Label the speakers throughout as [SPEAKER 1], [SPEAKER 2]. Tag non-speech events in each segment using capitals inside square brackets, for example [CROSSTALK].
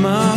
[SPEAKER 1] my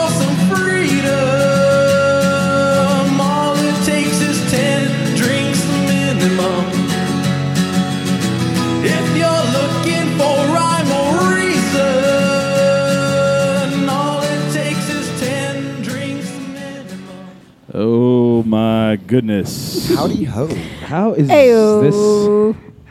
[SPEAKER 1] some freedom, all it takes is 10 drinks minimum. If you're looking for rhyme or reason, all it takes is 10 drinks minimum.
[SPEAKER 2] Oh my goodness!
[SPEAKER 3] Howdy ho.
[SPEAKER 4] How is
[SPEAKER 5] Ayo.
[SPEAKER 4] this?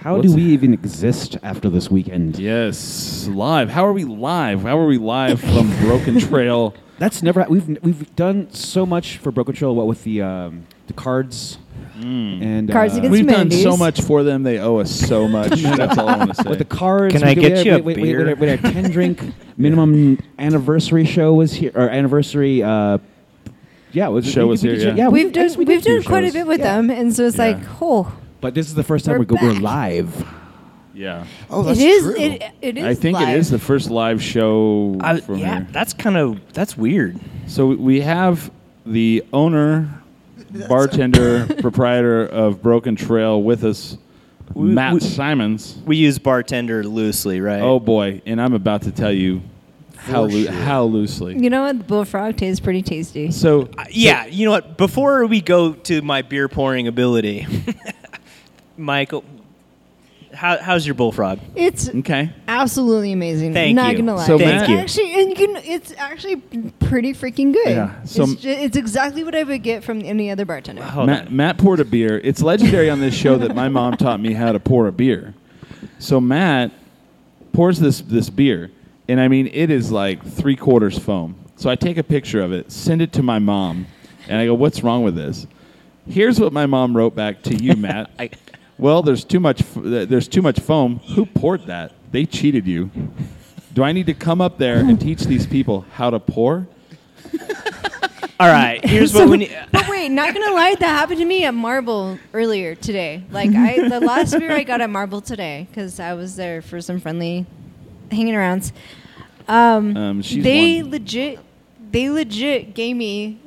[SPEAKER 4] How
[SPEAKER 2] What's-
[SPEAKER 4] do we even exist after this weekend?
[SPEAKER 2] yes, live. How are we live? How are we live from Broken Trail?
[SPEAKER 4] That's never. We've we've done so much for Broken Trail. What with the um, the cards and
[SPEAKER 5] Cards
[SPEAKER 4] uh,
[SPEAKER 5] Against-
[SPEAKER 2] We've done
[SPEAKER 5] Mandy's.
[SPEAKER 2] so much for them. They owe us
[SPEAKER 3] [LAUGHS]
[SPEAKER 2] so much. That's all I want to say.
[SPEAKER 4] with the cards.
[SPEAKER 3] Can
[SPEAKER 4] we
[SPEAKER 3] I
[SPEAKER 4] did-
[SPEAKER 3] get
[SPEAKER 4] we had-
[SPEAKER 3] you a
[SPEAKER 4] wait, wait, wait,
[SPEAKER 3] beer?
[SPEAKER 4] wait, wait, our
[SPEAKER 3] [LAUGHS]
[SPEAKER 4] ten drink minimum anniversary show was here or anniversary. Uh, yeah, was
[SPEAKER 2] Show
[SPEAKER 4] we-
[SPEAKER 2] was
[SPEAKER 4] we
[SPEAKER 2] here,
[SPEAKER 4] did-
[SPEAKER 2] yeah.
[SPEAKER 4] we-
[SPEAKER 5] We've
[SPEAKER 4] I
[SPEAKER 5] done
[SPEAKER 4] guess we
[SPEAKER 5] we've,
[SPEAKER 4] did
[SPEAKER 5] done
[SPEAKER 4] two
[SPEAKER 5] quite a
[SPEAKER 4] shows.
[SPEAKER 5] bit with
[SPEAKER 4] Yeah.
[SPEAKER 5] them, and so it's
[SPEAKER 2] Yeah.
[SPEAKER 5] like, oh,
[SPEAKER 4] But this is the first time
[SPEAKER 5] We're
[SPEAKER 4] we go, we're
[SPEAKER 5] back.
[SPEAKER 4] live.
[SPEAKER 2] yeah,
[SPEAKER 3] Oh,
[SPEAKER 5] it
[SPEAKER 3] that's
[SPEAKER 5] is
[SPEAKER 3] true.
[SPEAKER 5] it, it is.
[SPEAKER 2] I think it
[SPEAKER 5] live.
[SPEAKER 2] is the first live show
[SPEAKER 3] I-
[SPEAKER 2] from
[SPEAKER 3] yeah,
[SPEAKER 2] here.
[SPEAKER 3] that's kind of that's weird.
[SPEAKER 2] So we have the owner,
[SPEAKER 3] [LAUGHS]
[SPEAKER 2] bartender, proprietor of Broken Trail with us,
[SPEAKER 3] We-
[SPEAKER 2] Matt
[SPEAKER 3] we-
[SPEAKER 2] Simons.
[SPEAKER 3] We use bartender loosely, right?
[SPEAKER 2] Oh boy, and I'm about to tell you how loo-
[SPEAKER 3] sure.
[SPEAKER 2] how loosely.
[SPEAKER 5] You know what? The bullfrog tastes pretty tasty.
[SPEAKER 2] So
[SPEAKER 3] Uh, yeah. You know what? Before we go to my beer pouring ability, [LAUGHS] Michael, how, how's your bullfrog?
[SPEAKER 5] It's
[SPEAKER 2] okay,
[SPEAKER 5] absolutely amazing.
[SPEAKER 3] Thank
[SPEAKER 5] Not
[SPEAKER 3] you.
[SPEAKER 5] gonna lie.
[SPEAKER 2] Mm. So
[SPEAKER 5] it's
[SPEAKER 2] Matt- Thank you.
[SPEAKER 5] actually and you can, it's actually pretty freaking good.
[SPEAKER 2] Yeah. So-
[SPEAKER 5] it's, ju- it's exactly what I would get from any other bartender.
[SPEAKER 3] Hold
[SPEAKER 2] Matt,
[SPEAKER 3] on.
[SPEAKER 2] Matt poured a beer. It's legendary on this show that my mom taught me how to pour a beer. So Matt pours this this beer, and I mean it is like three quarters foam. So I take a picture of it, send it to my mom, and I go, "What's wrong with this?" Here's what my mom wrote back to
[SPEAKER 3] [LAUGHS]
[SPEAKER 2] you, Matt.
[SPEAKER 3] I-
[SPEAKER 2] well, there's too much. F- th- there's too much foam. Who poured that? They cheated you. Do I need to come up there and teach these people how to pour?
[SPEAKER 3] [LAUGHS] All right. Here's
[SPEAKER 5] So-
[SPEAKER 2] [LAUGHS]
[SPEAKER 3] what we need.
[SPEAKER 5] But wait, not gonna lie, that happened to me at Marble earlier today. Like I, the last beer I got at Marble today, because I was there for some friendly hanging arounds. Um,
[SPEAKER 2] Um, she's
[SPEAKER 5] they
[SPEAKER 2] one.
[SPEAKER 5] legit, they legit gave me.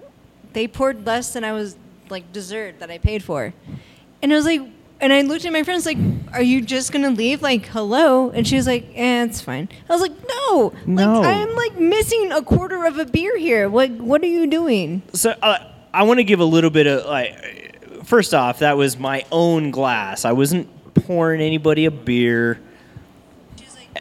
[SPEAKER 5] They poured less than I was like dessert that I paid for, and I was like, and I looked at my friends like, "Are you just gonna leave? Like, hello?" And she was like, eh, "It's fine." I was like, "No,
[SPEAKER 3] No.
[SPEAKER 5] like, I'm like missing a quarter of a beer here. What, what are you doing?"
[SPEAKER 3] So uh, I want to give a little bit of like. First off, that was my own glass. I wasn't pouring anybody a beer.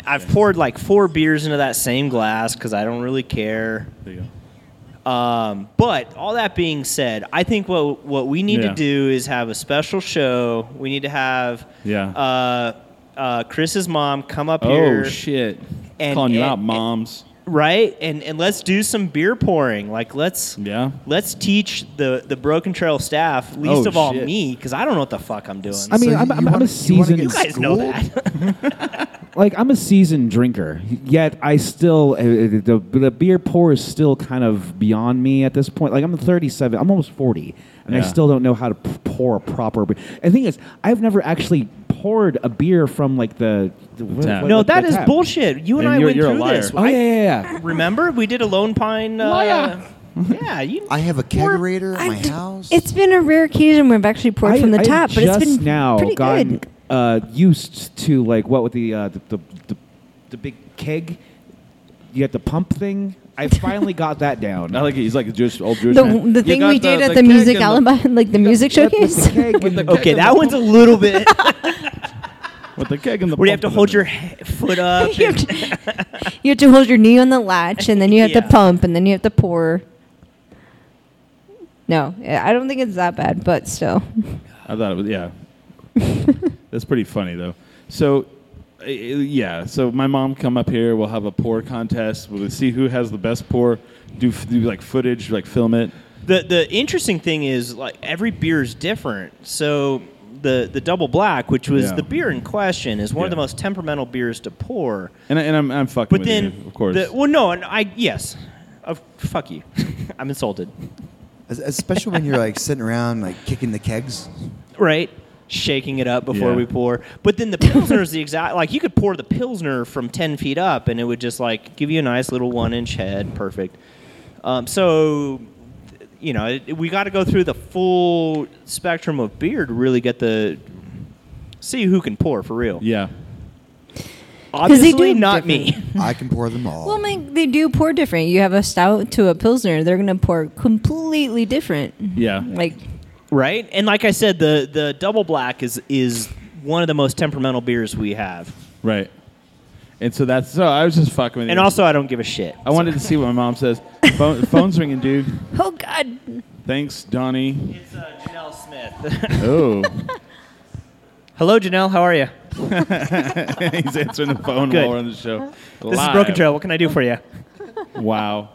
[SPEAKER 3] I've poured like four beers into that same glass because I don't really care.
[SPEAKER 2] There you go.
[SPEAKER 3] Um, but all that being said, I think what what we need
[SPEAKER 2] Yeah.
[SPEAKER 3] to do is have a special show. We need to have
[SPEAKER 2] Yeah.
[SPEAKER 3] uh, uh, Chris's mom come up
[SPEAKER 2] Oh
[SPEAKER 3] here,
[SPEAKER 2] shit!
[SPEAKER 3] And-
[SPEAKER 2] Calling you
[SPEAKER 3] and-
[SPEAKER 2] out, moms.
[SPEAKER 3] right? And and let's do some beer pouring. Like let's
[SPEAKER 2] yeah.
[SPEAKER 3] let's teach the the Broken Trail staff, least
[SPEAKER 2] Oh,
[SPEAKER 3] of all
[SPEAKER 2] shit.
[SPEAKER 3] me, because I don't know what the fuck I'm doing.
[SPEAKER 4] I mean,
[SPEAKER 3] So
[SPEAKER 4] I'm, I'm,
[SPEAKER 3] you
[SPEAKER 4] I'm
[SPEAKER 3] wanna-
[SPEAKER 4] a seasoned.
[SPEAKER 3] you guys know that.
[SPEAKER 4] like I'm a seasoned drinker, yet I still uh, uh, the, the beer pour is still kind of beyond me at this point. Like I'm 37, I'm almost 40, and
[SPEAKER 2] Yeah.
[SPEAKER 4] I still don't know how to p- pour a proper beer. And the thing is, I've never actually poured a beer from like the, the what-
[SPEAKER 2] Tap.
[SPEAKER 4] what-
[SPEAKER 3] no,
[SPEAKER 4] what-
[SPEAKER 3] that
[SPEAKER 4] the
[SPEAKER 3] is
[SPEAKER 4] tap.
[SPEAKER 3] bullshit. You and,
[SPEAKER 2] And
[SPEAKER 3] I
[SPEAKER 2] you're-
[SPEAKER 3] went
[SPEAKER 2] you're a
[SPEAKER 3] through
[SPEAKER 4] [LAUGHS]
[SPEAKER 2] liar.
[SPEAKER 3] this.
[SPEAKER 4] Oh
[SPEAKER 3] I-
[SPEAKER 4] yeah, yeah, yeah.
[SPEAKER 3] Remember, we did a Lone Pine. Uh, [LAUGHS] yeah, you.
[SPEAKER 6] I have a
[SPEAKER 3] Or-
[SPEAKER 6] kegerator at my
[SPEAKER 5] I've-
[SPEAKER 6] house.
[SPEAKER 5] It's been a rare occasion where I've actually poured
[SPEAKER 4] I-
[SPEAKER 5] from the
[SPEAKER 4] I
[SPEAKER 5] top, but it's
[SPEAKER 4] just
[SPEAKER 5] been
[SPEAKER 4] now
[SPEAKER 5] pretty
[SPEAKER 4] gotten,
[SPEAKER 5] good.
[SPEAKER 4] Uh, used to like what with the, uh, the, the the the big keg, you had the pump thing.
[SPEAKER 5] [LAUGHS]
[SPEAKER 4] I finally got that down.
[SPEAKER 2] I like it. He's like a Jewish old Jewish
[SPEAKER 5] The,
[SPEAKER 2] man.
[SPEAKER 5] the
[SPEAKER 2] You
[SPEAKER 5] thing
[SPEAKER 2] got
[SPEAKER 5] we did at the,
[SPEAKER 2] keg
[SPEAKER 5] music
[SPEAKER 2] and
[SPEAKER 5] alibi, [LAUGHS] like the music
[SPEAKER 4] With the
[SPEAKER 5] showcase.
[SPEAKER 4] keg and the-
[SPEAKER 3] Okay, that one's a
[SPEAKER 4] [LAUGHS]
[SPEAKER 3] little bit.
[SPEAKER 2] The, with the keg and the.
[SPEAKER 3] Where you have to
[SPEAKER 2] pump
[SPEAKER 3] hold
[SPEAKER 2] in
[SPEAKER 3] your
[SPEAKER 2] it.
[SPEAKER 3] he- foot up.
[SPEAKER 4] [LAUGHS]
[SPEAKER 5] [LAUGHS] you, have to, you have to hold your knee on the latch, and then you have
[SPEAKER 3] Yeah.
[SPEAKER 5] to pump, and then you have to pour. No, I don't think it's that bad, but still,
[SPEAKER 2] I thought it was yeah.
[SPEAKER 5] [LAUGHS]
[SPEAKER 2] That's pretty funny though. So. uh, Yeah, so my mom come up here. We'll have a pour contest. We'll see who has the best pour. Do, f- do like footage, like film it.
[SPEAKER 3] the the interesting thing is like every beer is different. So the the double black, which was
[SPEAKER 2] Yeah.
[SPEAKER 3] the beer in question, is one of the
[SPEAKER 2] Yeah.
[SPEAKER 3] most temperamental beers to pour.
[SPEAKER 2] And, I- and I'm, I'm fucking
[SPEAKER 3] But
[SPEAKER 2] with
[SPEAKER 3] then,
[SPEAKER 2] you, of course.
[SPEAKER 3] the- well, no, and I yes, of fuck you. [LAUGHS] I'm insulted,
[SPEAKER 6] [LAUGHS] Es- Especially when you're like sitting around like kicking the kegs.
[SPEAKER 3] right? shaking it up before
[SPEAKER 2] Yeah.
[SPEAKER 3] we pour. But then the pilsner is the exact [LAUGHS] like you could pour the pilsner from ten feet up, and it would just like give you a nice little one inch head, perfect. Um, so you know it, we got to go through the full spectrum of beer to really get the see who can pour for real.
[SPEAKER 2] Yeah.
[SPEAKER 5] they do
[SPEAKER 3] Obviously,
[SPEAKER 5] it
[SPEAKER 3] not me.
[SPEAKER 6] I can pour them all.
[SPEAKER 5] Well, like they do pour different. You have a stout to a pilsner; they're gonna pour completely different.
[SPEAKER 2] Yeah.
[SPEAKER 5] Like
[SPEAKER 3] right? And like I said, the the double black is is one of the most temperamental beers we have.
[SPEAKER 2] Right. And so that's so I was just fucking with
[SPEAKER 3] And
[SPEAKER 2] you.
[SPEAKER 3] also, I don't give a shit.
[SPEAKER 2] I wanted to see what my mom says. Phone, [LAUGHS] phone's ringing, dude.
[SPEAKER 5] oh god,
[SPEAKER 2] Thanks,
[SPEAKER 3] [LAUGHS]
[SPEAKER 2] Donnie.
[SPEAKER 3] It's uh, Janelle Smith.
[SPEAKER 2] Oh,
[SPEAKER 3] [LAUGHS] Hello, Janelle. How are you?
[SPEAKER 2] [LAUGHS] he's answering the phone
[SPEAKER 3] Good.
[SPEAKER 2] while we're on the show.
[SPEAKER 3] This is Broken Trail. What can I do for you?
[SPEAKER 2] Wow.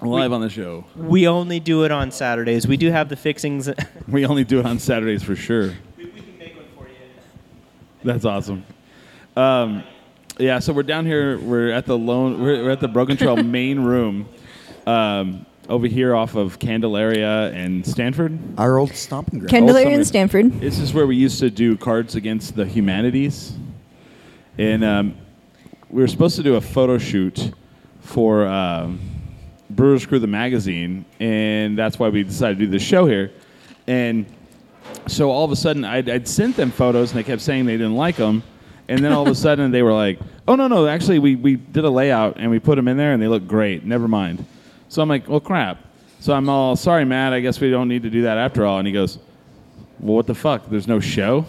[SPEAKER 2] Live on the show.
[SPEAKER 3] We only do it on Saturdays. We do have the fixings.
[SPEAKER 2] We only do it on Saturdays for sure.
[SPEAKER 3] we can make one for you.
[SPEAKER 2] That's awesome. Um, yeah, so we're down here. We're at the lone. We're, we're at the Broken
[SPEAKER 3] [LAUGHS]
[SPEAKER 2] Trail main room, um, over here off of Candelaria and Stanford.
[SPEAKER 6] Our old stomping ground.
[SPEAKER 5] Candelaria
[SPEAKER 2] Ultimate.
[SPEAKER 5] and Stanford.
[SPEAKER 2] This is where we used to do Cards Against the Humanities, and um, we were supposed to do a photo shoot for um, Brewers Crew the magazine, and that's why we decided to do this show here. And so all of a sudden, I'd, I'd sent them photos, and they kept saying they didn't like them. And then all of a sudden, they were like, "Oh no, no! Actually, we, we did a layout and we put them in there, and they look great. Never mind." So I'm like, "Well, crap." So I'm all sorry, Matt. I guess we don't need to do that after all. And he goes, well, what the fuck? There's no show?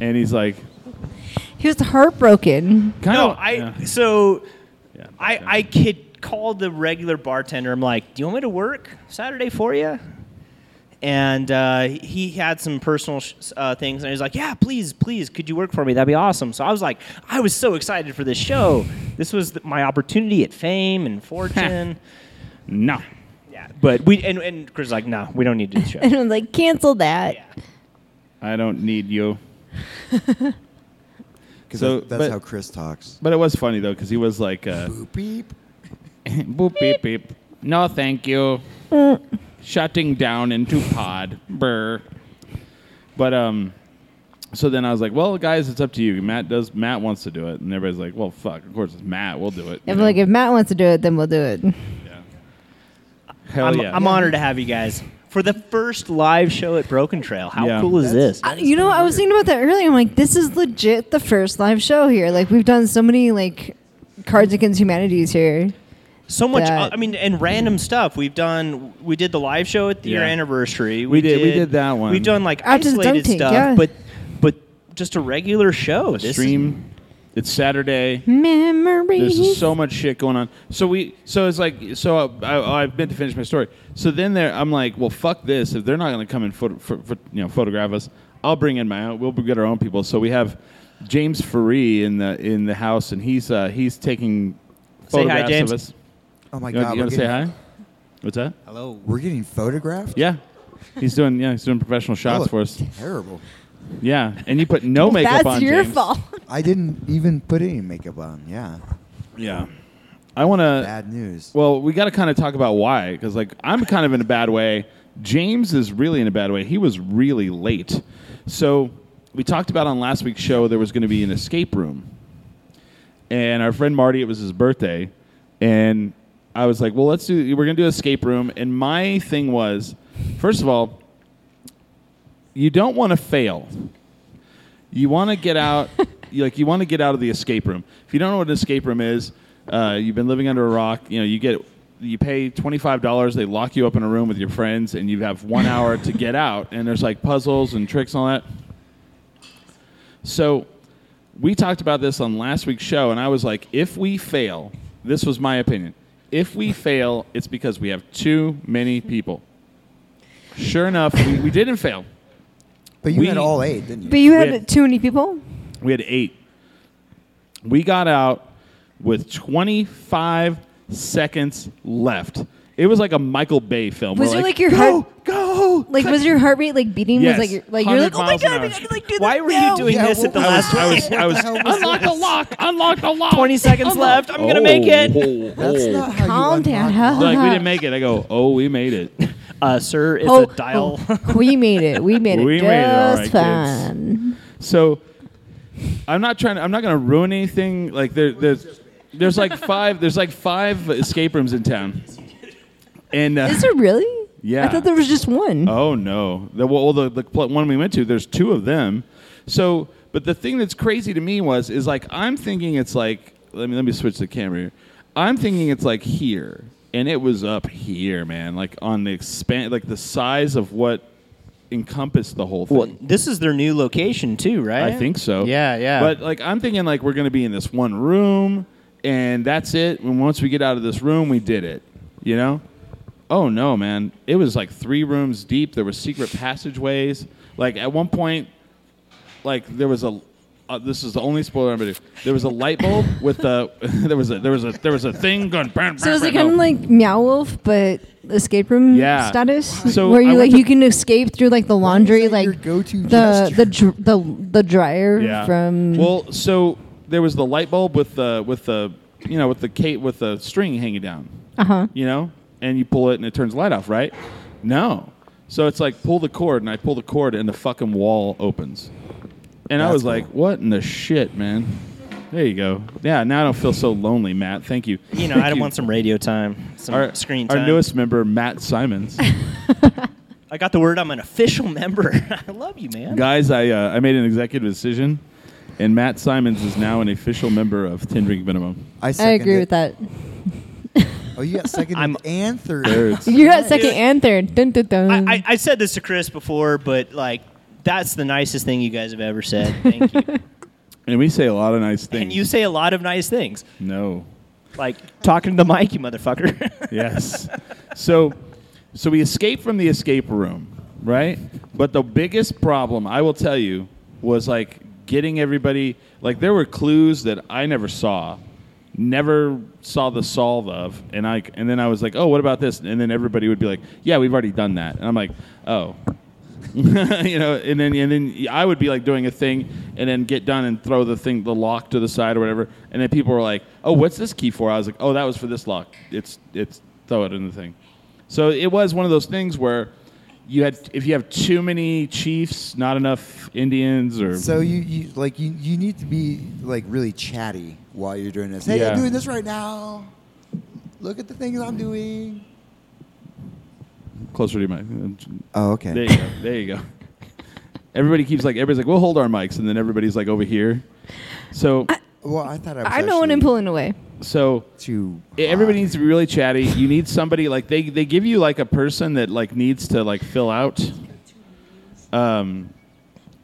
[SPEAKER 2] And he's like,
[SPEAKER 5] He was heartbroken. [LAUGHS]
[SPEAKER 2] kind
[SPEAKER 3] No,
[SPEAKER 2] of.
[SPEAKER 3] I.
[SPEAKER 2] yeah.
[SPEAKER 3] So,
[SPEAKER 2] Yeah,
[SPEAKER 3] I I could call the regular bartender. I'm like, do you want me to work Saturday for you? And uh, he had some personal sh- uh, things, and he was like, "Yeah, please, please, could you work for me? That'd be awesome." So I was like, I was so excited for this show. This was th- my opportunity at fame and fortune.
[SPEAKER 2] [LAUGHS] no.
[SPEAKER 3] yeah, but we and and Chris was like, "No, we don't need to do the show."
[SPEAKER 5] And I was like, cancel that.
[SPEAKER 3] Yeah.
[SPEAKER 2] I don't need
[SPEAKER 6] [LAUGHS]
[SPEAKER 2] you.
[SPEAKER 6] Because
[SPEAKER 2] So,
[SPEAKER 6] that's, that's
[SPEAKER 2] but-
[SPEAKER 6] how Chris talks.
[SPEAKER 2] But it was funny, though, because he was like,
[SPEAKER 6] [LAUGHS]
[SPEAKER 2] uh,
[SPEAKER 6] Boop beep.
[SPEAKER 2] boop, beep, beep. No, thank you. Shutting down into pod. Brr. But, um, so then I was like, well, guys, it's up to you. Matt does, Matt wants to do it. And everybody's like, well, fuck, of course it's Matt. We'll do it.
[SPEAKER 5] I'm
[SPEAKER 2] you know?
[SPEAKER 5] like, if Matt wants to do it, then we'll do it.
[SPEAKER 2] Hell
[SPEAKER 3] I'm,
[SPEAKER 2] yeah.
[SPEAKER 3] I'm honored to have you guys for the first live show at Broken Trail. How
[SPEAKER 2] Yeah.
[SPEAKER 3] cool is this?
[SPEAKER 5] I- you know, I was thinking about that earlier. I'm like, this is legit the first live show here. Like, we've done so many like Cards Against Humanities here.
[SPEAKER 3] So much. uh,
[SPEAKER 5] that-
[SPEAKER 3] I mean, and random stuff. We've done. We did the live show at the year
[SPEAKER 2] Yeah.
[SPEAKER 3] anniversary.
[SPEAKER 2] We did- we did that one.
[SPEAKER 3] We've done like
[SPEAKER 5] Out to the
[SPEAKER 3] isolated
[SPEAKER 5] dunk tank,
[SPEAKER 3] stuff,
[SPEAKER 5] yeah.
[SPEAKER 3] but but just a regular show. This is-
[SPEAKER 2] Stream. It's Saturday.
[SPEAKER 5] Memories.
[SPEAKER 2] There's so much shit going on. So we, so it's like, so I, I, I meant to finish my story. So then there, I'm like, well, fuck this. If they're not going to come and photo, pho- pho- you know, photograph us, I'll bring in my own. We'll get our own people. So we have James Faree in the in the house, and he's uh, he's taking
[SPEAKER 3] Say hi,
[SPEAKER 2] photographs
[SPEAKER 3] James.
[SPEAKER 2] of us.
[SPEAKER 6] Oh my
[SPEAKER 2] You
[SPEAKER 6] God.
[SPEAKER 2] want you
[SPEAKER 6] we're
[SPEAKER 2] want to say
[SPEAKER 6] getting-
[SPEAKER 2] hi? What's that?
[SPEAKER 6] Hello. We're getting photographed.
[SPEAKER 2] Yeah, he's doing yeah he's doing professional
[SPEAKER 6] I
[SPEAKER 2] shots
[SPEAKER 6] look
[SPEAKER 2] for us.
[SPEAKER 6] Terrible.
[SPEAKER 2] Yeah, and you put no makeup
[SPEAKER 5] That's
[SPEAKER 2] on.
[SPEAKER 5] your
[SPEAKER 2] James.
[SPEAKER 5] fault.
[SPEAKER 6] I didn't even put any makeup on. Yeah.
[SPEAKER 2] Yeah, I want to.
[SPEAKER 6] Bad news.
[SPEAKER 2] Well, we got to kind of talk about why, because like I'm kind of in a bad way. James is really in a bad way. He was really late. So we talked about on last week's show there was going to be an escape room, and our friend Marty, it was his birthday, and I was like, well, let's do. We're going to do escape room, and my thing was, first of all, you don't want to fail. You want to get out, you, like you want to get out of the escape room. If you don't know what an escape room is, uh, you've been living under a rock. You know, you get, you pay twenty five dollars. They lock you up in a room with your friends, and you have one hour to get out. And there's like puzzles and tricks and all that. So, we talked about this on last week's show, and I was like, if we fail, this was my opinion. If we fail, it's because we have too many people. Sure enough, we, we didn't fail.
[SPEAKER 6] But you
[SPEAKER 2] we-
[SPEAKER 6] had all eight, didn't you?
[SPEAKER 5] But you
[SPEAKER 2] Wait.
[SPEAKER 5] had too many people.
[SPEAKER 2] We had eight. We got out with 25 seconds left. It was like a Michael Bay film.
[SPEAKER 5] Was
[SPEAKER 2] We're
[SPEAKER 5] it like your
[SPEAKER 2] go,
[SPEAKER 5] heart-
[SPEAKER 2] go?
[SPEAKER 5] Like, was your heart rate like beating?
[SPEAKER 2] Yes,
[SPEAKER 5] Was like, your- like you're like,
[SPEAKER 2] 100
[SPEAKER 5] oh my
[SPEAKER 2] miles an
[SPEAKER 5] god, I
[SPEAKER 2] hour.
[SPEAKER 5] can like do this.
[SPEAKER 3] Why were
[SPEAKER 5] now."
[SPEAKER 3] you doing
[SPEAKER 6] Yeah,
[SPEAKER 3] this at
[SPEAKER 6] what
[SPEAKER 3] the last?
[SPEAKER 6] was-
[SPEAKER 2] I was, [LAUGHS] I was, [LAUGHS] unlock the lock, unlock the lock.
[SPEAKER 3] 20 seconds
[SPEAKER 2] Unlock-
[SPEAKER 3] left. I'm gonna make it.
[SPEAKER 2] Oh, oh,
[SPEAKER 6] That's
[SPEAKER 2] oh.
[SPEAKER 6] not how
[SPEAKER 5] Calm
[SPEAKER 6] you
[SPEAKER 5] down,
[SPEAKER 6] unlock
[SPEAKER 5] huh?
[SPEAKER 2] Like we didn't make it. I go, oh, we made it.
[SPEAKER 3] Uh, [LAUGHS] sir, it's
[SPEAKER 5] oh,
[SPEAKER 3] a dial.
[SPEAKER 5] oh, [LAUGHS] we made it. [LAUGHS] We made it
[SPEAKER 2] We
[SPEAKER 5] just
[SPEAKER 2] made it, all right, kids.
[SPEAKER 5] fine.
[SPEAKER 2] So I'm not trying. I'm not going to ruin anything. Like there, there's, there's like five. There's like five escape rooms in town. And uh,
[SPEAKER 5] Is there really?
[SPEAKER 2] Yeah.
[SPEAKER 5] I thought there was just one.
[SPEAKER 2] Oh no! The well, the, the pl- one we went to, there's two of them. So, but the thing that's crazy to me was is like I'm thinking it's like let me let me switch the camera here. I'm thinking it's like here, and it was up here, man. Like on the expand, like the size of what encompassed the whole thing.
[SPEAKER 3] Well, this is their new location too, right?
[SPEAKER 2] I think so.
[SPEAKER 3] Yeah, yeah.
[SPEAKER 2] But like I'm thinking like we're gonna be in this one room and that's it. And once we get out of this room, we did it. You know? Oh no, man. It was like three rooms deep. There were secret passageways. Like at one point, like there was a uh, this is the only spoiler I'm gonna do. There was a light bulb with a [LAUGHS] there was a there was a there was a thing going. bam,
[SPEAKER 5] So
[SPEAKER 2] bam,
[SPEAKER 5] is it
[SPEAKER 2] bam.
[SPEAKER 5] kind of
[SPEAKER 2] No.
[SPEAKER 5] like Meow Wolf, but escape room
[SPEAKER 2] Yeah.
[SPEAKER 5] status,
[SPEAKER 2] So
[SPEAKER 5] where
[SPEAKER 2] I
[SPEAKER 5] you
[SPEAKER 2] went
[SPEAKER 5] like
[SPEAKER 2] to-
[SPEAKER 5] you can escape through like the laundry,
[SPEAKER 6] that
[SPEAKER 5] like
[SPEAKER 6] your go-to
[SPEAKER 5] the
[SPEAKER 6] gesture?
[SPEAKER 5] the, dr- the the dryer from.
[SPEAKER 2] well so there was the light bulb with the with the you know with the cate with the string hanging down uh-huh you know and you pull it and it turns the light off right no so it's like pull the cord and i pull the cord and the fucking wall opens and i
[SPEAKER 6] That's
[SPEAKER 2] was
[SPEAKER 6] cool.
[SPEAKER 2] like what in the shit man there you go yeah now i don't feel so lonely matt thank you
[SPEAKER 3] You know,
[SPEAKER 2] Thank
[SPEAKER 3] I want some radio time, some
[SPEAKER 2] our,
[SPEAKER 3] screen
[SPEAKER 2] our
[SPEAKER 3] time.
[SPEAKER 2] newest member matt
[SPEAKER 5] [LAUGHS]
[SPEAKER 2] simons
[SPEAKER 3] I got the word. I'm an official member. [LAUGHS] I love you, man.
[SPEAKER 2] guys i uh, i made an executive decision and matt simons is now an official member of 10 drink minimum
[SPEAKER 6] I,
[SPEAKER 5] I
[SPEAKER 6] second
[SPEAKER 5] agree
[SPEAKER 6] it.
[SPEAKER 5] with that.
[SPEAKER 6] Oh, you got second
[SPEAKER 3] I'm-
[SPEAKER 6] and third.
[SPEAKER 2] Thirds.
[SPEAKER 6] [LAUGHS]
[SPEAKER 5] You're at second and third. Dun, dun, dun.
[SPEAKER 3] I, I, I said this to Chris before, but like that's the nicest thing you guys have ever said. Thank you.
[SPEAKER 2] and we say a lot of nice things
[SPEAKER 3] and you say a lot of nice things,
[SPEAKER 2] no
[SPEAKER 3] like talking to the mic, you motherfucker. [LAUGHS]
[SPEAKER 2] yes. So, so we escape from the escape room, right? But the biggest problem, I will tell you, was like getting everybody. Like there were clues that I never saw, never saw the solve of, and I and then I was like, oh, what about this? And then everybody would be like, yeah, we've already done that, and I'm like, oh. [LAUGHS] you know, and then and then I would be like doing a thing, and then get done and throw the thing, the lock to the side or whatever, and then people were like, "Oh, what's this key for?" I was like, "Oh, that was for this lock. It's it's throw it in the thing." So it was one of those things where you had if you have too many chiefs, not enough Indians, or
[SPEAKER 6] So you, you like you, you need to be like really chatty while you're doing this. Hey,
[SPEAKER 2] Yeah.
[SPEAKER 6] I'm doing this right now. Look at the things I'm doing.
[SPEAKER 2] closer to your mic.
[SPEAKER 6] Oh, okay.
[SPEAKER 2] There you go. There you go. Everybody keeps like everybody's like, "We'll hold our mics," and then everybody's like over here. So
[SPEAKER 6] Well, I thought I was.
[SPEAKER 5] I'm the one
[SPEAKER 6] actually
[SPEAKER 5] in pulling away.
[SPEAKER 2] so
[SPEAKER 6] Too.
[SPEAKER 2] Yeah, everybody needs to be really chatty. You need somebody like they they give you like a person that like needs to like fill out, um,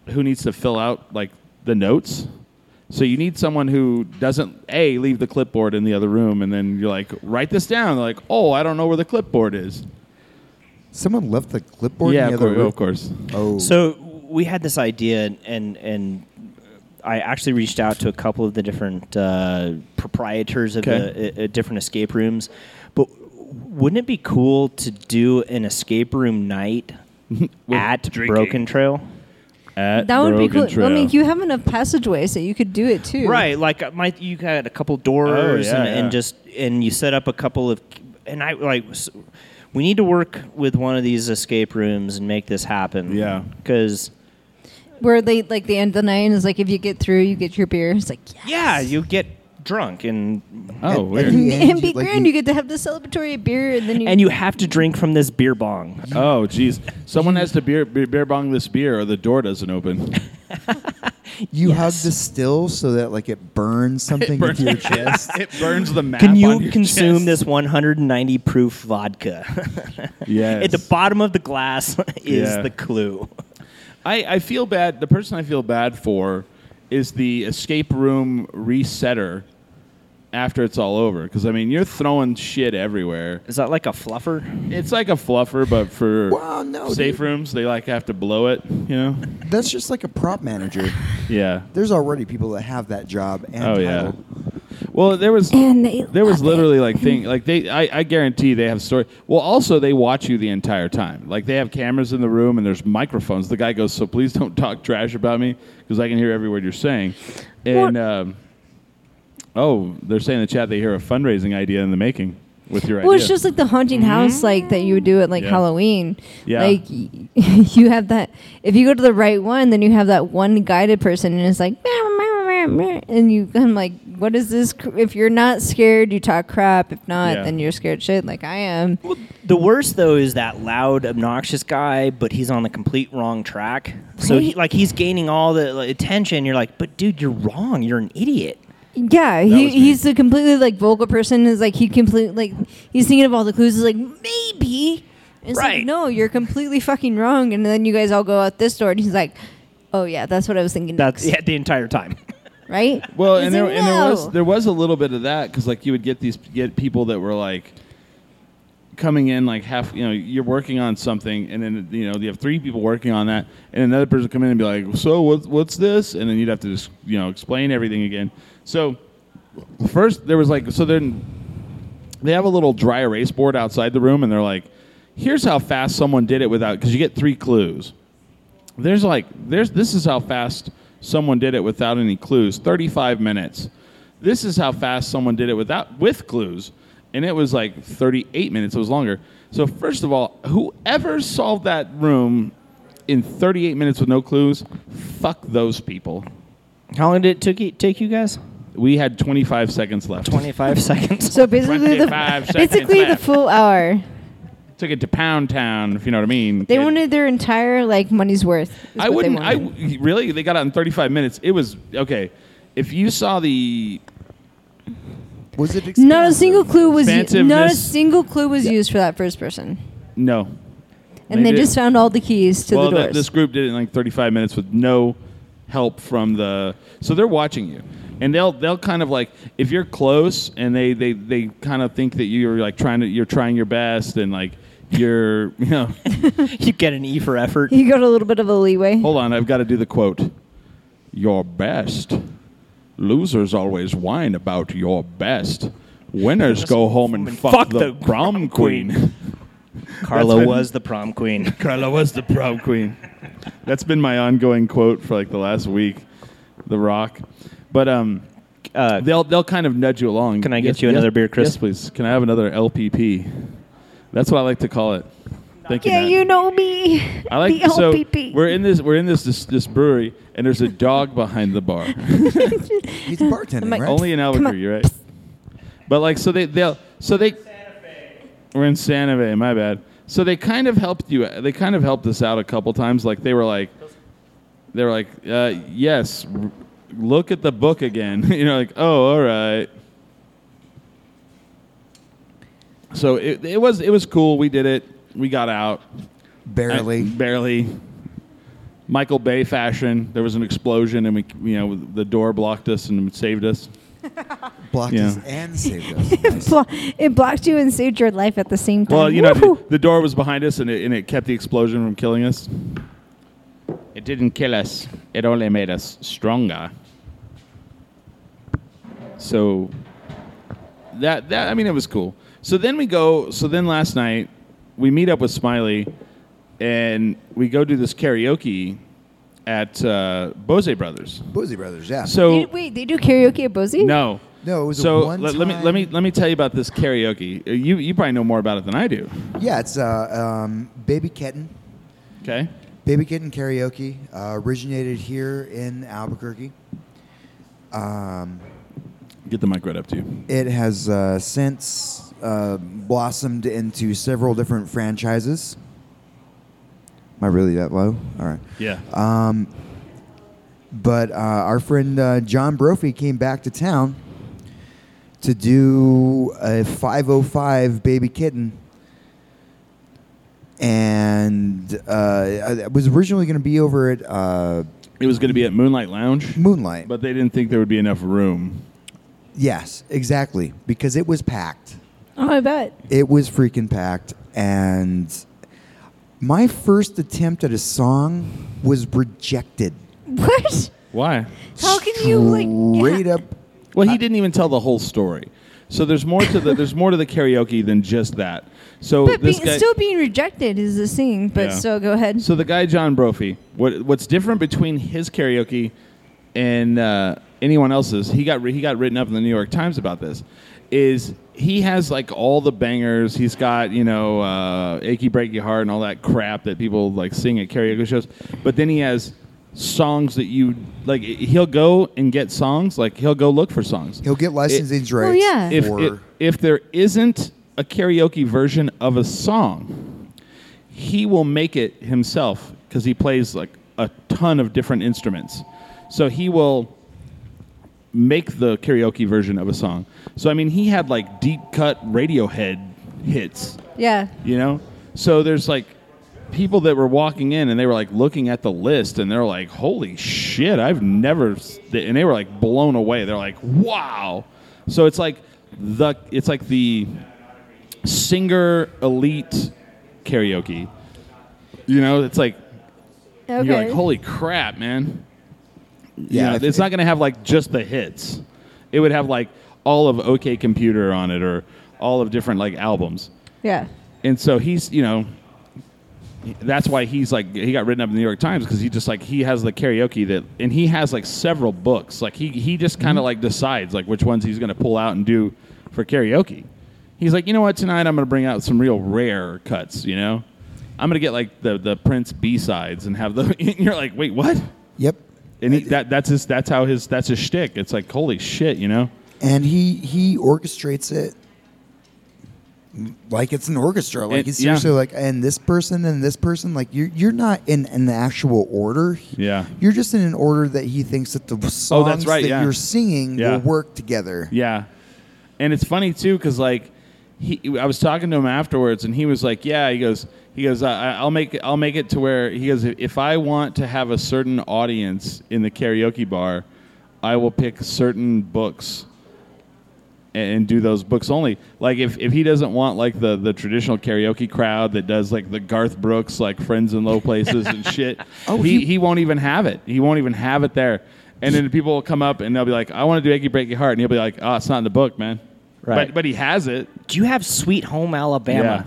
[SPEAKER 2] who needs to fill out like the notes. So you need someone who doesn't a leave the clipboard in the other room, and then you're like write this down. They're like, oh, I don't know where the clipboard is.
[SPEAKER 6] Someone left the clipboard.
[SPEAKER 2] yeah,
[SPEAKER 6] in the
[SPEAKER 2] of
[SPEAKER 6] other
[SPEAKER 2] course,
[SPEAKER 6] room.
[SPEAKER 2] of course.
[SPEAKER 6] Oh,
[SPEAKER 3] So we had this idea, and and I actually reached out to a couple of the different uh, proprietors of
[SPEAKER 2] Okay.
[SPEAKER 3] the uh, uh, different escape rooms. But wouldn't it be cool to do an escape room [LAUGHS] night at Broken Trail?
[SPEAKER 5] That would be
[SPEAKER 2] Broken
[SPEAKER 5] cool. I
[SPEAKER 2] Trail.
[SPEAKER 5] mean, you have enough passageways that you could do it too.
[SPEAKER 3] Right, like uh, my you had a couple doors
[SPEAKER 2] Oh, yeah,
[SPEAKER 3] and,
[SPEAKER 2] yeah.
[SPEAKER 3] and just and you set up a couple of and I like s- we need to work with one of these escape rooms and make this happen.
[SPEAKER 2] Yeah.
[SPEAKER 3] because.
[SPEAKER 5] Where they like the end of the night is like if you get through, you get your beer. It's like yes.
[SPEAKER 3] Yeah, you get drunk and
[SPEAKER 2] oh,
[SPEAKER 6] And-
[SPEAKER 2] weird.
[SPEAKER 6] and
[SPEAKER 5] [LAUGHS]
[SPEAKER 6] he-
[SPEAKER 5] And be
[SPEAKER 6] like,
[SPEAKER 5] grand,
[SPEAKER 6] you-
[SPEAKER 5] you get to have the celebratory beer, and then you
[SPEAKER 3] and you have to drink from this beer bong.
[SPEAKER 2] oh, geez. Someone has to beer, beer, beer bong this beer, or the door
[SPEAKER 5] [LAUGHS]
[SPEAKER 2] doesn't open. [LAUGHS]
[SPEAKER 6] you hug
[SPEAKER 3] Yes.
[SPEAKER 6] the still so that like
[SPEAKER 2] [LAUGHS]
[SPEAKER 6] it burns something
[SPEAKER 2] burns-
[SPEAKER 6] into your chest.
[SPEAKER 2] it burns the map.
[SPEAKER 3] Can you consume this 190 proof vodka? [LAUGHS]
[SPEAKER 2] Yes.
[SPEAKER 3] At the bottom of the glass [LAUGHS] is
[SPEAKER 2] Yeah.
[SPEAKER 3] the clue.
[SPEAKER 2] I, I feel bad. The person I feel bad for is the escape room resetter after it's all over. Because, I mean, you're throwing shit everywhere.
[SPEAKER 3] Is that like a fluffer?
[SPEAKER 2] It's like a fluffer, but for
[SPEAKER 6] Well, no,
[SPEAKER 2] safe
[SPEAKER 6] dude.
[SPEAKER 2] rooms, they like have to blow it, you know?
[SPEAKER 6] That's just like a prop manager.
[SPEAKER 2] Yeah.
[SPEAKER 6] There's already people that have that job. And
[SPEAKER 2] Oh, yeah.
[SPEAKER 6] title.
[SPEAKER 2] Well,
[SPEAKER 5] [CLEARS THROAT]
[SPEAKER 2] there was
[SPEAKER 5] And they
[SPEAKER 2] there was
[SPEAKER 5] love it.
[SPEAKER 2] literally like
[SPEAKER 5] [LAUGHS]
[SPEAKER 2] thing like they I, I guarantee they have story. Well, also they watch you the entire time. Like they have cameras in the room and there's microphones. The guy goes, "So please don't talk trash about me because I can hear every word you're saying." And um, oh, they're saying in the chat they hear a fundraising idea in the making. with your
[SPEAKER 5] Well,
[SPEAKER 2] idea.
[SPEAKER 5] it's just like the haunting house, like that you would do at like
[SPEAKER 2] Yeah.
[SPEAKER 5] Halloween.
[SPEAKER 2] Yeah.
[SPEAKER 5] Like [LAUGHS] y- you have that. If you go to the right one, then you have that one guided person, and it's like, "Meow, meow, meow, meow," and you, I'm like, what is this? cr- If you're not scared, you talk crap. If not,
[SPEAKER 2] Yeah.
[SPEAKER 5] then you're scared shit, like I am.
[SPEAKER 3] The worst though is that loud, obnoxious guy, but he's on the complete wrong track. So he,
[SPEAKER 5] Right.
[SPEAKER 3] like he's gaining all the like, attention. You're like, but dude, you're wrong. You're an idiot.
[SPEAKER 5] Yeah,
[SPEAKER 2] was
[SPEAKER 5] he,
[SPEAKER 2] me.
[SPEAKER 5] he's a completely like vocal person. Is like he completely like he's thinking of all the clues. Is like maybe. And It's
[SPEAKER 3] Right.
[SPEAKER 5] like no, you're completely fucking wrong. And then you guys all go out this door, and he's like, oh yeah, that's what I was thinking.
[SPEAKER 3] That's
[SPEAKER 5] next.
[SPEAKER 3] yeah, the entire time.
[SPEAKER 5] right?
[SPEAKER 2] Well,
[SPEAKER 5] He's
[SPEAKER 2] and there,
[SPEAKER 5] like,
[SPEAKER 2] and there was
[SPEAKER 5] "No."
[SPEAKER 2] there was a little bit of that because like you would get these get people that were like coming in like half you know you're working on something and then you know you have three people working on that and another person would come in and be like so what, what's this and then you'd have to just you know explain everything again so first there was like so then they have a little dry erase board outside the room and they're like here's how fast someone did it without because you get three clues there's like there's this is how fast someone did it without any clues 35 minutes this is how fast someone did it without with clues and it was like 38 minutes it was longer so first of all whoever solved that room in 38 minutes with no clues fuck those people
[SPEAKER 3] [LAUGHS] How long did it took you, take you guys?
[SPEAKER 2] we had 25 seconds left
[SPEAKER 3] Twenty [LAUGHS] five seconds.
[SPEAKER 5] So basically, the [LAUGHS]
[SPEAKER 2] 25 seconds
[SPEAKER 5] basically the
[SPEAKER 2] left.
[SPEAKER 5] full hour.
[SPEAKER 2] took it to pound town if you know what i mean
[SPEAKER 5] They
[SPEAKER 2] It-
[SPEAKER 5] wanted their entire like money's worth. is
[SPEAKER 2] I
[SPEAKER 5] what they
[SPEAKER 2] wouldn't. I
[SPEAKER 5] wanted.
[SPEAKER 2] w- really. They got out in 35 minutes. It was okay. If you saw the
[SPEAKER 6] Was it expensive?
[SPEAKER 5] not a single clue was u- not a
[SPEAKER 2] Expansiveness.
[SPEAKER 5] single clue was used for that first person,
[SPEAKER 2] no,
[SPEAKER 5] and they,
[SPEAKER 2] did-
[SPEAKER 5] just found all the keys to the
[SPEAKER 2] well, th-
[SPEAKER 5] doors.
[SPEAKER 2] this group did it in like 35 minutes with no help from the. So they're watching you, and they'll they'll kind of like if you're close, and they they they kind of think that you're like trying to you're trying your best, and like you're you know [LAUGHS]
[SPEAKER 3] you get an E for effort.
[SPEAKER 5] you got a little bit of a leeway.
[SPEAKER 2] hold on, I've got to do the quote. Your best. Losers always whine about your best. [LAUGHS] Winners go home and fuck, the, prom queen. [LAUGHS]
[SPEAKER 3] Carla
[SPEAKER 2] been-
[SPEAKER 3] was the prom queen.
[SPEAKER 2] Carla was the prom queen. That's been my ongoing quote for like the last week. The Rock, but um,
[SPEAKER 3] Uh,
[SPEAKER 2] they'll they'll kind of nudge you along.
[SPEAKER 3] Can I get you another beer, Chris?
[SPEAKER 2] Yes, please. Can I have another LPP? That's what I like to call it. Thank you.
[SPEAKER 5] Yeah,
[SPEAKER 2] Matt.
[SPEAKER 5] you know me.
[SPEAKER 2] I like
[SPEAKER 5] the
[SPEAKER 2] so
[SPEAKER 5] LPP.
[SPEAKER 2] we're in this we're in this, this this brewery and there's a dog behind the bar.
[SPEAKER 6] He's bartending,
[SPEAKER 5] Mic-
[SPEAKER 6] right?
[SPEAKER 2] Only in Albuquerque, right? But like so they they'll so they we're in Santa Fe. My bad. So they kind of helped you. They kind of helped us out a couple times. Like they were like, they were like, uh, yes, r- look at the book again. [LAUGHS] you know, like oh, all right. So it, it was it was cool. We did it. We got out.
[SPEAKER 6] barely.
[SPEAKER 2] I- barely. Michael Bay fashion. There was an explosion, and we, you know, the door blocked us and saved us.
[SPEAKER 6] blocked
[SPEAKER 2] yeah.
[SPEAKER 6] us and saved
[SPEAKER 5] [LAUGHS]
[SPEAKER 6] us.
[SPEAKER 5] Blo- it blocked you and saved your life at the same time.
[SPEAKER 2] Well, you know,
[SPEAKER 5] Woohoo.
[SPEAKER 2] the, the door was behind us, and it, and it kept the explosion from killing us. It didn't kill us. It only made us stronger. So that that I mean, it was cool. So then we go. So then last night we meet up with Smiley, and we go do this karaoke at uh, Bose Brothers.
[SPEAKER 6] Boozy Brothers, yeah.
[SPEAKER 5] They-
[SPEAKER 2] So
[SPEAKER 5] wait, they do karaoke at Boise?
[SPEAKER 2] no,
[SPEAKER 6] No, it was a
[SPEAKER 2] so.
[SPEAKER 6] one
[SPEAKER 2] let, let me let me let me tell you about this karaoke. Uh, You you probably know more about it than I do.
[SPEAKER 6] yeah, it's uh, um, Baby Kitten.
[SPEAKER 2] Okay.
[SPEAKER 6] Baby Kitten Karaoke uh, originated here in Albuquerque.
[SPEAKER 2] Get the mic right up to you.
[SPEAKER 6] It has uh, since uh, blossomed into several different franchises. Am I really that low? All right.
[SPEAKER 2] Yeah.
[SPEAKER 6] But uh, our friend uh, John Brophy came back to town to do a 505 Baby Kitten. And uh, it was originally going to be over at uh,
[SPEAKER 2] it was going to be at Moonlight Lounge,
[SPEAKER 6] Moonlight.
[SPEAKER 2] but they didn't think there would be enough room.
[SPEAKER 6] Yes, exactly. Because it was packed.
[SPEAKER 5] Oh, I bet.
[SPEAKER 6] It was freaking packed. And my first attempt at a song was rejected.
[SPEAKER 5] What?
[SPEAKER 2] Why?
[SPEAKER 5] How can you like?
[SPEAKER 6] Straight
[SPEAKER 5] yeah.
[SPEAKER 6] up.
[SPEAKER 2] Well, he didn't even tell the whole story. So there's more to the there's more to the karaoke than just that. So
[SPEAKER 5] But
[SPEAKER 2] this
[SPEAKER 5] being,
[SPEAKER 2] guy,
[SPEAKER 5] still being rejected is the thing. But
[SPEAKER 2] Yeah.
[SPEAKER 5] so go ahead.
[SPEAKER 2] so the guy John Brophy, what what's different between his karaoke and uh, anyone else's? He got ri- he got written up in the New York Times about this. is he has like all the bangers. He's got you know uh, "Achy Breaky Heart" and all that crap that people like sing at karaoke shows. But then he has songs that you like. He'll go and get songs. Like he'll go look for songs.
[SPEAKER 6] He'll get licensing rights.
[SPEAKER 5] Oh, yeah.
[SPEAKER 2] If
[SPEAKER 6] for-
[SPEAKER 2] if, if there isn't a karaoke version of a song, he will make it himself because he plays like a ton of different instruments. So he will make the karaoke version of a song. So I mean, he had like deep cut Radiohead hits,
[SPEAKER 5] Yeah.
[SPEAKER 2] you know. So there's like people that were walking in and they were like looking at the list and they're like, "Holy shit, I've never," s- and they were like blown away. They're like, "Wow!" So it's like the it's like the singer elite karaoke. You know, it's like
[SPEAKER 5] Okay.
[SPEAKER 2] you're like, holy crap, man.
[SPEAKER 6] Yeah,
[SPEAKER 2] Yeah.
[SPEAKER 6] if-
[SPEAKER 2] it's not going to have like just the hits. It would have like all of OK Computer on it or all of different like albums.
[SPEAKER 5] yeah.
[SPEAKER 2] And so he's, you know, that's why he's like, he got written up in the New York Times because he just like, he has the karaoke that, and he has like several books. Like he, he just kind of like decides like which ones he's going to pull out and do for karaoke. He's like, you know what, tonight I'm going to bring out some real rare cuts, you know? I'm going to get like the, the Prince B sides and have the, [LAUGHS] and you're like, wait, what?
[SPEAKER 6] Yep.
[SPEAKER 2] And he, that that's his that's how his that's his shtick. It's like holy shit, you know.
[SPEAKER 6] And he he orchestrates it like it's an orchestra. Like
[SPEAKER 2] It-
[SPEAKER 6] he's
[SPEAKER 2] yeah.
[SPEAKER 6] seriously like, and this person and this person. Like you're you're not in in the actual order.
[SPEAKER 2] Yeah. Oh,
[SPEAKER 6] You're just in an order that he thinks that the songs
[SPEAKER 2] right,
[SPEAKER 6] that
[SPEAKER 2] yeah.
[SPEAKER 6] you're singing
[SPEAKER 2] Yeah.
[SPEAKER 6] will work together.
[SPEAKER 2] Yeah, and it's funny too because like he, I was talking to him afterwards, and he was like, "Yeah," he goes, "He goes, I, I'll make I'll make it to where he goes. If I want to have a certain audience in the karaoke bar, I will pick certain books." and- and do those books only. Like if, if he doesn't want like the, the traditional karaoke crowd that does like the Garth Brooks like friends in low places [LAUGHS] and shit, oh, he, he won't even have it. He won't even have it there. And then people will come up and they'll be like, I want to do Achy Breaky Heart, and he'll be like, Oh, it's not in the book, man.
[SPEAKER 3] Right.
[SPEAKER 2] But but he has it.
[SPEAKER 3] Do you have Sweet Home Alabama?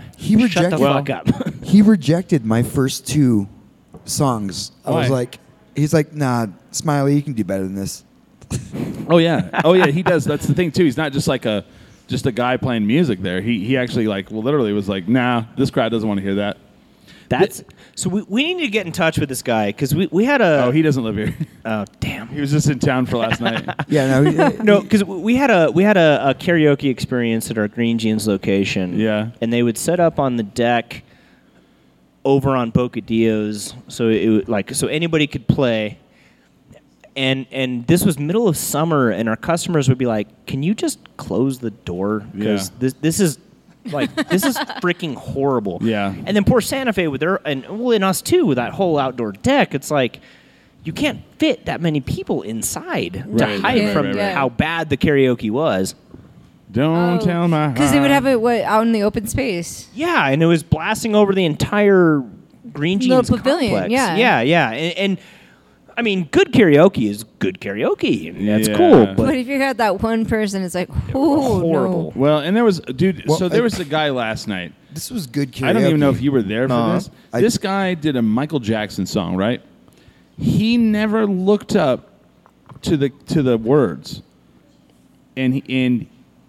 [SPEAKER 2] Yeah.
[SPEAKER 6] He
[SPEAKER 3] Shut the
[SPEAKER 6] rejected- Well-
[SPEAKER 3] fuck up.
[SPEAKER 6] [LAUGHS] He rejected my first two songs. I
[SPEAKER 2] Why?
[SPEAKER 6] was like, he's like, nah, Smiley, you can do better than this.
[SPEAKER 2] Oh yeah. Oh yeah, he does. That's the thing too. He's not just like a just a guy playing music there. He he actually like literally was like, Nah, this crowd doesn't want to hear that.
[SPEAKER 3] [LAUGHS] That's so. We, we need to get in touch with this guy because we, we had a
[SPEAKER 2] Oh, he doesn't live here.
[SPEAKER 3] oh damn
[SPEAKER 2] he was just in town for last [LAUGHS] night.
[SPEAKER 6] Yeah, no, he- uh,
[SPEAKER 3] [LAUGHS] no because we had a we had a, a karaoke experience at our Green Jeans location.
[SPEAKER 2] Yeah.
[SPEAKER 3] and they would set up on the deck over on Bocadillos, so it would, like so anybody could play. And and this was middle of summer, and our customers would be like, "Can you just close the door? Because
[SPEAKER 2] Yeah.
[SPEAKER 3] this this is." like
[SPEAKER 2] [LAUGHS]
[SPEAKER 3] this is freaking horrible.
[SPEAKER 2] Yeah.
[SPEAKER 3] And then poor Santa Fe with their and well and us too with that whole outdoor deck. It's like you can't fit that many people inside
[SPEAKER 2] Right,
[SPEAKER 3] to hide
[SPEAKER 5] right,
[SPEAKER 3] from
[SPEAKER 5] right, right.
[SPEAKER 3] how bad the karaoke was.
[SPEAKER 2] Don't tell my heart.
[SPEAKER 5] Because Oh. they would have it what out in the open space.
[SPEAKER 3] Yeah, and it was blasting over the entire Green
[SPEAKER 5] Little
[SPEAKER 3] Jeans
[SPEAKER 5] pavilion,
[SPEAKER 3] complex.
[SPEAKER 5] yeah.
[SPEAKER 3] yeah, yeah. And, and I mean, good karaoke is good karaoke. and That's
[SPEAKER 2] Yeah.
[SPEAKER 3] cool, but,
[SPEAKER 5] But, if you got that one person, it's like, oh,
[SPEAKER 3] horrible.
[SPEAKER 2] Well, and there was dude.
[SPEAKER 6] Well,
[SPEAKER 2] so there
[SPEAKER 6] I-
[SPEAKER 2] was a guy last night.
[SPEAKER 6] this was good karaoke.
[SPEAKER 2] I don't even know if you were there for
[SPEAKER 6] Uh-huh.
[SPEAKER 2] this.
[SPEAKER 6] I-
[SPEAKER 2] this guy did a Michael Jackson song, right? He never looked up to the to the words, and he, and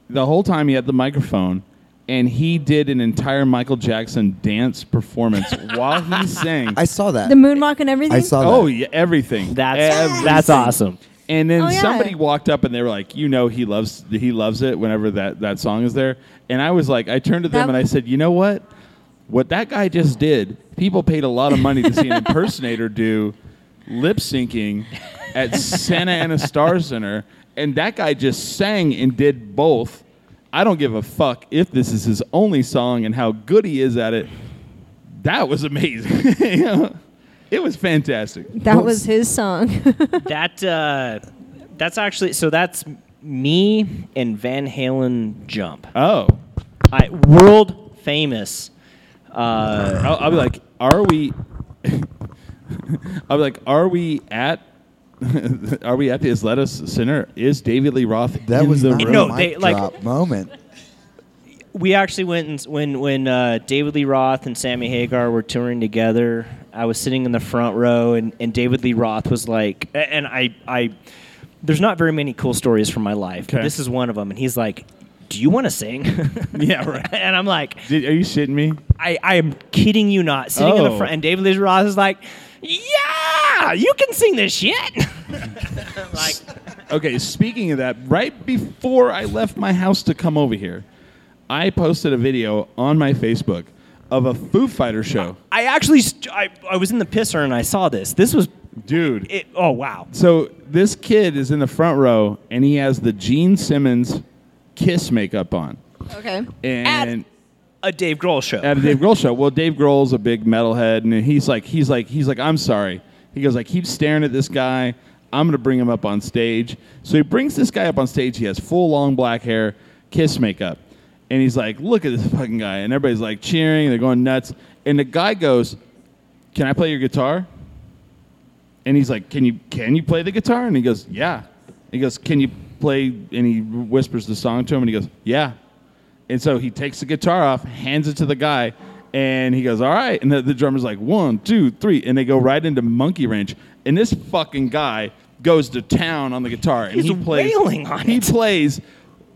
[SPEAKER 2] the whole time he had the microphone, and he did an entire Michael Jackson dance
[SPEAKER 6] [LAUGHS]
[SPEAKER 2] performance while he sang.
[SPEAKER 6] I saw that.
[SPEAKER 5] no. The moonwalk and everything.
[SPEAKER 6] I saw that.
[SPEAKER 2] oh yeah, everything.
[SPEAKER 3] that's
[SPEAKER 2] Everything.
[SPEAKER 3] that's [LAUGHS] awesome.
[SPEAKER 2] And then
[SPEAKER 5] Oh, yeah.
[SPEAKER 2] somebody walked up and they were like, "You know, he loves he loves it whenever that that song is there." And I was like, I turned to them
[SPEAKER 5] That-
[SPEAKER 2] and I said, "You know what? What that guy just did, people paid a lot of money to see
[SPEAKER 5] [LAUGHS]
[SPEAKER 2] an impersonator do lip syncing at Santa Ana Star Center, and that guy just sang and did both. I don't give a fuck if this is his only song and how good he is at it. That was amazing. [LAUGHS] You know? It was fantastic.
[SPEAKER 5] That was his song. [LAUGHS]
[SPEAKER 3] that uh, that's actually so. That's me and Van Halen jump.
[SPEAKER 2] Oh.
[SPEAKER 3] I, world famous. Uh,
[SPEAKER 2] I'll, I'll be like, are we? [LAUGHS] I'll be like, are we at? [LAUGHS] are we at the Isletus Center? Is David Lee Roth
[SPEAKER 6] that
[SPEAKER 2] in
[SPEAKER 6] was
[SPEAKER 2] the
[SPEAKER 6] not
[SPEAKER 2] room?
[SPEAKER 3] No,
[SPEAKER 6] a mic
[SPEAKER 3] they, like-
[SPEAKER 6] drop moment.
[SPEAKER 3] we actually went and s- when when uh, David Lee Roth and Sammy Hagar were touring together. I was sitting in the front row, and, and David Lee Roth was like, a- and I I there's not very many cool stories from my life, but
[SPEAKER 2] Okay.
[SPEAKER 3] this is one of them. And he's like, do you want to sing?
[SPEAKER 2] [LAUGHS] Yeah, right.
[SPEAKER 3] [LAUGHS] and I'm like,
[SPEAKER 2] Did, are you shitting me?
[SPEAKER 3] I, I am kidding you not. Sitting in the
[SPEAKER 2] Oh.
[SPEAKER 3] front, and David Lee Roth is like, yeah, you can sing this shit. [LAUGHS] like,
[SPEAKER 2] Okay, speaking of that, right before I left my house to come over here, I posted a video on my Facebook of a Foo Fighter show.
[SPEAKER 3] I actually, st- I, I was in the pisser and I saw this. This was,
[SPEAKER 2] Dude.
[SPEAKER 3] it, oh, wow.
[SPEAKER 2] So this kid is in the front row and he has the Gene Simmons kiss makeup on.
[SPEAKER 5] Okay.
[SPEAKER 2] And
[SPEAKER 3] A Dave Grohl show.
[SPEAKER 2] [LAUGHS] at a Dave Grohl show. Well, Dave Grohl's a big metalhead, and he's like, he's like, he's like, I'm sorry. He goes, I keep staring at this guy. I'm gonna bring him up on stage. So he brings this guy up on stage. He has full long black hair, kiss makeup, and he's like, look at this fucking guy. And everybody's like cheering. They're going nuts. And the guy goes, Can I play your guitar? And he's like, "Can you can you play the guitar?" And he goes, "Yeah." He goes, "Can you play?" And he whispers the song to him, and he goes, "Yeah." And so he takes the guitar off, hands it to the guy, and he goes, "All right." And the, the drummer's like, one, two, three," and they go right into Monkey Wrench. And this fucking guy goes to town on the guitar, and
[SPEAKER 3] He's
[SPEAKER 2] he plays.
[SPEAKER 3] wailing on
[SPEAKER 2] he
[SPEAKER 3] it.
[SPEAKER 2] plays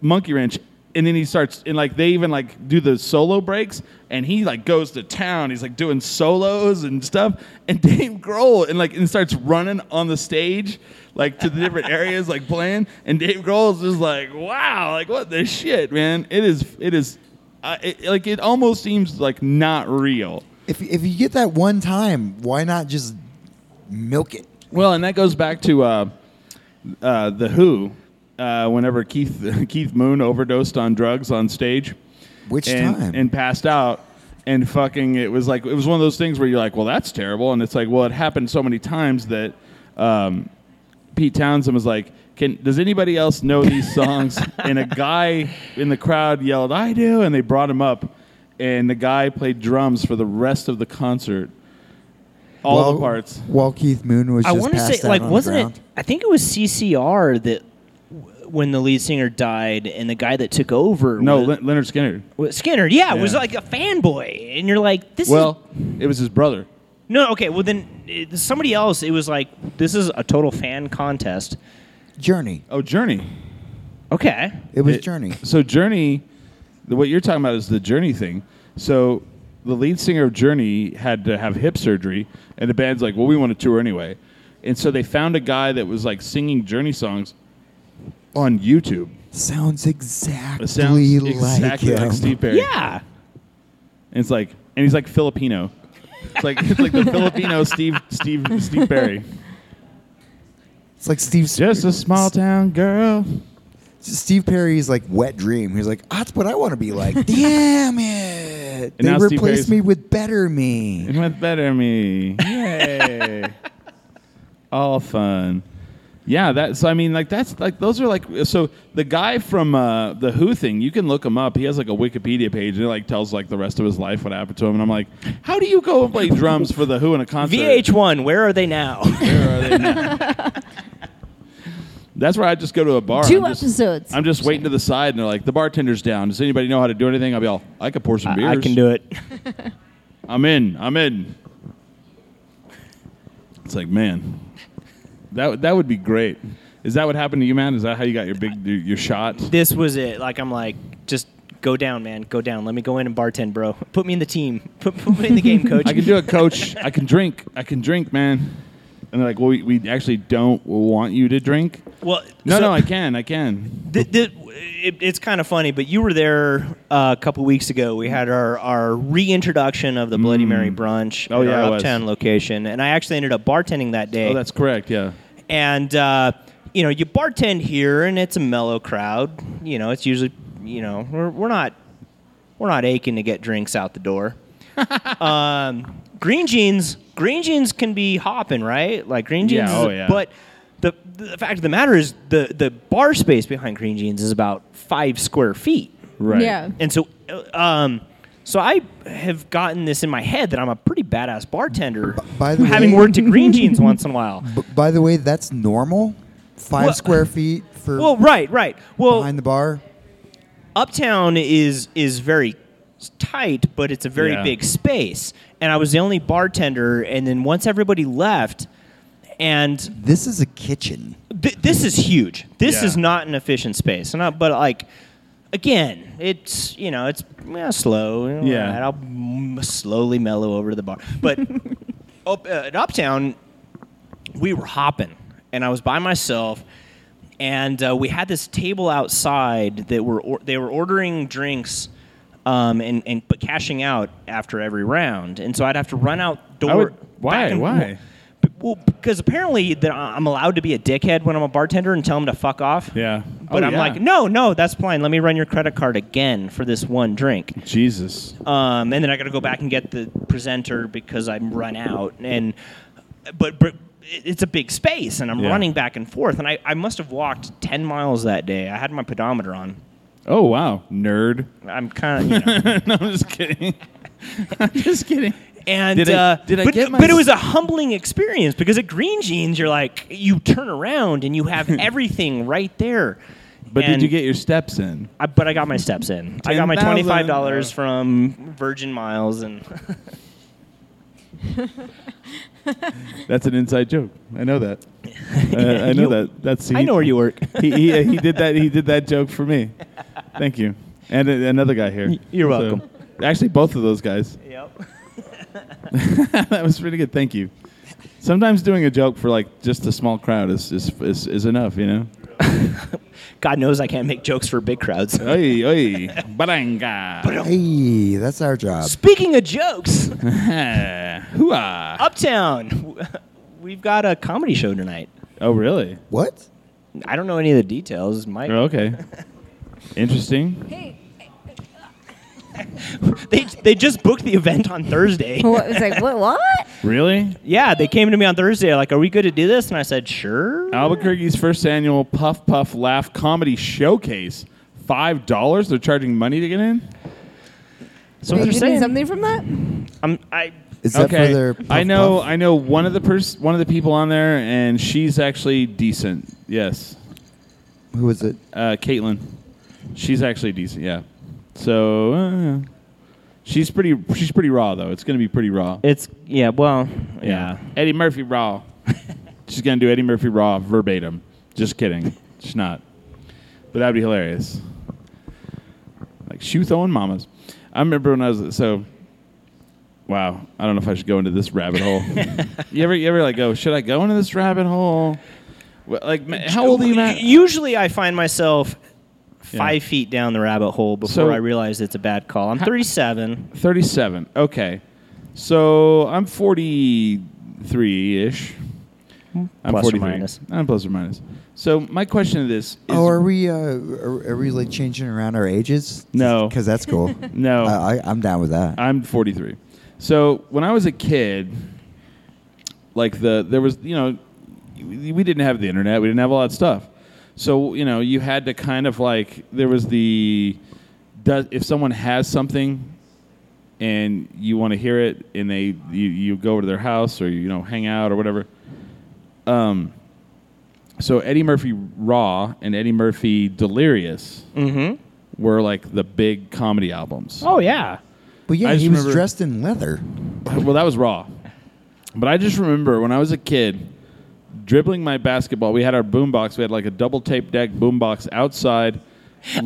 [SPEAKER 2] Monkey Wrench, and then he starts and like they even like do the solo breaks, and he like goes to town. He's like doing solos and stuff, and [LAUGHS] Dave Grohl and like and starts running on the stage, like to the different areas, like playing. And Dave Grohl's just like, wow, like what the shit, man. It is, it is, uh, it, like it almost seems like not real.
[SPEAKER 6] If, if you get that one time, why not just milk it?
[SPEAKER 2] Well, and that goes back to uh, uh, the Who. Uh, whenever Keith [LAUGHS] Keith Moon overdosed on drugs on stage,
[SPEAKER 6] Which
[SPEAKER 2] and,
[SPEAKER 6] time?
[SPEAKER 2] and passed out, and fucking it was like it was one of those things where you're like, well, that's terrible, and it's like, well, it happened so many times that um, Pete Townsend was like, can does anybody else know these songs? and a guy in the crowd yelled, I do, and they brought him up, and the guy played drums for the rest of the concert, all
[SPEAKER 6] while,
[SPEAKER 2] the parts.
[SPEAKER 6] While Keith Moon was
[SPEAKER 3] I
[SPEAKER 6] just
[SPEAKER 3] want to
[SPEAKER 6] passed
[SPEAKER 3] say,
[SPEAKER 6] out
[SPEAKER 3] like,
[SPEAKER 6] on the
[SPEAKER 3] wasn't
[SPEAKER 6] ground.
[SPEAKER 3] it? I think it was CCR that w- when the lead singer died and the guy that took over,
[SPEAKER 2] No,
[SPEAKER 3] was,
[SPEAKER 2] Le- Leonard Skinner.
[SPEAKER 3] was Skinner, yeah, was
[SPEAKER 2] Yeah.
[SPEAKER 3] like a fanboy, and you're like, this
[SPEAKER 2] Well,
[SPEAKER 3] is
[SPEAKER 2] it was his brother.
[SPEAKER 3] no, okay. Well, then it, somebody else. It was like this is a total fan contest.
[SPEAKER 6] Journey.
[SPEAKER 2] Oh, Journey.
[SPEAKER 3] Okay,
[SPEAKER 6] It was
[SPEAKER 2] It- [LAUGHS]
[SPEAKER 6] Journey.
[SPEAKER 2] So Journey, the- what you're talking about is the Journey thing. So the lead singer of Journey had to have hip surgery, and the band's like, "Well, we want to tour anyway," and so they found a guy that was like singing Journey songs on YouTube.
[SPEAKER 6] Sounds exactly,
[SPEAKER 2] It sounds exactly
[SPEAKER 6] him.
[SPEAKER 2] like Steve Perry.
[SPEAKER 3] yeah.
[SPEAKER 2] and it's like, and he's like Filipino. It's like it's [LAUGHS] like the Filipino Steve Steve Steve Perry.
[SPEAKER 6] It's like Steve.
[SPEAKER 2] Just a small town girl.
[SPEAKER 6] Steve Perry's like wet dream. He's like, that's what I want to be like.
[SPEAKER 2] [LAUGHS]
[SPEAKER 6] Damn it!
[SPEAKER 2] And
[SPEAKER 6] they
[SPEAKER 2] now Steve
[SPEAKER 6] replaced
[SPEAKER 2] Perry's-
[SPEAKER 6] me with better me.
[SPEAKER 2] It went better than me. Yay. All fun. Yeah, that's I mean like that's like those are like so the guy from uh, the Who thing, you can look him up. He has like a Wikipedia page and it like tells like the rest of his life what happened to him and I'm like, "How do you go and play drums for the Who in a concert?"
[SPEAKER 3] VH1, where are
[SPEAKER 2] [LAUGHS]
[SPEAKER 3] they now?
[SPEAKER 2] Where are they now? That's where I just go to a bar.
[SPEAKER 5] Two
[SPEAKER 2] I'm just,
[SPEAKER 5] episodes.
[SPEAKER 2] I'm just waiting to the side and they're like, "The bartender's down. Does anybody know how to do anything?" I'll be all, "I could pour some beers."
[SPEAKER 3] it.
[SPEAKER 2] I'm in. I'm in. It's like, man, that that would be great. Is that what happened to you, man? Is that how you got your big your, your shot?
[SPEAKER 3] This was it. Like I'm like, just go down, man, go down. Let me go in and bartend, bro. Put me in the team. Put, put me in
[SPEAKER 2] [LAUGHS]
[SPEAKER 3] the game, coach.
[SPEAKER 2] I can do it, coach. I can drink. I can drink, man. And they're like, well, we, we actually don't want you to drink.
[SPEAKER 3] Well,
[SPEAKER 2] No,
[SPEAKER 3] so-
[SPEAKER 2] no, I can. I can.
[SPEAKER 3] Th th it, it's kind of funny, but you were there uh, a couple weeks ago. We had our, our reintroduction of the Bloody Mary brunch
[SPEAKER 2] Oh,
[SPEAKER 3] at
[SPEAKER 2] yeah, I
[SPEAKER 3] our
[SPEAKER 2] was.
[SPEAKER 3] uptown location, and I actually ended up bartending that day.
[SPEAKER 2] Oh, that's correct. Yeah.
[SPEAKER 3] and uh, you know, you bartend here, and it's a mellow crowd. You know, it's usually you know we're, we're not we're not aching to get drinks out the
[SPEAKER 2] [LAUGHS]
[SPEAKER 3] door. um, green jeans, green jeans can be hopping, right? Like green jeans,
[SPEAKER 2] Yeah,
[SPEAKER 3] is-
[SPEAKER 2] oh, yeah.
[SPEAKER 3] but the, the fact of the matter is the, the bar space behind Green Jeans is about five square feet.
[SPEAKER 2] Right.
[SPEAKER 5] Yeah.
[SPEAKER 3] And so, uh, um, so I have gotten this in my head that I'm a pretty badass bartender.
[SPEAKER 6] by the
[SPEAKER 3] having
[SPEAKER 6] way-
[SPEAKER 3] worked at Green
[SPEAKER 6] [LAUGHS]
[SPEAKER 3] Jeans once in a while.
[SPEAKER 6] B- by the way, that's normal. Five
[SPEAKER 3] Well-
[SPEAKER 6] square feet for
[SPEAKER 3] Well, right, right. Well,
[SPEAKER 6] behind the bar.
[SPEAKER 3] Uptown is is very s- tight, but it's a very
[SPEAKER 2] Yeah.
[SPEAKER 3] big space. And I was the only bartender. And then once everybody left, and
[SPEAKER 6] This is a kitchen.
[SPEAKER 3] th- this is huge. This
[SPEAKER 2] Yeah.
[SPEAKER 3] is not an efficient space. And I, but like, again, it's you know it's yeah, slow. you know,
[SPEAKER 2] Yeah.
[SPEAKER 3] all right, I'll m- slowly mellow over to the bar.
[SPEAKER 2] [LAUGHS]
[SPEAKER 3] But up, uh, at Uptown, we were hopping, and I was by myself, and uh, we had this table outside that were or- they were ordering drinks. Um, and, and but cashing out after every round, and so I'd have to run out door.
[SPEAKER 2] I would- why?
[SPEAKER 3] back and-
[SPEAKER 2] Why?
[SPEAKER 3] B- Well, because apparently that I- I'm allowed to be a dickhead when I'm a bartender and tell them to fuck off.
[SPEAKER 2] Yeah.
[SPEAKER 3] But
[SPEAKER 2] Oh,
[SPEAKER 3] I'm
[SPEAKER 2] yeah.
[SPEAKER 3] like, no, no, that's fine. Let me run your credit card again for this one drink.
[SPEAKER 2] Jesus.
[SPEAKER 3] Um, and then I got to go back and get the presenter because I'm run out. And but, but it- it's a big space, and I'm
[SPEAKER 2] Yeah.
[SPEAKER 3] running back and forth. And I, I must have walked ten miles that day. I had my pedometer on.
[SPEAKER 2] Oh wow, nerd. [LAUGHS]
[SPEAKER 3] I'm kind of. You know.
[SPEAKER 2] no, I'm just kidding. [LAUGHS] I'm just kidding.
[SPEAKER 3] And
[SPEAKER 2] Did I-
[SPEAKER 3] uh,
[SPEAKER 2] did I
[SPEAKER 3] but,
[SPEAKER 2] get my-
[SPEAKER 3] but it was a humbling experience because at Green Jeans, you're like you turn around and you have everything right there.
[SPEAKER 2] But
[SPEAKER 3] And-
[SPEAKER 2] did you get your steps in?
[SPEAKER 3] I, but I got my steps in. I got
[SPEAKER 2] 10,000.
[SPEAKER 3] my twenty five dollars from Virgin Miles, and [LAUGHS]
[SPEAKER 2] That's an inside joke. I know that.
[SPEAKER 3] [LAUGHS]
[SPEAKER 2] Uh, I, I know
[SPEAKER 3] You-
[SPEAKER 2] that. That's
[SPEAKER 3] I know where you work.
[SPEAKER 2] he, he, uh, he did that. He did that joke for me. Thank you. And uh, another guy here.
[SPEAKER 3] you're
[SPEAKER 2] So-
[SPEAKER 3] welcome.
[SPEAKER 2] actually, both of those guys. [LAUGHS]
[SPEAKER 3] Yep.
[SPEAKER 2] that was pretty good. Thank you. Sometimes doing a joke for like just a small crowd is is is, is enough. You know.
[SPEAKER 3] God knows I can't make jokes for big crowds.
[SPEAKER 2] Oi [LAUGHS] oi, baranga.
[SPEAKER 6] Hey, that's our job.
[SPEAKER 3] Speaking of
[SPEAKER 2] [LAUGHS]
[SPEAKER 3] jokes, [LAUGHS]
[SPEAKER 2] Hooah.
[SPEAKER 3] Uptown, we've got a comedy show tonight.
[SPEAKER 2] Oh really?
[SPEAKER 6] What?
[SPEAKER 3] I don't know any of the details. Mike,
[SPEAKER 2] Oh, okay. Interesting.
[SPEAKER 5] Hey,
[SPEAKER 3] they they just booked the event on Thursday.
[SPEAKER 5] what, it's like what?
[SPEAKER 2] [LAUGHS]
[SPEAKER 5] What?
[SPEAKER 2] Really?
[SPEAKER 3] Yeah, they came to me on Thursday. Like, are we good to do this? And I said, sure.
[SPEAKER 2] Albuquerque's first annual Puff Puff Laugh Comedy Showcase. Five dollars? They're charging money to get in?
[SPEAKER 3] So
[SPEAKER 5] Are
[SPEAKER 3] they're
[SPEAKER 5] you
[SPEAKER 3] saying
[SPEAKER 5] getting something from that?
[SPEAKER 3] I'm, I
[SPEAKER 6] Is that for their? Puff
[SPEAKER 2] I know.
[SPEAKER 6] Puff?
[SPEAKER 2] I know one of the pers- one of the people on there, and she's actually decent. Yes,
[SPEAKER 6] Who is it?
[SPEAKER 2] uh, Caitlin. She's actually decent. Yeah. So uh, she's pretty. She's pretty raw though. It's gonna be pretty raw.
[SPEAKER 3] it's yeah. Well, yeah.
[SPEAKER 2] Eddie Murphy raw. [LAUGHS] she's gonna do Eddie Murphy raw verbatim. Just kidding. She's not. But that'd be hilarious. Like shoe throwing mamas. I remember when I was so. Wow, I don't know if I should go into this rabbit
[SPEAKER 3] [LAUGHS]
[SPEAKER 2] hole. you ever, you ever like go? Should I go into this rabbit hole? Wh- Like, ma- how old are you, Matt?
[SPEAKER 3] Usually, I find myself
[SPEAKER 2] Yeah.
[SPEAKER 3] five feet down the rabbit hole before
[SPEAKER 2] So-
[SPEAKER 3] I realize it's a bad call. I'm 37.
[SPEAKER 2] 37. Okay. So I'm 43 ish. I'm
[SPEAKER 3] Hmm. Plus or
[SPEAKER 2] 43.
[SPEAKER 3] minus.
[SPEAKER 2] I'm plus or minus. So my question to this is
[SPEAKER 6] Oh, are we? Uh, are, are we like changing around our ages?
[SPEAKER 2] No.
[SPEAKER 6] because that's cool.
[SPEAKER 2] [LAUGHS] no,
[SPEAKER 6] I, I, I'm down with that.
[SPEAKER 2] I'm 43. So when I was a kid, like the there was you know we we didn't have the internet, we didn't have all that stuff. So you know you had to kind of like there was the does if someone has something and you want to hear it and they you, you go over to their house or you know hang out or whatever. Um, so Eddie Murphy Raw and Eddie Murphy Delirious
[SPEAKER 3] Mm-hmm.
[SPEAKER 2] were like the big comedy albums.
[SPEAKER 3] Oh yeah.
[SPEAKER 6] But yeah,
[SPEAKER 2] I just
[SPEAKER 6] he was
[SPEAKER 2] remember-
[SPEAKER 6] dressed in leather.
[SPEAKER 2] well, that was raw. But I just remember when I was a kid dribbling my basketball. We had our boombox. We had like a double tape deck boombox outside.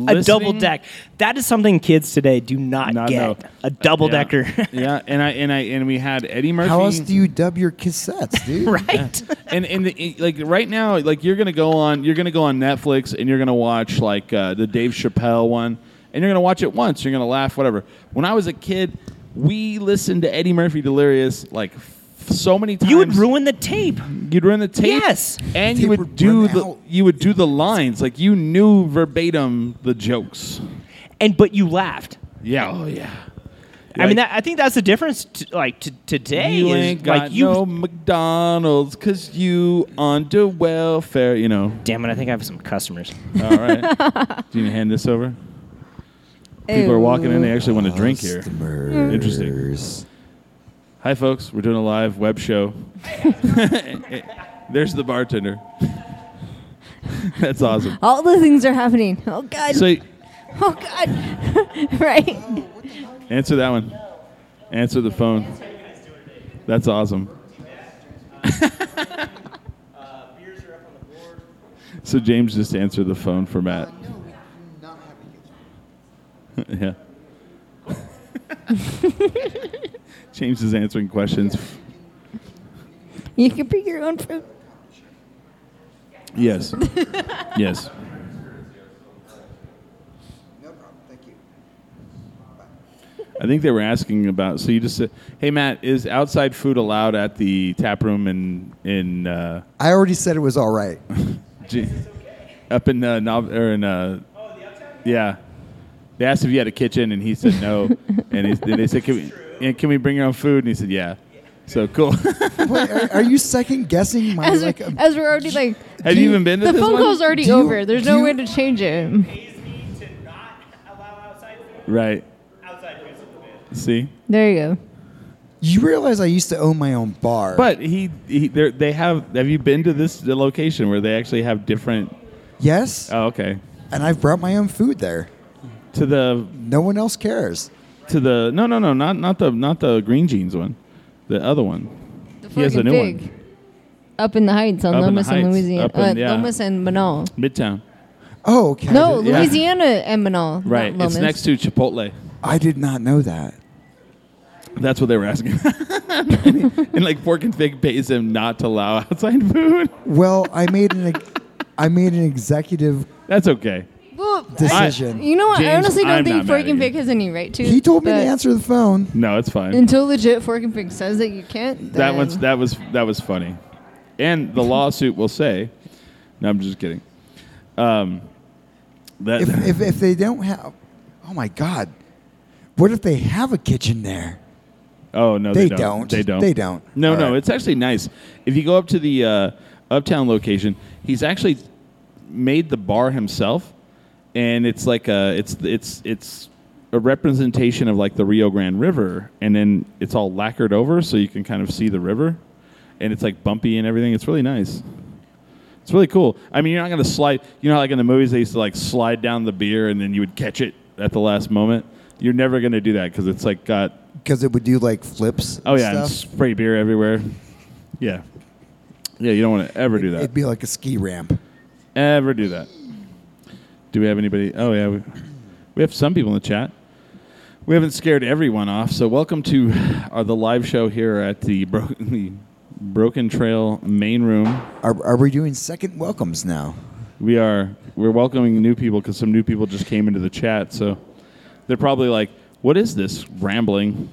[SPEAKER 3] A double deck. That is something kids today do not,
[SPEAKER 2] Not know.
[SPEAKER 3] get. A double decker. [LAUGHS]
[SPEAKER 2] Yeah. [LAUGHS] yeah, and I and I and we had Eddie Murphy.
[SPEAKER 6] How else do you dub your cassettes,
[SPEAKER 2] [LAUGHS]
[SPEAKER 6] dude?
[SPEAKER 3] right.
[SPEAKER 2] and and the, like right now, like you're gonna go on, you're gonna go on Netflix, and you're gonna watch like uh, the Dave Chappelle one, and you're gonna watch it once, you're gonna laugh, whatever. When I was a kid, we listened to Eddie Murphy Delirious like f- so many times.
[SPEAKER 3] You would ruin the tape.
[SPEAKER 2] You'd run the tape.
[SPEAKER 3] Yes.
[SPEAKER 2] and
[SPEAKER 6] The
[SPEAKER 2] you
[SPEAKER 6] tape
[SPEAKER 2] would
[SPEAKER 6] would
[SPEAKER 2] do
[SPEAKER 6] run
[SPEAKER 2] the
[SPEAKER 6] out.
[SPEAKER 2] you would do the lines like you knew verbatim the jokes.
[SPEAKER 3] And but you laughed.
[SPEAKER 2] Yeah. Oh yeah.
[SPEAKER 3] I
[SPEAKER 2] Like,
[SPEAKER 3] mean, that, I think that's the difference. To, like to today
[SPEAKER 2] you
[SPEAKER 3] is
[SPEAKER 2] ain't got
[SPEAKER 3] like you.
[SPEAKER 2] no McDonald's because you under welfare. You
[SPEAKER 3] [LAUGHS]
[SPEAKER 2] know.
[SPEAKER 3] Damn it! I think I have some customers.
[SPEAKER 2] All right. do you hand this over? People are walking in. They actually want to drink here.
[SPEAKER 6] Customers.
[SPEAKER 2] Interesting. Hi, folks. We're doing a live web show. [LAUGHS] There's the bartender. [LAUGHS] That's awesome.
[SPEAKER 5] All the things are happening. Oh God.
[SPEAKER 2] So
[SPEAKER 5] oh God. [LAUGHS] right.
[SPEAKER 2] Answer that one. Answer the phone. That's awesome. [LAUGHS] [LAUGHS] So James just answered the phone for Matt. [LAUGHS] James is answering questions.
[SPEAKER 5] You can pick your own fruit.
[SPEAKER 2] Yes. yes. I think they were asking about. So you just said, "Hey Matt, is outside food allowed at the tap room in in uh,
[SPEAKER 6] I already said it was all
[SPEAKER 5] [LAUGHS]
[SPEAKER 6] right.
[SPEAKER 2] G- up in uh, Nov or in uh,
[SPEAKER 5] Oh,
[SPEAKER 2] yeah?" They asked if you had a kitchen, and he
[SPEAKER 5] [LAUGHS]
[SPEAKER 2] said no. and, he, and they said, "Can we and can we bring our own food?" And he said, "Yeah." So cool. [LAUGHS]
[SPEAKER 6] Wait, are, are you second guessing my
[SPEAKER 5] As,
[SPEAKER 6] like?
[SPEAKER 5] we- as we're already like,
[SPEAKER 2] Have you even been to
[SPEAKER 5] the
[SPEAKER 2] this
[SPEAKER 5] phone
[SPEAKER 2] one?
[SPEAKER 5] call's already
[SPEAKER 6] Do you-
[SPEAKER 5] over. There's
[SPEAKER 6] do
[SPEAKER 5] no
[SPEAKER 6] you-
[SPEAKER 5] way to change it.
[SPEAKER 2] Right. See,
[SPEAKER 5] There you go.
[SPEAKER 6] you realize I used to own my own bar.
[SPEAKER 2] but he, he they're- they have. Have you been to this the location where they actually have different?
[SPEAKER 6] yes,
[SPEAKER 2] Oh, okay.
[SPEAKER 6] and I've brought my own food there.
[SPEAKER 2] To the
[SPEAKER 6] No one else cares.
[SPEAKER 2] to the no no no not not the not the green jeans one, the other one.
[SPEAKER 5] The
[SPEAKER 2] He has a
[SPEAKER 5] fucking
[SPEAKER 2] new
[SPEAKER 5] pig. Up in the heights on
[SPEAKER 2] Up in the
[SPEAKER 5] Lomas and
[SPEAKER 2] Heights.
[SPEAKER 5] Louisiana.
[SPEAKER 2] Up in-
[SPEAKER 5] uh,
[SPEAKER 2] yeah.
[SPEAKER 5] Lomas and Manal.
[SPEAKER 2] Midtown.
[SPEAKER 6] Oh, okay.
[SPEAKER 5] No,
[SPEAKER 2] yeah.
[SPEAKER 5] Louisiana and Manal.
[SPEAKER 2] Right.
[SPEAKER 5] Not Lomas.
[SPEAKER 2] It's next to Chipotle.
[SPEAKER 6] I did not know that.
[SPEAKER 2] That's what they were asking. [LAUGHS] and like Fork and Fig pays him not to allow outside food.
[SPEAKER 6] Well, I made an ex- [LAUGHS] I made an executive
[SPEAKER 2] That's okay.
[SPEAKER 5] Well, I,
[SPEAKER 6] decision.
[SPEAKER 5] you know what? I
[SPEAKER 2] James,
[SPEAKER 5] honestly don't
[SPEAKER 2] I'm
[SPEAKER 5] think
[SPEAKER 2] not mad
[SPEAKER 5] Fork
[SPEAKER 2] at
[SPEAKER 5] and
[SPEAKER 2] you.
[SPEAKER 5] Fig has any right to.
[SPEAKER 6] he told me to
[SPEAKER 5] but
[SPEAKER 6] answer the phone.
[SPEAKER 2] No, it's fine.
[SPEAKER 5] Until legit Fork and Fig says that you can't.
[SPEAKER 2] that
[SPEAKER 5] then-
[SPEAKER 2] one's that was that was funny. And the lawsuit will say, no, I'm just kidding. Um, [LAUGHS] that
[SPEAKER 6] If, if if they don't have, oh my god, what if they have a kitchen there?
[SPEAKER 2] oh no,
[SPEAKER 6] They
[SPEAKER 2] they,
[SPEAKER 6] don't.
[SPEAKER 2] They don't.
[SPEAKER 6] They don't.
[SPEAKER 2] No,
[SPEAKER 6] All
[SPEAKER 2] no,
[SPEAKER 6] right.
[SPEAKER 2] it's actually nice. If you go up to the uh, uptown location, he's actually made the bar himself, and it's like a it's it's it's a representation of like the Rio Grande River, and then it's all lacquered over so you can kind of see the river, and it's like bumpy and everything. It's really nice. It's really cool. I mean, you're not gonna slide. You know, how, like in the movies, they used to like slide down the beer and then you would catch it at the last moment. You're never gonna do that because it's like got
[SPEAKER 6] Because it would do like flips. and
[SPEAKER 2] Oh yeah, and
[SPEAKER 6] stuff.
[SPEAKER 2] spray beer everywhere. Yeah, yeah. You don't want to ever do that.
[SPEAKER 6] it'd be like a ski ramp.
[SPEAKER 2] ever do that? Do we have anybody? Oh yeah, we, we have some people in the chat. We haven't scared everyone off, so welcome to our, the live show here at the, Bro- [LAUGHS] the Broken Trail main room.
[SPEAKER 6] Are, are we doing second welcomes now?
[SPEAKER 2] We are we're welcoming new people because some new people just came into the chat, so they're probably like, "What is this rambling?"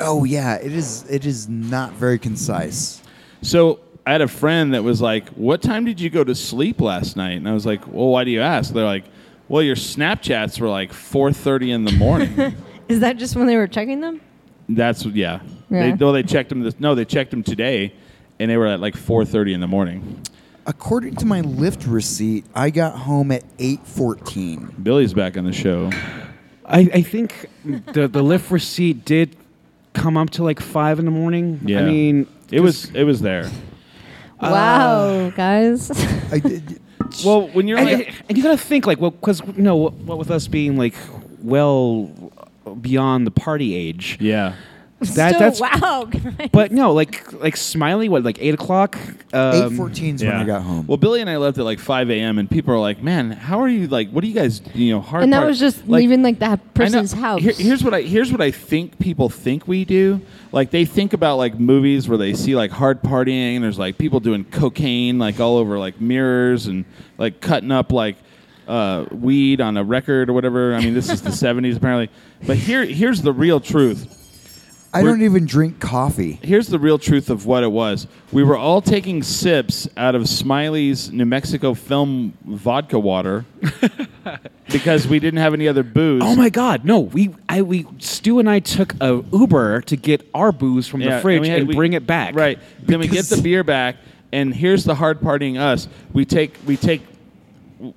[SPEAKER 6] Oh yeah, it is. It is not very concise.
[SPEAKER 2] So I had a friend that was like, "What time did you go to sleep last night?" And I was like, "Well, why do you ask?" They're like, "Well, your Snapchats were like 4:30 in
[SPEAKER 5] [LAUGHS]
[SPEAKER 2] the morning."
[SPEAKER 5] Is that just when they were checking them?
[SPEAKER 2] That's yeah. They,
[SPEAKER 5] Yeah.
[SPEAKER 2] no, they checked them. This, no, they checked them today, and they were at like 4:30 in the morning.
[SPEAKER 6] According to my Lyft receipt, I got home at eight fourteen.
[SPEAKER 2] Billy's back on the show.
[SPEAKER 4] I, I think the the lift receipt did come up to like five in the morning.
[SPEAKER 2] Yeah,
[SPEAKER 4] I mean,
[SPEAKER 2] it was it was there.
[SPEAKER 6] Uh,
[SPEAKER 5] wow,
[SPEAKER 6] [LAUGHS]
[SPEAKER 5] guys.
[SPEAKER 6] I did.
[SPEAKER 2] Well, when you're
[SPEAKER 4] and,
[SPEAKER 2] like,
[SPEAKER 4] and you gotta think like, well, because you know, what, what with us being like well beyond the party age.
[SPEAKER 2] yeah,
[SPEAKER 4] That
[SPEAKER 5] so,
[SPEAKER 4] that's.
[SPEAKER 5] wow, [LAUGHS] guys.
[SPEAKER 4] But no, like like Smiley, what like eight o'clock?
[SPEAKER 6] Eight
[SPEAKER 4] Um,
[SPEAKER 6] fourteen is
[SPEAKER 2] yeah.
[SPEAKER 6] when I got home.
[SPEAKER 2] Well, Billy and I left at like 5 a.m. and people are like, "Man, how are you? Like, what do you guys? You know, hard."
[SPEAKER 5] and that
[SPEAKER 2] part-
[SPEAKER 5] was just
[SPEAKER 2] like,
[SPEAKER 5] leaving like that
[SPEAKER 2] I know.
[SPEAKER 5] person's house.
[SPEAKER 2] Here- here's what I here's what I think people think we do. Like they think about like movies where they see like hard partying and there's like people doing cocaine like all over like mirrors and like cutting up like uh, weed on a record or whatever. I mean,
[SPEAKER 5] [LAUGHS]
[SPEAKER 2] this is the '70s apparently. But here here's the real truth
[SPEAKER 6] I
[SPEAKER 2] we're-
[SPEAKER 6] don't even drink coffee.
[SPEAKER 2] here's the real truth of what it was. We were all taking sips out of Smiley's New Mexico film
[SPEAKER 5] [LAUGHS]
[SPEAKER 2] vodka water because we didn't have any other booze.
[SPEAKER 4] Oh my God! No, we I we Stu and I took a Uber to get our booze from
[SPEAKER 2] Yeah,
[SPEAKER 4] the fridge
[SPEAKER 2] we
[SPEAKER 4] and,
[SPEAKER 2] had- we-
[SPEAKER 4] bring it back.
[SPEAKER 2] Right. Then we get the beer back, and here's the hard partying us. We take we take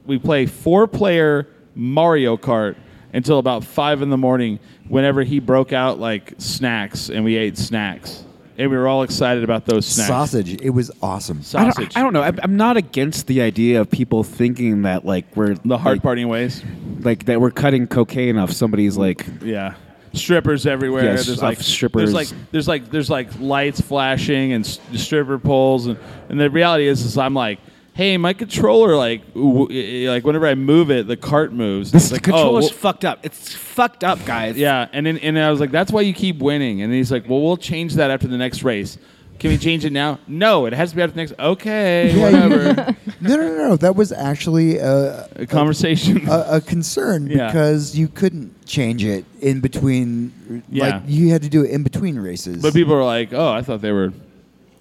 [SPEAKER 2] we play four player Mario Kart until about five in the morning. Whenever he broke out like snacks, and we ate snacks, and we were all excited about those snacks.
[SPEAKER 6] Sausage. It was awesome.
[SPEAKER 4] I
[SPEAKER 2] Sausage.
[SPEAKER 4] don't, I don't know. I'm, I'm not against the idea of people thinking that like we're
[SPEAKER 2] the hard
[SPEAKER 4] like,
[SPEAKER 2] partying ways.
[SPEAKER 4] like that we're cutting cocaine off somebody's like
[SPEAKER 2] Yeah. Strippers everywhere.
[SPEAKER 4] Yes,
[SPEAKER 2] there's
[SPEAKER 4] of
[SPEAKER 2] like There's
[SPEAKER 4] strippers.
[SPEAKER 2] like there's like there's like lights flashing and s- stripper poles and and the reality is is I'm like, hey, my controller, like, w- w- like whenever I move it, the cart moves.
[SPEAKER 4] This
[SPEAKER 2] It's like,
[SPEAKER 4] controller's
[SPEAKER 2] oh, well-
[SPEAKER 4] fucked up. It's fucked up, guys.
[SPEAKER 2] yeah, and then, and I was like, that's why you keep winning. And he's like, well, we'll change that after the next race. Can we change it now? No, it has to be after the next. Okay,
[SPEAKER 6] Yeah, you-
[SPEAKER 4] [LAUGHS]
[SPEAKER 2] whatever.
[SPEAKER 6] No, no, no, no. That was actually a,
[SPEAKER 2] A conversation.
[SPEAKER 4] Uh,
[SPEAKER 6] a, a concern
[SPEAKER 2] Yeah.
[SPEAKER 6] because you couldn't change it in between.
[SPEAKER 2] Yeah.
[SPEAKER 6] Like you had to do it in between races.
[SPEAKER 2] But people are like, "Oh, I thought they were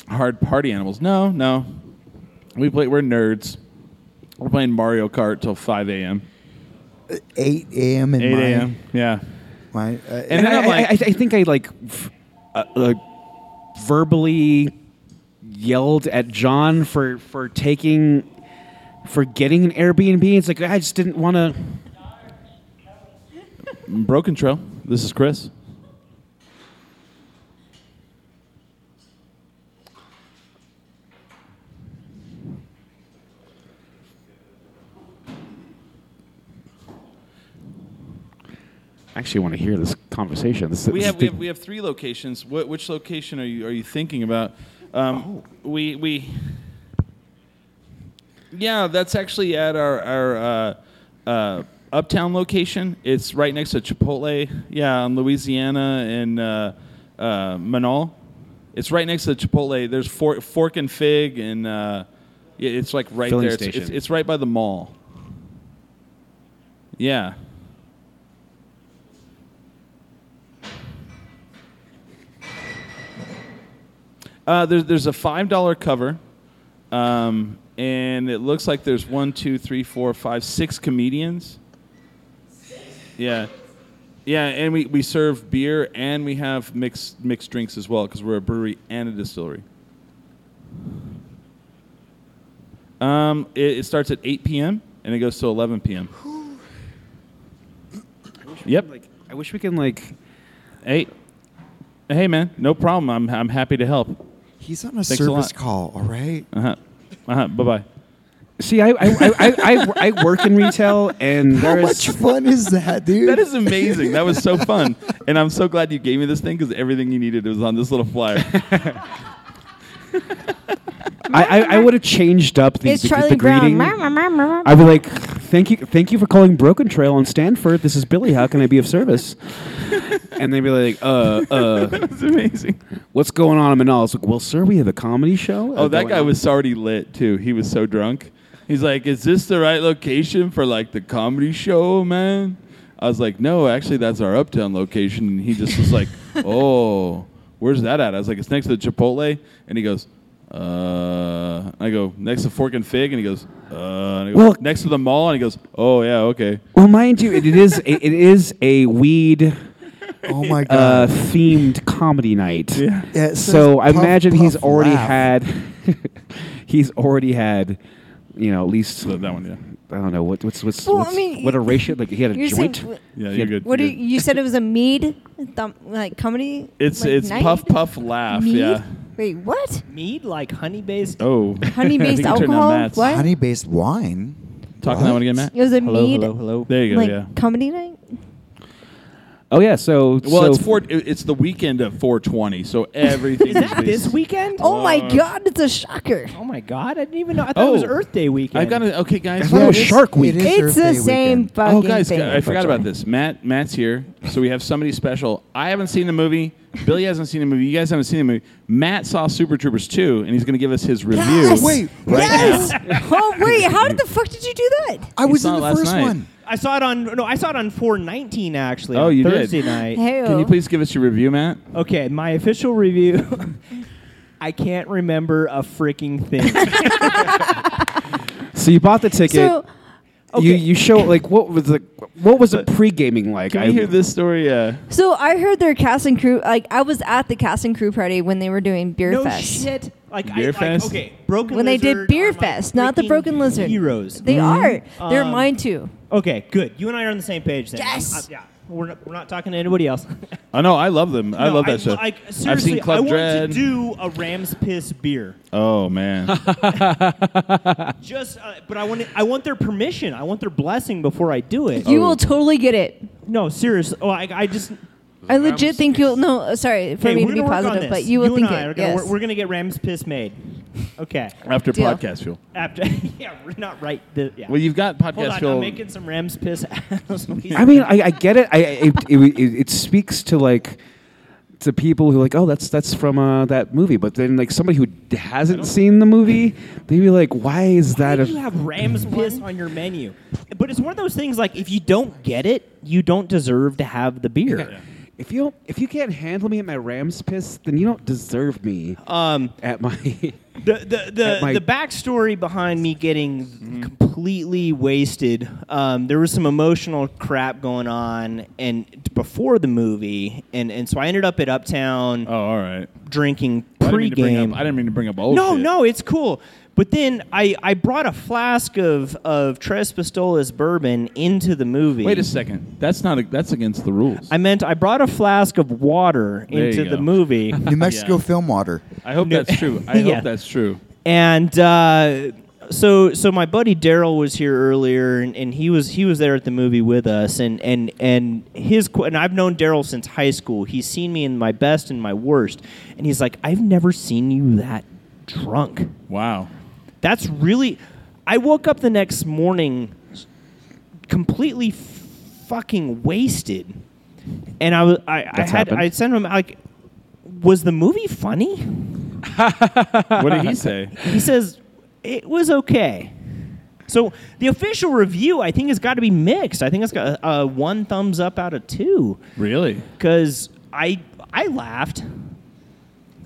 [SPEAKER 2] hard party animals." No, no, we play. We're nerds. We're playing Mario Kart till five a.m.,
[SPEAKER 6] 8 a.m. in
[SPEAKER 2] eight
[SPEAKER 6] my,
[SPEAKER 2] a.m. Yeah,
[SPEAKER 6] my uh,
[SPEAKER 2] And then
[SPEAKER 4] I,
[SPEAKER 2] I'm like-
[SPEAKER 4] I, I, I think I like v- uh, like verbally yelled at John for for taking for getting an Airbnb. It's like I just didn't want to.
[SPEAKER 2] Broken Trail. This is Chris.
[SPEAKER 4] Actually, want to hear this conversation. This,
[SPEAKER 2] We
[SPEAKER 4] this
[SPEAKER 2] have
[SPEAKER 4] is
[SPEAKER 2] we
[SPEAKER 4] the-
[SPEAKER 2] have, we have three locations. What, which location are you are you thinking about? Um, We we. Yeah, that's actually at our our uh, uh, uptown location. It's right next to Chipotle. Yeah, on Louisiana and uh, uh, Manal. It's right next to Chipotle. There's Fork, Fork and Fig, and uh, yeah, it's like right
[SPEAKER 4] Filling
[SPEAKER 2] there. It's, it's,
[SPEAKER 4] station.
[SPEAKER 2] it's right by the mall. Yeah. Uh, there's there's a five dollar cover, um, and it looks like there's one, two, three, four, five, six comedians. Yeah, yeah, and we, we serve beer and we have mixed mixed drinks as well because we're a brewery and a distillery. Um, it, it starts at eight p.m. and it goes to eleven p.m. Yep.
[SPEAKER 4] Like, I wish we can like.
[SPEAKER 2] Hey, hey, man, no problem. I'm I'm happy to help.
[SPEAKER 6] he's on a
[SPEAKER 2] Thanks a
[SPEAKER 6] service
[SPEAKER 2] lot.
[SPEAKER 6] call. All right.
[SPEAKER 2] Uh huh. Uh huh. Bye bye.
[SPEAKER 4] See, I I, I, I, I I work in retail, and
[SPEAKER 6] How
[SPEAKER 4] there
[SPEAKER 6] much
[SPEAKER 4] is
[SPEAKER 6] fun is that, dude?
[SPEAKER 2] That is amazing. That was so fun. And I'm so glad you gave me this thing because everything you needed was on this
[SPEAKER 5] [LAUGHS]
[SPEAKER 2] little flyer.
[SPEAKER 4] I, I,
[SPEAKER 5] [LAUGHS]
[SPEAKER 4] I would have changed up the,
[SPEAKER 5] It's
[SPEAKER 4] the,
[SPEAKER 5] Charlie
[SPEAKER 4] the
[SPEAKER 5] Brown.
[SPEAKER 4] greeting. I'd be like, thank you, thank you for calling Broken Trail on Stanford. This is Billy. How can I be of
[SPEAKER 5] [LAUGHS]
[SPEAKER 4] service? and they'd be like, uh, uh,
[SPEAKER 2] That's amazing.
[SPEAKER 4] what's going on in Manal? It's like, well, sir, we have a comedy show.
[SPEAKER 2] Oh, that
[SPEAKER 4] going
[SPEAKER 2] guy
[SPEAKER 4] on."
[SPEAKER 2] was already lit too. He was so drunk. He's like, "Is this the right location for like the comedy show, man?" I was like, "No, actually, that's our uptown location." And he just was like,
[SPEAKER 5] [LAUGHS]
[SPEAKER 2] "Oh, where's that at?" I was like, "It's next to the Chipotle." And he goes, "Uh," I go, "Next to Fork and Fig," and he goes, "Uh," and I go,
[SPEAKER 4] Well-
[SPEAKER 2] "Next to the mall," and he goes, "Oh yeah, okay."
[SPEAKER 4] Well, mind you, it, it is a, it is a weed
[SPEAKER 6] Oh my
[SPEAKER 4] uh,
[SPEAKER 6] god.
[SPEAKER 4] themed comedy night.
[SPEAKER 2] Yeah.
[SPEAKER 6] Yeah, it says
[SPEAKER 4] so I
[SPEAKER 6] puff,
[SPEAKER 4] imagine he's
[SPEAKER 6] puff,
[SPEAKER 4] already
[SPEAKER 6] laugh.
[SPEAKER 4] had, [LAUGHS] he's already had, you know, at least
[SPEAKER 2] So that one, yeah.
[SPEAKER 4] I don't know what what's what's,
[SPEAKER 5] Well, I
[SPEAKER 4] what's
[SPEAKER 5] mean,
[SPEAKER 4] what a ratio like he had a
[SPEAKER 5] You're
[SPEAKER 4] joint.
[SPEAKER 5] saying,
[SPEAKER 2] Yeah,
[SPEAKER 4] Yeah.
[SPEAKER 2] you're good.
[SPEAKER 5] what do
[SPEAKER 2] you're
[SPEAKER 5] you,
[SPEAKER 2] good.
[SPEAKER 5] you said it was a mead, Thumb, like comedy.
[SPEAKER 2] It's
[SPEAKER 5] like,
[SPEAKER 2] it's
[SPEAKER 5] night?
[SPEAKER 2] puff puff laugh.
[SPEAKER 5] Mead?
[SPEAKER 2] Yeah.
[SPEAKER 5] Wait,
[SPEAKER 2] [LAUGHS]
[SPEAKER 5] what?
[SPEAKER 3] Mead like honey based.
[SPEAKER 2] Oh. I
[SPEAKER 5] Honey-based
[SPEAKER 2] think you turned down
[SPEAKER 5] alcohol?
[SPEAKER 2] Matt's.
[SPEAKER 5] What?
[SPEAKER 6] Honey based Uh, wine.
[SPEAKER 2] Talking that one again, Matt.
[SPEAKER 5] It was a mead,
[SPEAKER 3] hello.
[SPEAKER 2] There you go.
[SPEAKER 5] like
[SPEAKER 2] yeah.
[SPEAKER 5] comedy night.
[SPEAKER 4] Oh yeah, so
[SPEAKER 2] Well,
[SPEAKER 4] so
[SPEAKER 2] it's four. it- It's the weekend of 420, so everything.
[SPEAKER 3] Is that
[SPEAKER 2] based-
[SPEAKER 3] this weekend?
[SPEAKER 5] Oh my god, it's a shocker.
[SPEAKER 3] Oh my god! I didn't even know. I thought it was
[SPEAKER 2] Oh.
[SPEAKER 3] Earth Day weekend.
[SPEAKER 2] I've got to. Okay, guys.
[SPEAKER 4] thought it was
[SPEAKER 6] it is-
[SPEAKER 4] Shark Week.
[SPEAKER 6] it is
[SPEAKER 5] It's
[SPEAKER 6] Earth
[SPEAKER 5] the
[SPEAKER 6] Day
[SPEAKER 5] same
[SPEAKER 6] weekend.
[SPEAKER 5] fucking
[SPEAKER 2] Oh, guys,
[SPEAKER 5] thing.
[SPEAKER 2] I forgot about this. Matt, Matt's here, so we have somebody special. I haven't seen the movie. Billy hasn't seen the movie. You guys haven't seen the movie. Matt saw Super Troopers 2, and he's going to give us his review.
[SPEAKER 5] Yes!
[SPEAKER 6] Oh, Wait, right
[SPEAKER 5] yes. oh wait, how
[SPEAKER 2] [LAUGHS]
[SPEAKER 5] did the fuck did you do that?
[SPEAKER 6] I was
[SPEAKER 2] saw
[SPEAKER 6] in
[SPEAKER 2] it
[SPEAKER 6] the
[SPEAKER 2] last
[SPEAKER 6] first
[SPEAKER 2] night.
[SPEAKER 6] one.
[SPEAKER 3] I saw it on no. I saw it on 419 actually.
[SPEAKER 2] Oh,
[SPEAKER 3] on
[SPEAKER 2] you did.
[SPEAKER 3] Thursday night.
[SPEAKER 5] Hey,
[SPEAKER 2] Can you please give us your review, Matt?
[SPEAKER 3] Okay, my official review. [LAUGHS] I can't remember a
[SPEAKER 5] [LAUGHS]
[SPEAKER 3] freaking thing.
[SPEAKER 4] so you bought the ticket.
[SPEAKER 5] So,
[SPEAKER 4] You
[SPEAKER 3] Okay.
[SPEAKER 4] you show like what was the what was the pre gaming like?
[SPEAKER 2] Can I hear this story? Uh,
[SPEAKER 5] so I heard their cast and crew. Like I was at the cast and crew party when they were doing Beer
[SPEAKER 3] no
[SPEAKER 5] Fest.
[SPEAKER 3] shit. Like I,
[SPEAKER 2] Beer
[SPEAKER 3] like,
[SPEAKER 2] Fest?
[SPEAKER 3] okay, broken.
[SPEAKER 5] When they did
[SPEAKER 3] Lizard
[SPEAKER 5] Beer
[SPEAKER 3] are my
[SPEAKER 5] Fest, not the
[SPEAKER 3] freaking
[SPEAKER 5] Broken Lizard.
[SPEAKER 3] heroes.
[SPEAKER 5] They are. They're
[SPEAKER 3] Um,
[SPEAKER 5] mine too.
[SPEAKER 3] Okay, good. You and I are on the same page then. I'm-
[SPEAKER 5] Yes.
[SPEAKER 3] I'm- yeah. We're not, we're not talking to anybody else.
[SPEAKER 2] oh no, I love them. [LAUGHS] I
[SPEAKER 3] [LAUGHS] No,
[SPEAKER 2] love that show.
[SPEAKER 3] Like, seriously,
[SPEAKER 2] I've seen
[SPEAKER 3] I
[SPEAKER 2] Club
[SPEAKER 3] want
[SPEAKER 2] Dread.
[SPEAKER 3] to do a Rams Piss beer.
[SPEAKER 2] oh man.
[SPEAKER 3] Just, uh, but I want it, I want their permission. I want their blessing before I do it.
[SPEAKER 5] You will totally get it.
[SPEAKER 3] No, seriously. Oh, I, I just.
[SPEAKER 5] I legit think you'll. No, uh, sorry for
[SPEAKER 3] hey,
[SPEAKER 5] me
[SPEAKER 3] we're
[SPEAKER 5] to be
[SPEAKER 3] gonna work on
[SPEAKER 5] positive,
[SPEAKER 3] this.
[SPEAKER 5] but you will
[SPEAKER 3] and
[SPEAKER 5] think
[SPEAKER 3] I
[SPEAKER 5] it.
[SPEAKER 3] Are gonna,
[SPEAKER 5] yes.
[SPEAKER 3] we're, we're gonna get Rams Piss made. Okay.
[SPEAKER 2] after
[SPEAKER 5] Deal.
[SPEAKER 2] podcast fuel.
[SPEAKER 3] After, [LAUGHS] yeah, we're not right. The, yeah.
[SPEAKER 2] Well, you've got podcast
[SPEAKER 3] Hold on,
[SPEAKER 2] fuel.
[SPEAKER 3] I'm making some Rams piss. [LAUGHS]
[SPEAKER 4] I mean, I, I get it. I, I- it, it, it. It speaks to like to people who are like, oh, that's that's from uh, that movie. But then like somebody who d- hasn't seen the movie, they'd be like, why is that?
[SPEAKER 3] Why
[SPEAKER 4] a
[SPEAKER 3] do you have Rams piss on your menu? But it's one of those things like if you don't get it, you don't deserve to have the beer.
[SPEAKER 4] if you don't, if you can't handle me at my Rams piss, then you don't deserve me
[SPEAKER 3] Um,
[SPEAKER 4] at my. [LAUGHS]
[SPEAKER 3] the the the,
[SPEAKER 4] At my-
[SPEAKER 3] the backstory behind me getting
[SPEAKER 2] Mm-hmm.
[SPEAKER 3] completely wasted. Um, there was some emotional crap going on, and before the movie, and and so I ended up at Uptown
[SPEAKER 2] oh, all right.
[SPEAKER 3] drinking
[SPEAKER 2] I didn't mean to bring
[SPEAKER 3] pregame.
[SPEAKER 2] up- I didn't mean to bring up old.
[SPEAKER 3] no,
[SPEAKER 2] shit.
[SPEAKER 3] no, it's cool. But then I, I brought a flask of, of Tres Pistolas bourbon into the movie.
[SPEAKER 2] Wait a second. That's not. A, that's against the rules.
[SPEAKER 3] I meant I brought a flask of water
[SPEAKER 2] There
[SPEAKER 3] into
[SPEAKER 2] you
[SPEAKER 3] the
[SPEAKER 2] go. [LAUGHS]
[SPEAKER 3] movie,
[SPEAKER 6] New Mexico film water.
[SPEAKER 2] I hope
[SPEAKER 3] No.
[SPEAKER 2] that's true.
[SPEAKER 3] [LAUGHS]
[SPEAKER 2] I
[SPEAKER 3] Yeah.
[SPEAKER 2] hope that's true.
[SPEAKER 3] and uh, so so my buddy Daryl was here earlier, and, and he was he was there at the movie with us, and and and his qu- and I've known Daryl since high school. He's seen me in my best and my worst, and he's like, I've never seen you that drunk.
[SPEAKER 2] Wow.
[SPEAKER 3] That's really. I woke up the next morning completely fucking wasted, and I was I, I
[SPEAKER 4] That's
[SPEAKER 3] had
[SPEAKER 4] happened.
[SPEAKER 3] I sent him like, was the movie funny?
[SPEAKER 2] What did he
[SPEAKER 3] [LAUGHS]
[SPEAKER 2] say?
[SPEAKER 3] He says it was okay. So the official review I think has got to be mixed. I think it's got uh, one thumbs up out of two
[SPEAKER 2] really?
[SPEAKER 3] because I I laughed,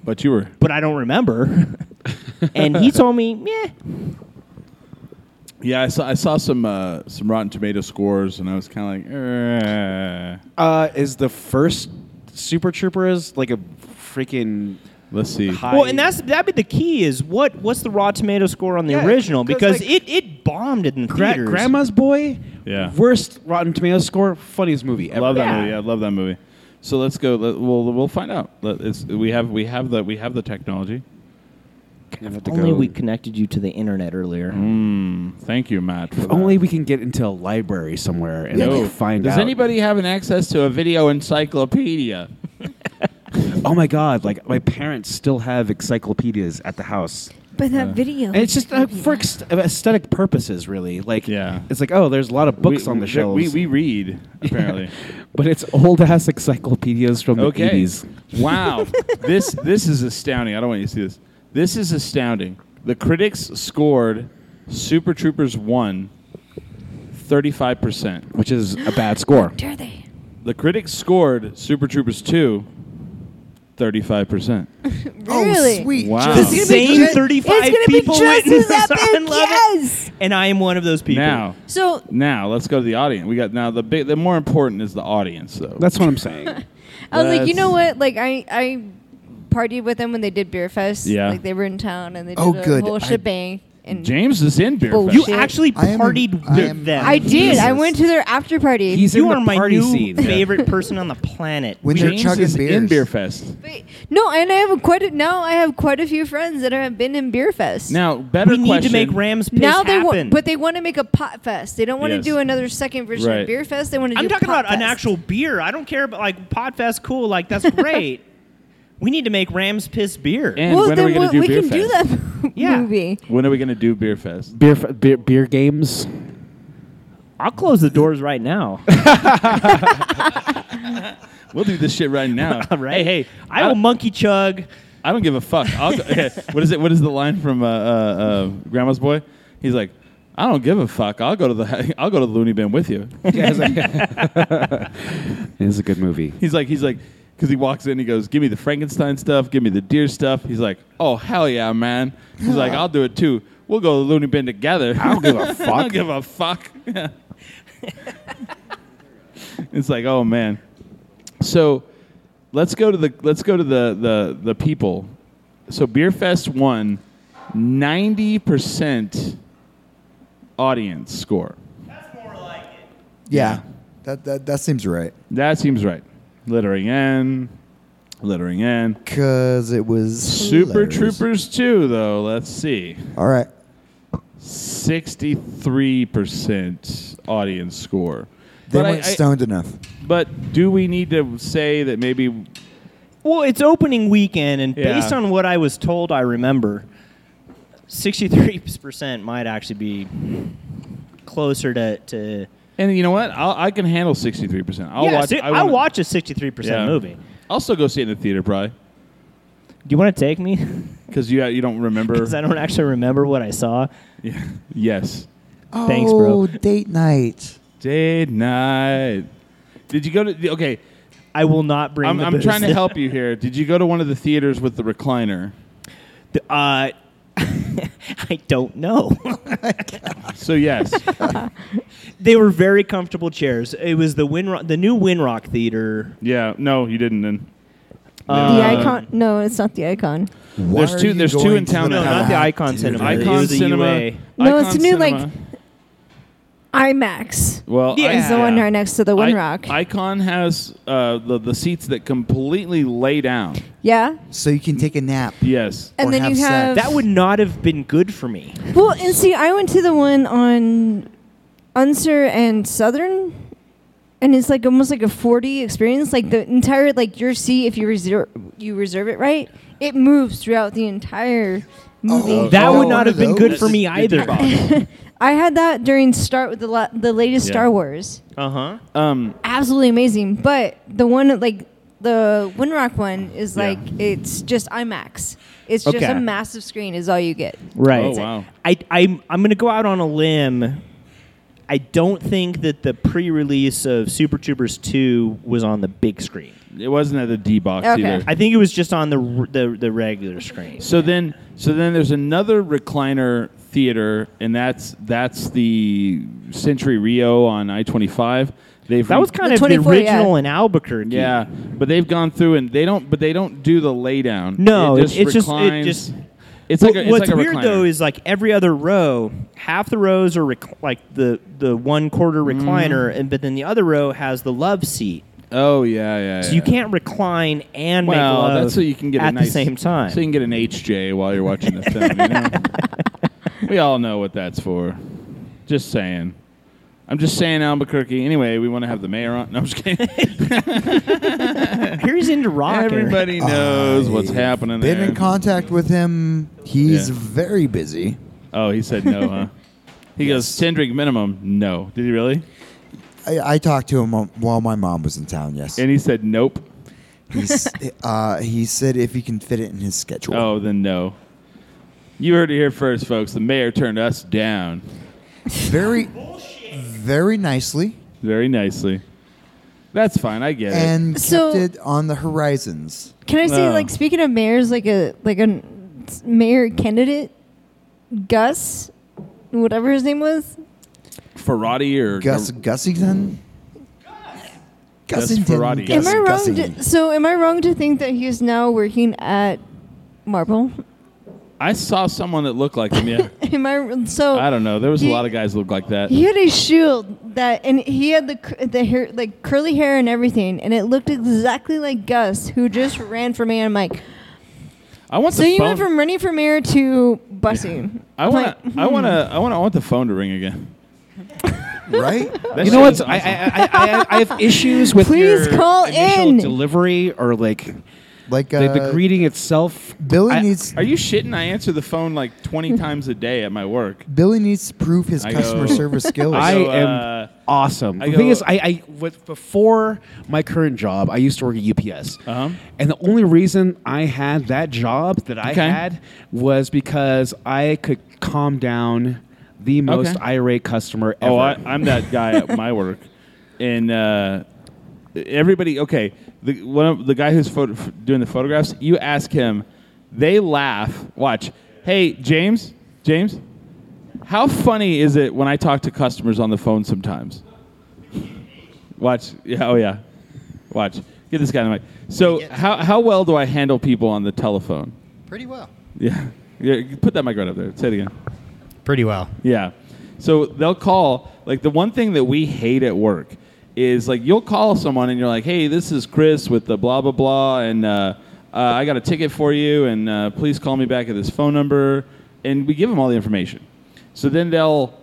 [SPEAKER 2] But you were.
[SPEAKER 3] but I don't
[SPEAKER 4] [LAUGHS]
[SPEAKER 3] remember. and he told me, yeah,
[SPEAKER 2] Yeah, I saw. I saw some uh, some Rotten Tomato scores, and I was kind of like, "Eh."
[SPEAKER 4] Uh, is the first Super Trooper is like a freaking
[SPEAKER 2] let's see.
[SPEAKER 4] high?
[SPEAKER 3] Well, and that's that'd be the key is what what's the raw tomato score on the
[SPEAKER 4] Yeah,
[SPEAKER 3] original
[SPEAKER 4] 'cause,
[SPEAKER 3] because
[SPEAKER 4] like,
[SPEAKER 3] it it bombed in the
[SPEAKER 4] Gra-
[SPEAKER 3] theaters.
[SPEAKER 4] Grandma's Boy.
[SPEAKER 2] Yeah.
[SPEAKER 4] Worst Rotten Tomatoes score, funniest movie ever.
[SPEAKER 2] love that
[SPEAKER 3] Yeah.
[SPEAKER 2] movie. I love that movie. So let's go. Let, we'll we'll find out. Let, it's, we have we have the we have the technology.
[SPEAKER 4] I have to
[SPEAKER 3] Only
[SPEAKER 4] go.
[SPEAKER 3] we connected you to the internet earlier.
[SPEAKER 2] Thank you, Matt. for
[SPEAKER 4] If
[SPEAKER 3] Oh,
[SPEAKER 2] that.
[SPEAKER 4] only we can get into a library somewhere and
[SPEAKER 2] No.
[SPEAKER 4] like, find
[SPEAKER 2] Does
[SPEAKER 4] out.
[SPEAKER 2] anybody have an access to a video encyclopedia?
[SPEAKER 4] Oh my god! Like my parents still have encyclopedias at the house,
[SPEAKER 5] But that video.
[SPEAKER 4] and it's just uh, for ex- aesthetic purposes, really. Like,
[SPEAKER 2] Yeah.
[SPEAKER 4] it's like oh, there's a lot of books
[SPEAKER 2] We-
[SPEAKER 4] on the
[SPEAKER 2] we-
[SPEAKER 4] shelves, [LAUGHS]
[SPEAKER 2] We, we read apparently.
[SPEAKER 4] but it's old ass encyclopedias from the
[SPEAKER 2] okay.
[SPEAKER 4] 80s. [LAUGHS]
[SPEAKER 2] Wow. this this is astounding. I don't want you to see this. This is astounding. The critics scored Super Troopers 1 35%.
[SPEAKER 4] which is a bad score.
[SPEAKER 5] Dare they?
[SPEAKER 2] The critics scored Super Troopers 2
[SPEAKER 4] [LAUGHS]
[SPEAKER 2] 35%.
[SPEAKER 5] really?
[SPEAKER 6] Oh, sweet.
[SPEAKER 2] Wow.
[SPEAKER 5] It's
[SPEAKER 2] The
[SPEAKER 5] gonna be
[SPEAKER 3] Same
[SPEAKER 5] ju-
[SPEAKER 3] 35
[SPEAKER 5] it's gonna
[SPEAKER 3] people
[SPEAKER 5] be just
[SPEAKER 3] witnessed
[SPEAKER 5] as epic,
[SPEAKER 3] on [LAUGHS] Love It.
[SPEAKER 5] yes.
[SPEAKER 3] And I am one of those people.
[SPEAKER 2] Now,
[SPEAKER 5] So
[SPEAKER 2] now let's go to the audience. We got now the big the more important is the audience though.
[SPEAKER 4] That's what I'm saying.
[SPEAKER 5] I was uh, like, you know
[SPEAKER 2] That's-
[SPEAKER 5] what? Like I I partied with them when they did Beer Fest.
[SPEAKER 2] Yeah.
[SPEAKER 5] Like they were in town and they did
[SPEAKER 6] Oh,
[SPEAKER 5] a
[SPEAKER 6] good.
[SPEAKER 5] whole
[SPEAKER 6] I-
[SPEAKER 5] shebang. And
[SPEAKER 2] James is in beer.
[SPEAKER 5] Bullshit.
[SPEAKER 3] you
[SPEAKER 5] Shit.
[SPEAKER 3] actually
[SPEAKER 6] I am-
[SPEAKER 3] partied
[SPEAKER 6] I
[SPEAKER 3] with
[SPEAKER 6] am-
[SPEAKER 3] them.
[SPEAKER 5] I did. I
[SPEAKER 6] Jesus.
[SPEAKER 5] went to their after party.
[SPEAKER 4] He's
[SPEAKER 3] you
[SPEAKER 4] in the
[SPEAKER 3] are my
[SPEAKER 4] party
[SPEAKER 3] new
[SPEAKER 4] scene.
[SPEAKER 3] favorite person on the planet.
[SPEAKER 6] When they're
[SPEAKER 2] James
[SPEAKER 6] chugging
[SPEAKER 2] is in
[SPEAKER 6] beers.
[SPEAKER 2] beer fest.
[SPEAKER 5] But- no, and I have quite a, now. I have quite a few friends that have been in Beer Fest.
[SPEAKER 2] Now, better
[SPEAKER 3] we need
[SPEAKER 2] question.
[SPEAKER 3] to make Rams piss
[SPEAKER 5] now they
[SPEAKER 3] happen.
[SPEAKER 5] want, but they want to make a pot fest. They don't want
[SPEAKER 2] Yes.
[SPEAKER 5] to do another second version
[SPEAKER 2] Right.
[SPEAKER 5] of Beer Fest. They want to.
[SPEAKER 3] I'm
[SPEAKER 5] do
[SPEAKER 3] talking
[SPEAKER 5] pot
[SPEAKER 3] about an
[SPEAKER 5] fest.
[SPEAKER 3] actual beer. I don't care about like Podfest. Cool,
[SPEAKER 5] [LAUGHS]
[SPEAKER 3] like that's great. we need to make Rams piss beer.
[SPEAKER 2] And
[SPEAKER 5] Well,
[SPEAKER 2] when are
[SPEAKER 5] then
[SPEAKER 2] we going
[SPEAKER 5] we'll-
[SPEAKER 2] to do
[SPEAKER 5] we
[SPEAKER 2] beer
[SPEAKER 5] can
[SPEAKER 2] fest?
[SPEAKER 5] do that [LAUGHS]
[SPEAKER 3] Yeah.
[SPEAKER 5] movie.
[SPEAKER 2] When are we going to do beer fest?
[SPEAKER 4] beer, f- beer, beer games.
[SPEAKER 3] I'll close the doors right now.
[SPEAKER 2] We'll do this shit right
[SPEAKER 6] [LAUGHS]
[SPEAKER 2] now.
[SPEAKER 3] [LAUGHS] right?
[SPEAKER 2] Hey, hey,
[SPEAKER 3] I will monkey chug.
[SPEAKER 2] I don't give a fuck. I'll go, what is it? What is the line from uh, uh, uh, Grandma's Boy? He's like, I don't give a fuck. I'll go to the [LAUGHS] I'll go to the loony bin with you. [LAUGHS]
[SPEAKER 4] It is a good movie.
[SPEAKER 2] He's like, he's like, because he walks in, he goes, "Give me the Frankenstein stuff, give me the deer stuff." He's like, "Oh hell yeah, man!" He's like, "I'll do it too. We'll go to the loony bin together." I don't give a fuck. I don't give a fuck. [LAUGHS] it's like, oh man. So let's go to the let's go to the the the people. So Beer Fest won ninety percent audience score.
[SPEAKER 6] Yeah. That, that, that seems right.
[SPEAKER 2] That seems right. Lettering N, lettering N.
[SPEAKER 6] Because it was.
[SPEAKER 2] Super
[SPEAKER 6] hilarious.
[SPEAKER 2] Troopers 2, though, let's see.
[SPEAKER 6] All right.
[SPEAKER 2] 63% audience score.
[SPEAKER 6] They
[SPEAKER 2] but, I-
[SPEAKER 6] weren't
[SPEAKER 2] I-
[SPEAKER 6] stoned enough.
[SPEAKER 2] but do we need to say that maybe.
[SPEAKER 3] Well, it's opening weekend, and
[SPEAKER 2] Yeah.
[SPEAKER 3] based on what I was told, I remember sixty-three percent might actually be closer to. to
[SPEAKER 2] And you know what? I'll, I can handle sixty three percent. I'll
[SPEAKER 3] yeah,
[SPEAKER 2] watch.
[SPEAKER 3] see,
[SPEAKER 2] I
[SPEAKER 3] I'll
[SPEAKER 2] wanna-
[SPEAKER 3] watch a sixty-three
[SPEAKER 2] yeah.
[SPEAKER 3] percent movie.
[SPEAKER 2] I'll still go see it in the theater probably
[SPEAKER 3] Do you want to take me?
[SPEAKER 2] because you you don't
[SPEAKER 3] [LAUGHS]
[SPEAKER 2] remember.
[SPEAKER 3] Because I don't actually remember what I saw.
[SPEAKER 2] Yeah. Yes.
[SPEAKER 3] Thanks, bro.
[SPEAKER 6] Oh, date night.
[SPEAKER 2] Day night. Did you go to? Okay,
[SPEAKER 3] I will not bring.
[SPEAKER 2] I'm,
[SPEAKER 3] the
[SPEAKER 2] I'm
[SPEAKER 3] booze.
[SPEAKER 2] trying to help you here. Did you go to one of the theaters with the recliner?
[SPEAKER 3] The- [LAUGHS] Uh, [LAUGHS] I don't know. [LAUGHS]
[SPEAKER 2] So yes,
[SPEAKER 3] they were very comfortable chairs. It was the Winrock, the new Winrock Theater.
[SPEAKER 2] yeah. No, you didn't. Then
[SPEAKER 5] the icon? No, it's not the icon.
[SPEAKER 6] Why
[SPEAKER 2] There's
[SPEAKER 6] are
[SPEAKER 2] two-
[SPEAKER 6] you
[SPEAKER 2] there's two
[SPEAKER 6] going
[SPEAKER 2] in
[SPEAKER 6] to
[SPEAKER 2] town
[SPEAKER 3] No,
[SPEAKER 2] that
[SPEAKER 3] not
[SPEAKER 2] have
[SPEAKER 3] the
[SPEAKER 6] back,
[SPEAKER 3] Icon
[SPEAKER 6] dude?
[SPEAKER 3] Cinema.
[SPEAKER 6] I
[SPEAKER 3] It
[SPEAKER 2] Icon
[SPEAKER 3] was the
[SPEAKER 2] Cinema.
[SPEAKER 3] UA.
[SPEAKER 5] No,
[SPEAKER 2] Icon
[SPEAKER 5] it's new, like-
[SPEAKER 2] Cinema.
[SPEAKER 5] IMAX
[SPEAKER 2] well,
[SPEAKER 3] Yeah.
[SPEAKER 5] is the one right next to the
[SPEAKER 2] I-
[SPEAKER 5] Windrock.
[SPEAKER 2] Icon has uh, the the seats that completely lay down.
[SPEAKER 5] yeah,
[SPEAKER 6] So you can take a nap.
[SPEAKER 2] Yes.
[SPEAKER 5] and
[SPEAKER 6] Or
[SPEAKER 5] then
[SPEAKER 6] have
[SPEAKER 5] you
[SPEAKER 6] sex.
[SPEAKER 5] have
[SPEAKER 3] That would not have been good for me.
[SPEAKER 5] Well, and see, I went to the one on Unser and Southern, and it's like almost like a forty experience. Like the entire like your seat, if you reserve you reserve it right, it moves throughout the entire movie.
[SPEAKER 6] Oh,
[SPEAKER 3] That
[SPEAKER 6] oh,
[SPEAKER 3] would
[SPEAKER 6] one
[SPEAKER 3] not have
[SPEAKER 6] of
[SPEAKER 3] been good
[SPEAKER 6] those?
[SPEAKER 3] for me either. [LAUGHS]
[SPEAKER 5] I had that during start with the la- the latest Star Wars.
[SPEAKER 3] Uh huh.
[SPEAKER 2] Um.
[SPEAKER 5] Absolutely amazing. But the one that, like the Windrock one is like it's just IMAX. It's just
[SPEAKER 3] Okay.
[SPEAKER 5] a massive screen is all you get.
[SPEAKER 3] Right.
[SPEAKER 2] Oh wow.
[SPEAKER 3] I, I'm, I'm going to go out on a limb. I don't think that the pre-release of Super Troopers 2 was on the big screen.
[SPEAKER 2] It wasn't at the D box
[SPEAKER 5] Okay.
[SPEAKER 2] either.
[SPEAKER 3] I think it was just on the r- the, the regular screen.
[SPEAKER 2] So then, so then there's another recliner theater, and that's that's the Century Rio on I-25. They've
[SPEAKER 3] That was kind
[SPEAKER 5] The
[SPEAKER 3] of the
[SPEAKER 5] 24, yeah.
[SPEAKER 3] original in Albuquerque.
[SPEAKER 2] yeah, but they've gone through and they don't, but they don't do the lay down.
[SPEAKER 3] No,
[SPEAKER 2] it just
[SPEAKER 3] it's just- it
[SPEAKER 2] reclines.
[SPEAKER 3] just-
[SPEAKER 2] it's
[SPEAKER 3] Wha-
[SPEAKER 2] like a, it's
[SPEAKER 3] What's
[SPEAKER 2] like a
[SPEAKER 3] weird
[SPEAKER 2] recliner.
[SPEAKER 3] though is like every other row, half the rows are rec- like the the one quarter
[SPEAKER 2] Mm-hmm.
[SPEAKER 3] recliner, and but then the other row has the love seat.
[SPEAKER 2] oh yeah, yeah.
[SPEAKER 3] So you
[SPEAKER 2] yeah.
[SPEAKER 3] can't recline and
[SPEAKER 2] Well,
[SPEAKER 3] make love
[SPEAKER 2] that's so you can get
[SPEAKER 3] at
[SPEAKER 2] a nice,
[SPEAKER 3] the same time.
[SPEAKER 2] So you can get an HJ while you're watching the film. You
[SPEAKER 3] [LAUGHS]
[SPEAKER 2] know? we all know what that's for. Just saying. I'm just saying Albuquerque. Anyway, we want to have the mayor on. No, I'm just kidding.
[SPEAKER 3] Here he's into rock.
[SPEAKER 2] Everybody knows what's happening
[SPEAKER 6] Oh, Been
[SPEAKER 2] there.
[SPEAKER 6] in contact with him. He's
[SPEAKER 2] Yeah.
[SPEAKER 6] very busy.
[SPEAKER 2] oh, he said no, huh? He goes, 10 drink minimum. No. Did he really?
[SPEAKER 6] I, I talked to him while my mom was in town. Yes,
[SPEAKER 2] And he said nope.
[SPEAKER 6] He's, [LAUGHS] uh, he said if he can fit it in his schedule.
[SPEAKER 2] Oh, then no. You heard it here first, folks. The mayor turned us down
[SPEAKER 6] very, very nicely,
[SPEAKER 2] very nicely. That's fine. I get it.
[SPEAKER 6] and kept
[SPEAKER 5] So-
[SPEAKER 6] it on the horizons.
[SPEAKER 5] Can I say,
[SPEAKER 2] No.
[SPEAKER 5] like, speaking of mayors, like a like a mayor candidate, Gus, whatever his name was,
[SPEAKER 2] Ferrati or
[SPEAKER 6] Gus Gussington.
[SPEAKER 2] Gus
[SPEAKER 6] Gussington.
[SPEAKER 2] Ferrati.
[SPEAKER 6] Gus
[SPEAKER 5] am I wrong?
[SPEAKER 6] Gussington.
[SPEAKER 5] To, so, am I wrong to think that he's now working at Marble? [LAUGHS]
[SPEAKER 2] I saw someone that looked like him. Yeah.
[SPEAKER 5] am I so?
[SPEAKER 2] I don't know. There was a
[SPEAKER 5] He-
[SPEAKER 2] lot of guys that looked like that.
[SPEAKER 5] He had a shield that, and he had the cur- the hair, like curly hair and everything, and it looked exactly like Gus, who just ran for mayor. I'm like,
[SPEAKER 2] I want
[SPEAKER 5] so
[SPEAKER 2] the
[SPEAKER 5] you
[SPEAKER 2] phone.
[SPEAKER 5] went from running for mayor to busing.
[SPEAKER 2] I
[SPEAKER 5] I'm
[SPEAKER 2] want.
[SPEAKER 5] like,
[SPEAKER 2] I want to. I want. I want the phone to ring again. [LAUGHS]
[SPEAKER 6] right?
[SPEAKER 2] That
[SPEAKER 4] You know what?
[SPEAKER 2] shit is
[SPEAKER 4] I, I, I,
[SPEAKER 2] awesome.
[SPEAKER 4] I, I
[SPEAKER 3] [LAUGHS]
[SPEAKER 4] have issues with
[SPEAKER 5] Please
[SPEAKER 4] your
[SPEAKER 5] call
[SPEAKER 4] initial
[SPEAKER 5] in.
[SPEAKER 4] delivery or like
[SPEAKER 6] Like
[SPEAKER 4] the,
[SPEAKER 6] uh,
[SPEAKER 4] the greeting itself.
[SPEAKER 6] Billy
[SPEAKER 4] I-
[SPEAKER 6] needs
[SPEAKER 2] Are you shitting? I answer the phone like 20 times a day at my work.
[SPEAKER 6] Billy needs to prove his
[SPEAKER 2] I
[SPEAKER 6] customer
[SPEAKER 2] go- [LAUGHS]
[SPEAKER 6] service skills.
[SPEAKER 4] I
[SPEAKER 2] go,
[SPEAKER 4] am
[SPEAKER 2] uh,
[SPEAKER 4] awesome.
[SPEAKER 2] I
[SPEAKER 4] the thing
[SPEAKER 2] go-
[SPEAKER 4] is, I, I with, before my current job, I used to work at UPS,
[SPEAKER 2] Uh-huh.
[SPEAKER 4] and the only reason I had that job that I
[SPEAKER 2] Okay.
[SPEAKER 4] had was because I could calm down the most
[SPEAKER 2] Okay.
[SPEAKER 4] irate customer ever.
[SPEAKER 2] Oh, I, I'm that guy at my work, and uh, everybody. Okay, the one of the guy who's photo, f- doing the photographs. You ask him, they laugh. Watch. Hey, James. James, how funny is it when I talk to customers on the phone sometimes? Watch. Yeah. Oh yeah. Watch. Get this guy on the mic. So how how well do I handle people on the telephone?
[SPEAKER 7] Pretty well.
[SPEAKER 2] Yeah. yeah put that mic right up there. Say it again.
[SPEAKER 7] Pretty well.
[SPEAKER 2] Yeah. So they'll call. Like the one thing that we hate at work is like you'll call someone and you're like, "Hey, this is Chris with the blah blah blah, and uh, uh, I got a ticket for you, and uh, please call me back at this phone number." And we give them all the information. So then they'll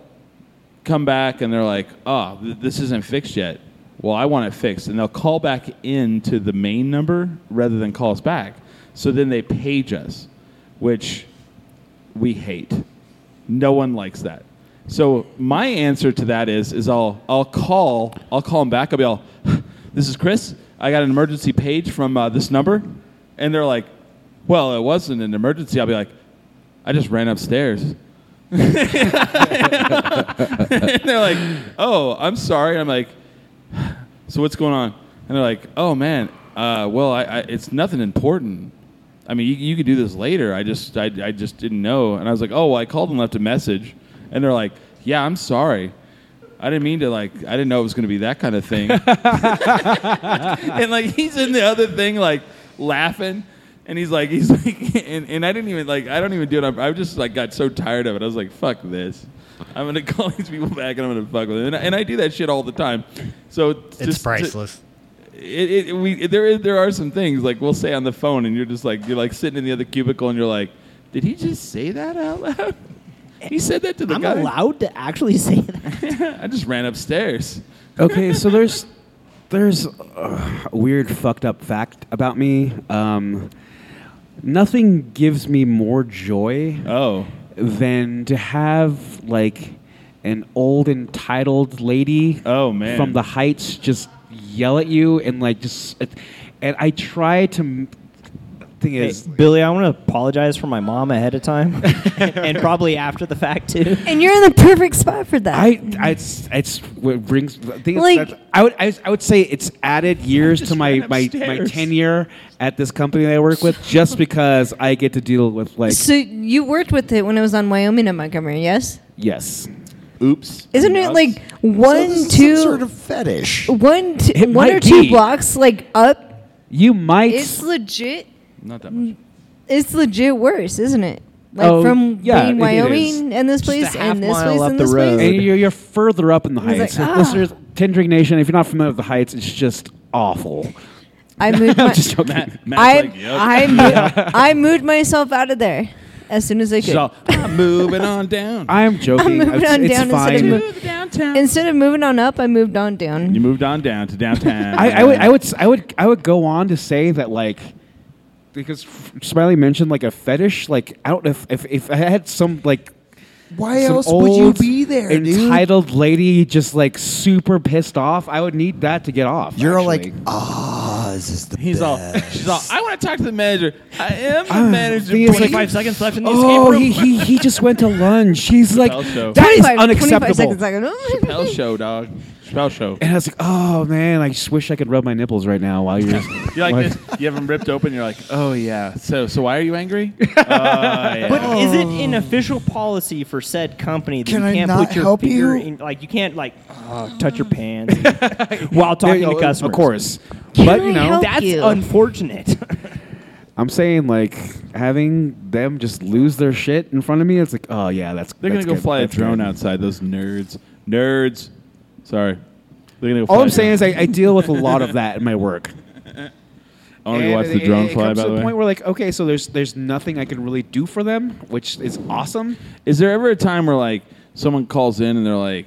[SPEAKER 2] come back and they're like, "Oh, th- this isn't fixed yet." Well, I want it fixed, and they'll call back into the main number rather than call us back. So then they page us, which we hate. No one likes that. So my answer to that is is I'll I'll call I'll call them back. I'll be all, [SIGHS] this is Chris. I got an emergency page from uh, this number, and they're like, well, it wasn't an emergency. I'll be like, I just ran upstairs. [LAUGHS] and they're like, "Oh, I'm sorry." I'm like, "So what's going on?" And they're like, "Oh man, uh, well, I, I, it's nothing important. I mean, you, you could do this later. I just, I, I just didn't know." And I was like, "Oh, well, I called and left a message," and they're like, "Yeah, I'm sorry." I didn't mean to like. I didn't know it was going to be that kind of
[SPEAKER 7] [LAUGHS]
[SPEAKER 2] thing. [LAUGHS] and like he's in the other thing, like laughing, and he's like, he's like, [LAUGHS] and, and I didn't even like. I don't even do it. on- I just like got so tired of it. I was like, fuck this. I'm gonna [LAUGHS] call these people back and I'm gonna fuck with them. And I, and I do that shit all the time. So
[SPEAKER 7] It's
[SPEAKER 2] just to-
[SPEAKER 7] priceless.
[SPEAKER 2] it, it, we there is there are some things like we'll say on the phone and you're just like you're like sitting in the other cubicle and you're like, did he just say that out loud? [LAUGHS] He said that to the
[SPEAKER 8] I'm
[SPEAKER 2] guy.
[SPEAKER 8] allowed to
[SPEAKER 3] [LAUGHS]
[SPEAKER 8] actually say that.
[SPEAKER 2] [LAUGHS] I just ran upstairs.
[SPEAKER 4] okay, so there's there's uh, a weird fucked up fact about me. Um, nothing gives me more joy
[SPEAKER 2] Oh,
[SPEAKER 4] than to have like an old entitled lady
[SPEAKER 2] Oh, man.
[SPEAKER 4] from the heights just yell at you and like just and I try to m- thing
[SPEAKER 3] Hey,
[SPEAKER 4] is
[SPEAKER 3] Billy, I want to apologize for my mom ahead of [LAUGHS] time, and probably after the fact too.
[SPEAKER 5] And you're in the perfect spot for that.
[SPEAKER 4] I, I it's it's what brings the thing is
[SPEAKER 5] Like-
[SPEAKER 4] that's- I would I, was- I would say it's added years to my, my my
[SPEAKER 2] upstairs.
[SPEAKER 4] tenure at this company that I work with just because I get to deal with like
[SPEAKER 5] so you worked with it when it was on Wyoming and Montgomery, yes?
[SPEAKER 4] yes
[SPEAKER 2] oops.
[SPEAKER 5] Isn't it
[SPEAKER 2] Oops.
[SPEAKER 5] like
[SPEAKER 6] So
[SPEAKER 5] one,
[SPEAKER 6] this is some
[SPEAKER 5] two,
[SPEAKER 6] sort of fetish.
[SPEAKER 5] one, two-
[SPEAKER 4] It
[SPEAKER 5] one
[SPEAKER 4] might
[SPEAKER 5] or two
[SPEAKER 4] be.
[SPEAKER 5] blocks like up?
[SPEAKER 4] you might
[SPEAKER 5] It's legit.
[SPEAKER 2] not that much?
[SPEAKER 5] It's legit worse, isn't it? Like
[SPEAKER 4] Oh,
[SPEAKER 5] from
[SPEAKER 4] yeah,
[SPEAKER 5] being
[SPEAKER 4] it- it
[SPEAKER 5] Wyoming and this
[SPEAKER 3] Just a
[SPEAKER 5] place
[SPEAKER 3] half
[SPEAKER 5] and this
[SPEAKER 3] mile
[SPEAKER 5] place
[SPEAKER 3] up
[SPEAKER 5] and
[SPEAKER 3] the
[SPEAKER 5] this place.
[SPEAKER 4] and you're, you're further up in the
[SPEAKER 5] was
[SPEAKER 4] heights.
[SPEAKER 5] like,
[SPEAKER 4] So
[SPEAKER 5] ah.
[SPEAKER 4] Listeners, Tin Drink Nation, if you're not familiar with the heights, it's just awful.
[SPEAKER 5] [LAUGHS] I
[SPEAKER 4] [LAUGHS]
[SPEAKER 5] moved.
[SPEAKER 4] I'm
[SPEAKER 5] My,
[SPEAKER 4] just joking.
[SPEAKER 2] Matt's
[SPEAKER 5] I
[SPEAKER 2] like, yep.
[SPEAKER 5] I, moved, I moved myself out of there as soon as I could.
[SPEAKER 4] So,
[SPEAKER 2] I'm moving on down.
[SPEAKER 4] I'm joking.
[SPEAKER 5] [LAUGHS] I'm moving
[SPEAKER 4] It's-
[SPEAKER 5] on
[SPEAKER 4] it's
[SPEAKER 5] down instead of
[SPEAKER 4] fine.
[SPEAKER 5] moving. Instead of moving on up, I moved on down.
[SPEAKER 2] You moved on down to downtown.
[SPEAKER 4] I, I would, I would, s- I would, I would go on to say that like, because Smiley mentioned like a fetish. Like I don't know if if, if I had some like
[SPEAKER 6] Why
[SPEAKER 4] some
[SPEAKER 6] else would you
[SPEAKER 4] old
[SPEAKER 6] be there, dude?
[SPEAKER 4] entitled lady just like super pissed off. I would need that to get off.
[SPEAKER 6] You're
[SPEAKER 4] actually.
[SPEAKER 6] like, ah, this is the
[SPEAKER 2] He's all.
[SPEAKER 6] best."
[SPEAKER 2] She's all. I want to talk to the manager. I am the manager.
[SPEAKER 4] thing is, like,
[SPEAKER 2] 25 seconds left in the
[SPEAKER 4] oh, he,
[SPEAKER 2] escape room.
[SPEAKER 4] he he just went to lunch. He's like,
[SPEAKER 2] Chappelle show.
[SPEAKER 4] that is
[SPEAKER 5] 25 25
[SPEAKER 4] unacceptable.
[SPEAKER 5] seconds, like,
[SPEAKER 2] Chappelle show, dog. Chappelle show.
[SPEAKER 4] And I was like, oh man, I just wish I could rub my nipples right now while you're.
[SPEAKER 2] You like this? You have them ripped open. You're like, oh yeah. So so why are you [LAUGHS] angry? Uh, yeah.
[SPEAKER 3] But is it an official policy for said company that
[SPEAKER 6] Oh. Can I
[SPEAKER 3] you can't
[SPEAKER 6] not
[SPEAKER 3] put your
[SPEAKER 6] help
[SPEAKER 3] finger
[SPEAKER 6] you?
[SPEAKER 3] in? Like you can't like uh, touch your
[SPEAKER 2] [LAUGHS]
[SPEAKER 3] pants while talking to customers.
[SPEAKER 4] Of course.
[SPEAKER 5] Can
[SPEAKER 4] but
[SPEAKER 5] I
[SPEAKER 4] you know,
[SPEAKER 5] help
[SPEAKER 3] that's
[SPEAKER 5] you? [LAUGHS]
[SPEAKER 3] unfortunate.
[SPEAKER 4] I'm saying like having them just lose their shit in front of me. It's like, oh yeah, that's
[SPEAKER 2] They're
[SPEAKER 4] that's
[SPEAKER 2] gonna go
[SPEAKER 4] good.
[SPEAKER 2] fly a
[SPEAKER 4] That's
[SPEAKER 2] drone
[SPEAKER 4] good.
[SPEAKER 2] outside. Those nerds. Nerds. Sorry. They're gonna go.
[SPEAKER 4] All
[SPEAKER 2] fly
[SPEAKER 4] I'm
[SPEAKER 2] a
[SPEAKER 4] saying
[SPEAKER 2] drone.
[SPEAKER 4] is I, I deal with a lot of that in my
[SPEAKER 2] [LAUGHS]
[SPEAKER 4] work.
[SPEAKER 2] I want to
[SPEAKER 4] And
[SPEAKER 2] watch
[SPEAKER 4] it-
[SPEAKER 2] the drone
[SPEAKER 4] it
[SPEAKER 2] fly.
[SPEAKER 4] comes
[SPEAKER 2] By
[SPEAKER 4] to
[SPEAKER 2] the way.
[SPEAKER 4] point where like, okay, so there's there's nothing I can really do for them, which is awesome.
[SPEAKER 2] Is there ever a time where like someone calls in and they're like,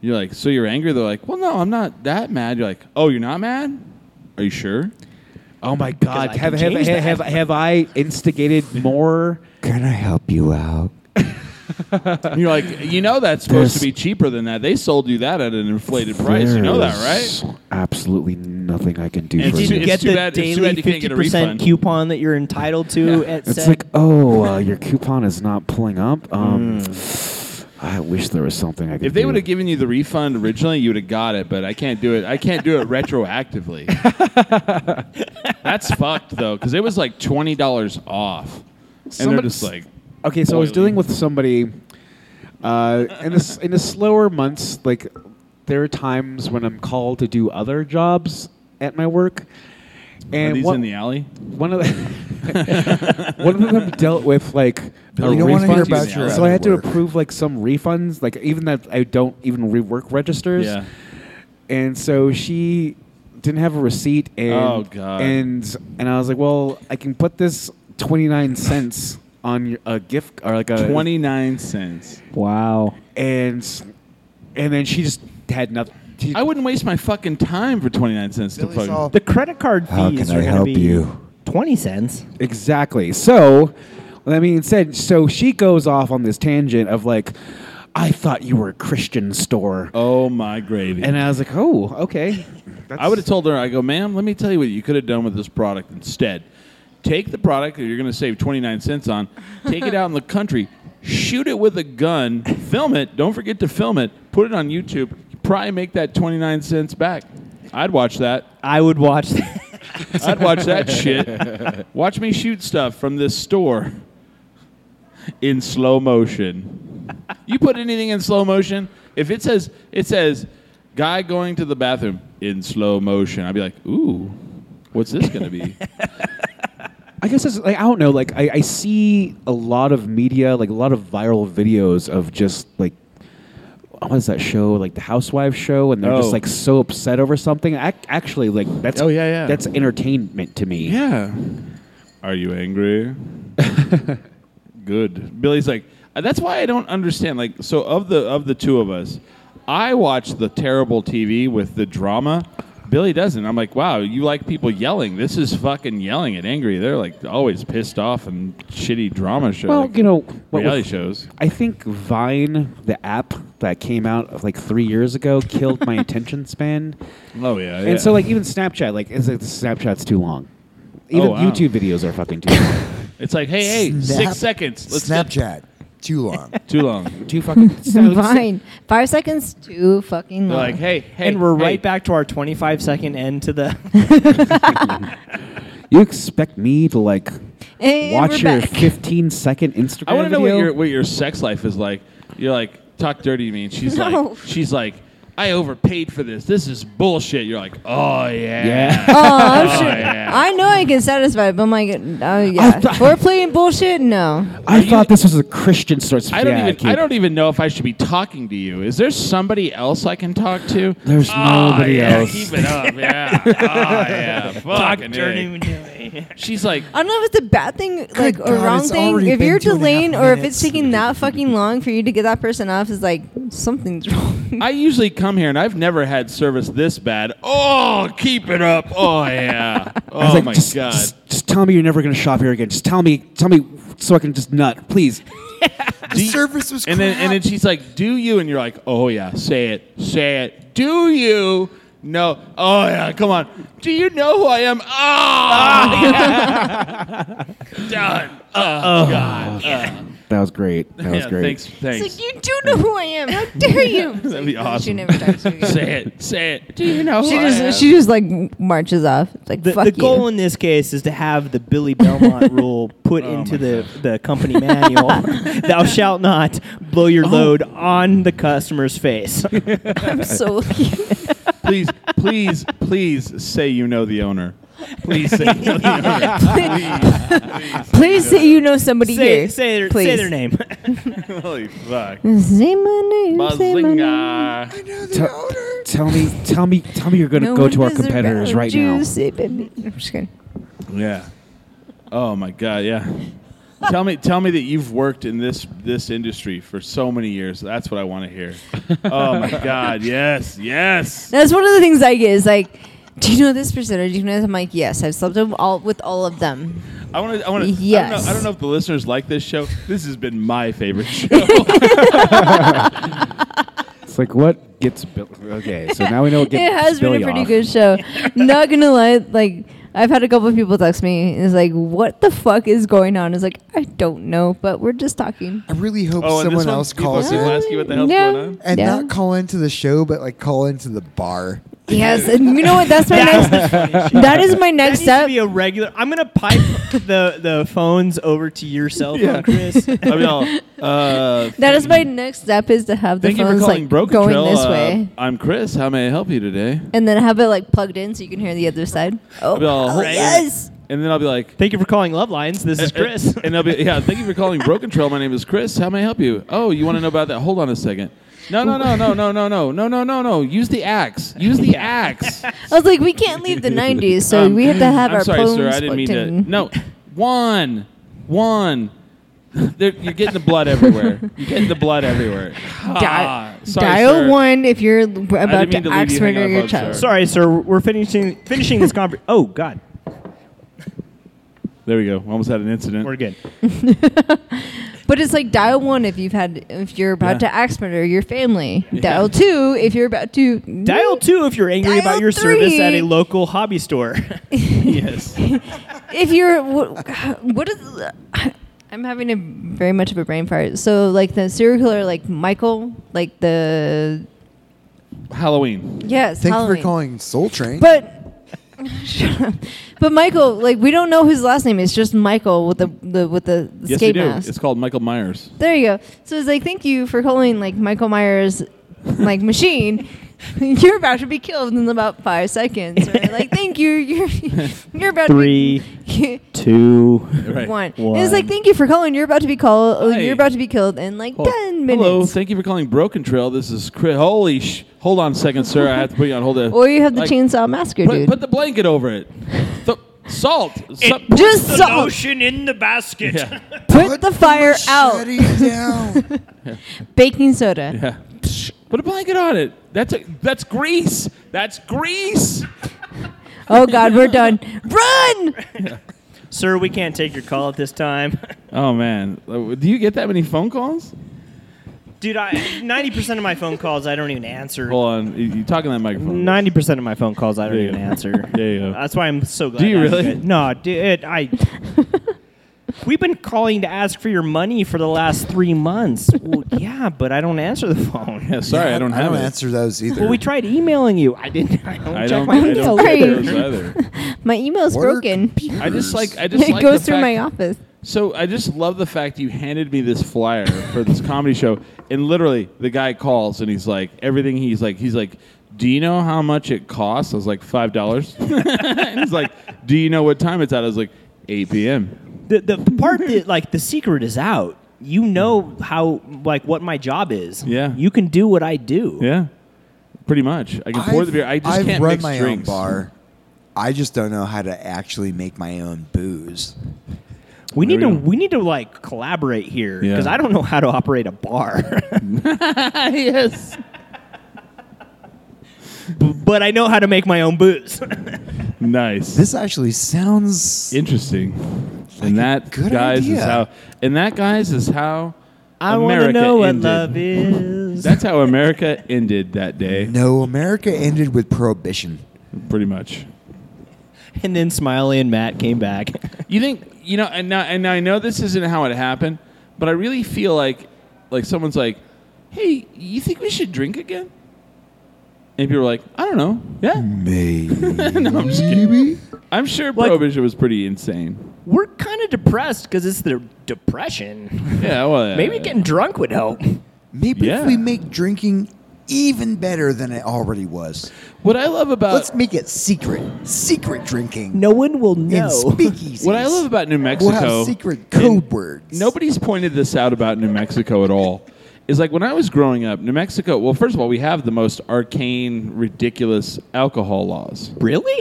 [SPEAKER 2] you're like, so you're angry? They're like, well, no, I'm not that mad. You're like, oh, you're not mad? Are you sure?
[SPEAKER 4] Oh my god,
[SPEAKER 3] I
[SPEAKER 4] have
[SPEAKER 3] can
[SPEAKER 4] have,
[SPEAKER 3] change
[SPEAKER 4] have,
[SPEAKER 3] that.
[SPEAKER 4] have have I [LAUGHS] instigated more?
[SPEAKER 6] Can I help you out?
[SPEAKER 2] And you're like, you know that's supposed to
[SPEAKER 4] There's-
[SPEAKER 2] be cheaper than that. They sold you that at an inflated price. You know that,
[SPEAKER 4] There's
[SPEAKER 2] right?
[SPEAKER 4] Absolutely nothing I can do
[SPEAKER 2] And
[SPEAKER 4] for
[SPEAKER 2] did
[SPEAKER 4] you.
[SPEAKER 2] you get-
[SPEAKER 3] Get
[SPEAKER 2] too
[SPEAKER 3] the
[SPEAKER 2] bad- it's too
[SPEAKER 3] daily
[SPEAKER 2] bad you can't
[SPEAKER 3] fifty
[SPEAKER 2] get a
[SPEAKER 3] percent
[SPEAKER 2] refund.
[SPEAKER 3] coupon that you're entitled to at
[SPEAKER 4] It's
[SPEAKER 3] said-
[SPEAKER 4] like, oh, uh, your coupon is not pulling up. Um, I wish there was something I could.
[SPEAKER 2] Hmm. If they
[SPEAKER 4] do.
[SPEAKER 2] would have given you the refund originally, you would have got it. But I can't do it. I can't do
[SPEAKER 4] [LAUGHS]
[SPEAKER 2] it retroactively. that's fucked though, because it was like twenty dollars off, and they're
[SPEAKER 4] Somebody-
[SPEAKER 2] just like,
[SPEAKER 4] okay, so I was
[SPEAKER 2] boiling.
[SPEAKER 4] dealing with somebody uh, in the s- in the slower months. Like there are times when I'm called to do other jobs at my work,
[SPEAKER 2] are
[SPEAKER 4] and
[SPEAKER 2] these
[SPEAKER 4] one,
[SPEAKER 2] in the alley?
[SPEAKER 4] one
[SPEAKER 2] [LAUGHS]
[SPEAKER 4] of the one of them dealt with like
[SPEAKER 2] Bill,
[SPEAKER 4] a
[SPEAKER 6] we don't wanna hear
[SPEAKER 4] refund.
[SPEAKER 6] about your
[SPEAKER 4] so I
[SPEAKER 6] other
[SPEAKER 4] had
[SPEAKER 6] work.
[SPEAKER 4] to approve like some refunds, like even that I don't even rework registers.
[SPEAKER 2] Yeah.
[SPEAKER 4] and so she didn't have a receipt and
[SPEAKER 2] Oh, God.
[SPEAKER 4] and and I was like, well, I can put this 29 cents on your, a gift or like a
[SPEAKER 2] 29 cents.
[SPEAKER 4] wow and and then she just had nothing she,
[SPEAKER 2] I wouldn't waste my fucking time for 29 cents to
[SPEAKER 6] Billy's
[SPEAKER 2] fucking.
[SPEAKER 6] all,
[SPEAKER 3] the credit card
[SPEAKER 6] How
[SPEAKER 3] fees
[SPEAKER 6] can
[SPEAKER 3] are
[SPEAKER 6] I
[SPEAKER 3] gonna
[SPEAKER 6] help
[SPEAKER 3] be
[SPEAKER 6] you?
[SPEAKER 3] twenty cents.
[SPEAKER 4] exactly so I mean, said so she goes off on this tangent of like, I thought you were a Christian store,
[SPEAKER 2] Oh my gravy!
[SPEAKER 4] and I was like, oh, okay.
[SPEAKER 2] I would have told her, I go, ma'am, let me tell you what you could have done with this product instead. Take the product that you're going to save 29 cents on, take it out in the country, shoot it with a gun, film it, don't forget to film it, put it on YouTube, probably make that 29 cents back. I'd watch that.
[SPEAKER 8] I would watch that.
[SPEAKER 2] [LAUGHS] I'd watch that shit. Watch me shoot stuff from this store in slow motion. You put anything in slow motion? If it says it says guy going to the bathroom in slow motion, I'd be like, "Ooh, what's this going to be?"
[SPEAKER 4] I guess it's like I don't know. Like I, I see a lot of media, like a lot of viral videos of just like what is that show? Like the Housewives show, and they're
[SPEAKER 2] Oh.
[SPEAKER 4] just like so upset over something. I, actually, like that's
[SPEAKER 2] Oh, yeah, yeah.
[SPEAKER 4] that's entertainment to me.
[SPEAKER 2] yeah. Are you angry? Good. Billy's like, uh, "That's why I don't understand like so of the of the two of us, I watch the terrible TV with the drama. Billy doesn't. I'm like, wow, you like people yelling. This is fucking yelling and angry. They're like always pissed off and shitty drama shows.
[SPEAKER 4] Well,
[SPEAKER 2] like,
[SPEAKER 4] you know, what
[SPEAKER 2] reality
[SPEAKER 4] with-
[SPEAKER 2] shows.
[SPEAKER 4] I think Vine, the app that came out like three years ago, killed
[SPEAKER 2] [LAUGHS]
[SPEAKER 4] my attention span.
[SPEAKER 2] Oh yeah,
[SPEAKER 4] And so, like, even Snapchat, like, it's like Snapchat's too long. Even
[SPEAKER 2] Oh, wow.
[SPEAKER 4] YouTube videos are fucking too long.
[SPEAKER 2] it's like, hey, hey,
[SPEAKER 6] Snap-
[SPEAKER 2] six seconds. Let's get-
[SPEAKER 6] Snapchat. Too
[SPEAKER 2] [LAUGHS]
[SPEAKER 6] long.
[SPEAKER 2] too long.
[SPEAKER 4] too fucking.
[SPEAKER 5] Fine. Five seconds too fucking
[SPEAKER 2] They're
[SPEAKER 5] long.
[SPEAKER 2] like, hey, hey,
[SPEAKER 8] and we're
[SPEAKER 2] hey.
[SPEAKER 8] right back to our 25 second end to the.
[SPEAKER 3] [LAUGHS]
[SPEAKER 4] You expect me to like
[SPEAKER 5] And
[SPEAKER 4] watch
[SPEAKER 5] we're
[SPEAKER 4] your
[SPEAKER 5] back.
[SPEAKER 4] 15 second Instagram
[SPEAKER 2] I want to know what
[SPEAKER 4] video?
[SPEAKER 2] your what your sex life is like. You're like talk dirty to me, and
[SPEAKER 4] [LAUGHS]
[SPEAKER 2] she's
[SPEAKER 5] No.
[SPEAKER 2] like she's like I overpaid for this. This is bullshit. You're like oh yeah.
[SPEAKER 4] yeah.
[SPEAKER 2] [LAUGHS]
[SPEAKER 4] [LAUGHS]
[SPEAKER 5] Oh, I'm sure.
[SPEAKER 2] yeah.
[SPEAKER 5] I know I can satisfy, it, but I'm like, oh yeah, foreplay and bullshit. No,
[SPEAKER 4] I thought this was a Christian source.
[SPEAKER 2] I don't
[SPEAKER 4] yeah,
[SPEAKER 2] even
[SPEAKER 4] kid.
[SPEAKER 2] I don't even know if I should be talking to you. Is there somebody else I can talk to?
[SPEAKER 4] There's
[SPEAKER 2] Oh,
[SPEAKER 4] nobody
[SPEAKER 2] yeah,
[SPEAKER 4] else.
[SPEAKER 2] Keep it up,
[SPEAKER 4] [LAUGHS]
[SPEAKER 2] yeah. oh, yeah. Fucking A. She's like,
[SPEAKER 5] I don't know if it's a bad thing, like
[SPEAKER 6] Good
[SPEAKER 5] or
[SPEAKER 6] God,
[SPEAKER 5] wrong
[SPEAKER 6] it's
[SPEAKER 5] thing.
[SPEAKER 6] already
[SPEAKER 5] If
[SPEAKER 6] been
[SPEAKER 5] you're
[SPEAKER 6] two and a
[SPEAKER 5] delaying
[SPEAKER 6] half
[SPEAKER 5] or if
[SPEAKER 6] minutes.
[SPEAKER 5] it's taking that fucking long for you to get that person off, is like something's wrong.
[SPEAKER 2] I usually come here and I've never had service this bad. Oh, keep it up. Oh yeah.
[SPEAKER 4] [LAUGHS] I was
[SPEAKER 2] Oh
[SPEAKER 4] like,
[SPEAKER 2] my
[SPEAKER 4] just,
[SPEAKER 2] god.
[SPEAKER 4] Just, just tell me you're never gonna shop here again. Just tell me, tell me, so I can just nut, please.
[SPEAKER 2] Do you-
[SPEAKER 6] service was
[SPEAKER 2] and then and then
[SPEAKER 6] crap.
[SPEAKER 2] she's like, "Do you?" And you're like, "Oh yeah, say it, say it. Do you?" No. Oh yeah, come on. Do you know who I am? Ah, yeah. done. Oh, God.
[SPEAKER 4] That was great. That was
[SPEAKER 2] yeah,
[SPEAKER 4] great.
[SPEAKER 2] thanks. Thanks.
[SPEAKER 5] It's like you do know who I am. How dare you?
[SPEAKER 2] That'd be
[SPEAKER 5] She
[SPEAKER 2] awesome.
[SPEAKER 5] never talks
[SPEAKER 2] [LAUGHS]
[SPEAKER 5] to you. again.
[SPEAKER 2] say it. Say it. Do you know?
[SPEAKER 5] She
[SPEAKER 2] who I am?
[SPEAKER 5] just she just like marches off. It's Like
[SPEAKER 8] The,
[SPEAKER 5] fuck
[SPEAKER 8] the goal
[SPEAKER 5] [LAUGHS] you.
[SPEAKER 8] in this case is to have the Billy
[SPEAKER 5] [LAUGHS]
[SPEAKER 8] Belmont rule put into the, the company manual Thou shalt not blow your
[SPEAKER 5] Oh.
[SPEAKER 8] load on the customer's
[SPEAKER 5] [LAUGHS]
[SPEAKER 8] face.
[SPEAKER 5] I'm so
[SPEAKER 2] [LAUGHS]
[SPEAKER 5] [LAUGHS]
[SPEAKER 2] please, please, please say you know the owner. Please say you know the owner.
[SPEAKER 5] [LAUGHS] Please say you know somebody
[SPEAKER 8] say,
[SPEAKER 5] here.
[SPEAKER 8] say, their, say
[SPEAKER 5] please.
[SPEAKER 8] their name. [LAUGHS]
[SPEAKER 2] Holy fuck.
[SPEAKER 5] Say my name. Say my name.
[SPEAKER 2] Bazinga.
[SPEAKER 4] Tell, tell me, tell me, tell me you're gonna
[SPEAKER 5] No
[SPEAKER 4] go
[SPEAKER 5] one
[SPEAKER 4] to our
[SPEAKER 5] is around
[SPEAKER 4] competitors right
[SPEAKER 5] you,
[SPEAKER 4] now.
[SPEAKER 5] say baby. I'm just kidding.
[SPEAKER 2] Yeah. Oh my god, yeah. tell me tell me that you've worked in this this industry for so many years. That's what I want to hear.
[SPEAKER 5] [LAUGHS]
[SPEAKER 2] Oh my god, yes. Yes.
[SPEAKER 5] That's one of the things I get is like, do you know this person or do you know? This? I'm like, yes, I've slept with all with all of them.
[SPEAKER 2] I want to I want to I, don't
[SPEAKER 5] Yes.
[SPEAKER 2] know, I don't know if the listeners like this show. This has been my
[SPEAKER 5] [LAUGHS]
[SPEAKER 2] favorite show.
[SPEAKER 4] It's like what gets Bill? Okay, so now we know what gets
[SPEAKER 5] [LAUGHS] it has been
[SPEAKER 4] Billy
[SPEAKER 5] a pretty
[SPEAKER 4] off.
[SPEAKER 5] good show. Not gonna lie, like I've had a couple of people text me and it's like, what the fuck is going on? It's like I don't know, but we're just talking.
[SPEAKER 6] I really hope
[SPEAKER 2] Oh, and this
[SPEAKER 6] someone
[SPEAKER 2] one,
[SPEAKER 6] else
[SPEAKER 2] people-
[SPEAKER 6] calls
[SPEAKER 2] people
[SPEAKER 6] in
[SPEAKER 2] ask you what the hell's
[SPEAKER 5] Yeah.
[SPEAKER 2] going on.
[SPEAKER 6] and
[SPEAKER 5] Yeah.
[SPEAKER 6] not call into the show, but like call into the bar.
[SPEAKER 5] Yes, and you know what?
[SPEAKER 8] [LAUGHS]
[SPEAKER 5] That's my next. That is my
[SPEAKER 8] That
[SPEAKER 5] next
[SPEAKER 8] needs
[SPEAKER 5] step.
[SPEAKER 8] to be a regular. I'm gonna pipe the the phones over to
[SPEAKER 5] [LAUGHS]
[SPEAKER 8] your cell phone,
[SPEAKER 2] Yeah.
[SPEAKER 8] Chris.
[SPEAKER 2] I mean, I'll- uh,
[SPEAKER 5] that is my next step is to have the
[SPEAKER 2] thank you for
[SPEAKER 5] phones
[SPEAKER 2] calling
[SPEAKER 5] like
[SPEAKER 2] Broken
[SPEAKER 5] going
[SPEAKER 2] Trail.
[SPEAKER 5] this
[SPEAKER 2] Uh,
[SPEAKER 5] way,
[SPEAKER 2] I'm Chris. How may I help you today?
[SPEAKER 5] and then have it like plugged in so you can hear the other side. Oh,
[SPEAKER 2] I'll be all,
[SPEAKER 5] oh,
[SPEAKER 2] "Hold on."
[SPEAKER 5] yes.
[SPEAKER 2] And then I'll be like
[SPEAKER 8] Thank you for calling Love Lines. This is
[SPEAKER 2] Uh, uh,
[SPEAKER 8] Chris.
[SPEAKER 2] and they'll be, yeah, thank you for calling Broken Trail. My name is Chris. How may I help you? Oh, you want to know about that? Hold on a second. No, no, no, no, no, no, no, no, no, no, no. Use the axe. Use
[SPEAKER 5] [LAUGHS]
[SPEAKER 2] the axe.
[SPEAKER 5] I was like, we can't leave the '90s, so
[SPEAKER 2] Um,
[SPEAKER 5] we have to have
[SPEAKER 2] I'm
[SPEAKER 5] our
[SPEAKER 2] sorry,
[SPEAKER 5] phones
[SPEAKER 2] sir. I didn't mean
[SPEAKER 5] plugged
[SPEAKER 2] to.
[SPEAKER 5] in.
[SPEAKER 2] No, one, one. [LAUGHS] There, you're getting the blood everywhere. You're getting the blood everywhere. Ah,
[SPEAKER 5] Di-
[SPEAKER 2] sorry,
[SPEAKER 5] dial
[SPEAKER 2] sir.
[SPEAKER 5] one if you're l- about
[SPEAKER 2] mean
[SPEAKER 5] to,
[SPEAKER 2] to leave
[SPEAKER 5] axe
[SPEAKER 2] you hanging
[SPEAKER 5] murder
[SPEAKER 2] on
[SPEAKER 5] your
[SPEAKER 2] above,
[SPEAKER 5] child.
[SPEAKER 2] sir.
[SPEAKER 8] Sorry, sir. We're finishing finishing this conversation. Oh God.
[SPEAKER 2] There we go. Almost had an incident.
[SPEAKER 3] We're good.
[SPEAKER 5] But it's like dial one if you've had if you're about
[SPEAKER 2] Yeah.
[SPEAKER 5] to axe murder your family. Dial two if you're about to
[SPEAKER 3] Dial two if you're angry
[SPEAKER 5] Dial
[SPEAKER 3] about your service at
[SPEAKER 5] three.
[SPEAKER 3] a local hobby store.
[SPEAKER 2] yes.
[SPEAKER 5] if you're what, what is I'm having a very much of a brain fart. So like the serial killer, like Michael, like the
[SPEAKER 2] Halloween.
[SPEAKER 5] yes.
[SPEAKER 6] Thank you
[SPEAKER 5] Halloween.
[SPEAKER 6] for calling Soul Train.
[SPEAKER 5] But [LAUGHS] shut up. But Michael, like we don't know his last name. It's just Michael with the, the with the
[SPEAKER 2] Yes, you
[SPEAKER 5] skate
[SPEAKER 2] do.
[SPEAKER 5] mask.
[SPEAKER 2] It's called Michael Myers.
[SPEAKER 5] There you go. So it's like, thank you for calling like Michael Myers, like machine. [LAUGHS] You're about to be killed in about five seconds. Or like, thank you. You're you're about
[SPEAKER 3] Three,
[SPEAKER 5] to [LAUGHS] be
[SPEAKER 3] two.
[SPEAKER 2] Right.
[SPEAKER 5] one.
[SPEAKER 3] One.
[SPEAKER 5] It's like, thank you for calling. You're about to be called.
[SPEAKER 2] Hi.
[SPEAKER 5] You're about to be killed in like
[SPEAKER 2] Hold-
[SPEAKER 5] ten
[SPEAKER 2] Hello,
[SPEAKER 5] minutes.
[SPEAKER 2] thank you for calling Broken Trail. This is Chris. Holy sh! Hold on a second, sir. I have to put you on hold.
[SPEAKER 5] [LAUGHS]
[SPEAKER 2] A,
[SPEAKER 5] Or you have the
[SPEAKER 2] like,
[SPEAKER 5] chainsaw massacre,
[SPEAKER 2] Put,
[SPEAKER 5] dude.
[SPEAKER 2] put the blanket over it. Th- salt. Sup-
[SPEAKER 5] Just salt.
[SPEAKER 3] Lotion in the basket.
[SPEAKER 2] yeah.
[SPEAKER 5] Put the fire out.
[SPEAKER 6] Shut it
[SPEAKER 5] [LAUGHS]
[SPEAKER 6] down.
[SPEAKER 5] Baking soda.
[SPEAKER 2] yeah. Put a blanket on it. That's a, that's grease. That's grease.
[SPEAKER 5] Oh God, we're done. Run.
[SPEAKER 3] Sir, we can't take your call at this time. [LAUGHS]
[SPEAKER 2] Oh man, Uh, do you get that many phone calls?
[SPEAKER 3] Dude, I ninety percent of my phone calls I don't even answer.
[SPEAKER 2] Hold on, you, you talking that microphone?
[SPEAKER 3] Ninety percent of my phone calls I don't
[SPEAKER 2] There you
[SPEAKER 3] even
[SPEAKER 2] go.
[SPEAKER 3] answer.
[SPEAKER 2] There you go.
[SPEAKER 3] That's why I'm so glad.
[SPEAKER 2] Do you
[SPEAKER 3] I
[SPEAKER 2] really?
[SPEAKER 3] did. No, dude, I. We've been calling to ask for your money for the last three months. well, [LAUGHS] yeah, but I don't answer the phone.
[SPEAKER 2] Yeah, sorry, I don't have it.
[SPEAKER 6] answer those either.
[SPEAKER 3] Well, we tried emailing you. I didn't. I don't
[SPEAKER 2] I
[SPEAKER 3] check
[SPEAKER 2] don't.
[SPEAKER 3] my
[SPEAKER 2] I
[SPEAKER 3] email.
[SPEAKER 2] don't
[SPEAKER 5] Sorry.
[SPEAKER 2] get those either.
[SPEAKER 5] My email's
[SPEAKER 6] Work
[SPEAKER 5] broken.
[SPEAKER 2] [LAUGHS] I just like. I just
[SPEAKER 5] It
[SPEAKER 2] like
[SPEAKER 5] goes
[SPEAKER 2] the
[SPEAKER 5] through
[SPEAKER 2] fact-
[SPEAKER 5] my office.
[SPEAKER 2] So I just love the fact you handed me this flyer for
[SPEAKER 6] [LAUGHS]
[SPEAKER 2] this comedy show, and literally the guy calls and he's like, everything he's like, he's like, do you know how much it costs? I was like, five dollars. [LAUGHS] and he's like, do you know what time it's at? I was like, eight p.m.
[SPEAKER 3] The, the part that like the secret is out. You know how like what my job is.
[SPEAKER 2] Yeah.
[SPEAKER 3] You can do what I do.
[SPEAKER 2] Yeah, pretty much. I can pour the beer. I just
[SPEAKER 6] I've
[SPEAKER 2] can't
[SPEAKER 6] run
[SPEAKER 2] mix
[SPEAKER 6] my
[SPEAKER 2] drinks.
[SPEAKER 6] own bar. I just don't know how to actually make my own booze.
[SPEAKER 3] We
[SPEAKER 2] There
[SPEAKER 3] need
[SPEAKER 2] we
[SPEAKER 3] to
[SPEAKER 2] go.
[SPEAKER 3] we need to like collaborate here
[SPEAKER 2] Yeah.
[SPEAKER 3] because I don't know how to operate a bar,
[SPEAKER 2] [LAUGHS] yes.
[SPEAKER 3] but I know how to make my own booze.
[SPEAKER 2] Nice.
[SPEAKER 6] This actually sounds.
[SPEAKER 2] Interesting. And that
[SPEAKER 6] good
[SPEAKER 2] guys is
[SPEAKER 6] idea.
[SPEAKER 2] how. And that guys is how.
[SPEAKER 3] I want to
[SPEAKER 2] America
[SPEAKER 3] know what
[SPEAKER 2] ended.
[SPEAKER 3] love is.
[SPEAKER 2] That's how America ended that day,
[SPEAKER 6] no, America ended with prohibition.
[SPEAKER 2] pretty much.
[SPEAKER 3] [LAUGHS] and then Smiley and Matt came back.
[SPEAKER 2] You think you know, and now, and I know this isn't how it happened, but I really feel like like someone's like, "Hey, you think we should drink again?" And people are like, "I don't know, yeah." [LAUGHS]
[SPEAKER 6] Maybe.
[SPEAKER 2] no, I'm just kidding. I'm sure prohibition was pretty insane.
[SPEAKER 3] We're kind of depressed because it's the depression.
[SPEAKER 2] Yeah, well,
[SPEAKER 3] Maybe getting drunk would help.
[SPEAKER 6] Maybe
[SPEAKER 2] Yeah.
[SPEAKER 6] if we make drinking even better than it already was.
[SPEAKER 2] what I love about
[SPEAKER 6] Let's make it secret. Secret drinking.
[SPEAKER 3] No one will know.
[SPEAKER 6] In speakeasies.
[SPEAKER 2] what I love about New Mexico.
[SPEAKER 6] We'll have secret code
[SPEAKER 2] and
[SPEAKER 6] words.
[SPEAKER 2] Nobody's pointed this out about New Mexico at all. Is like when I was growing up, New Mexico. Well, first of all, we have the most arcane, ridiculous alcohol laws.
[SPEAKER 3] Really?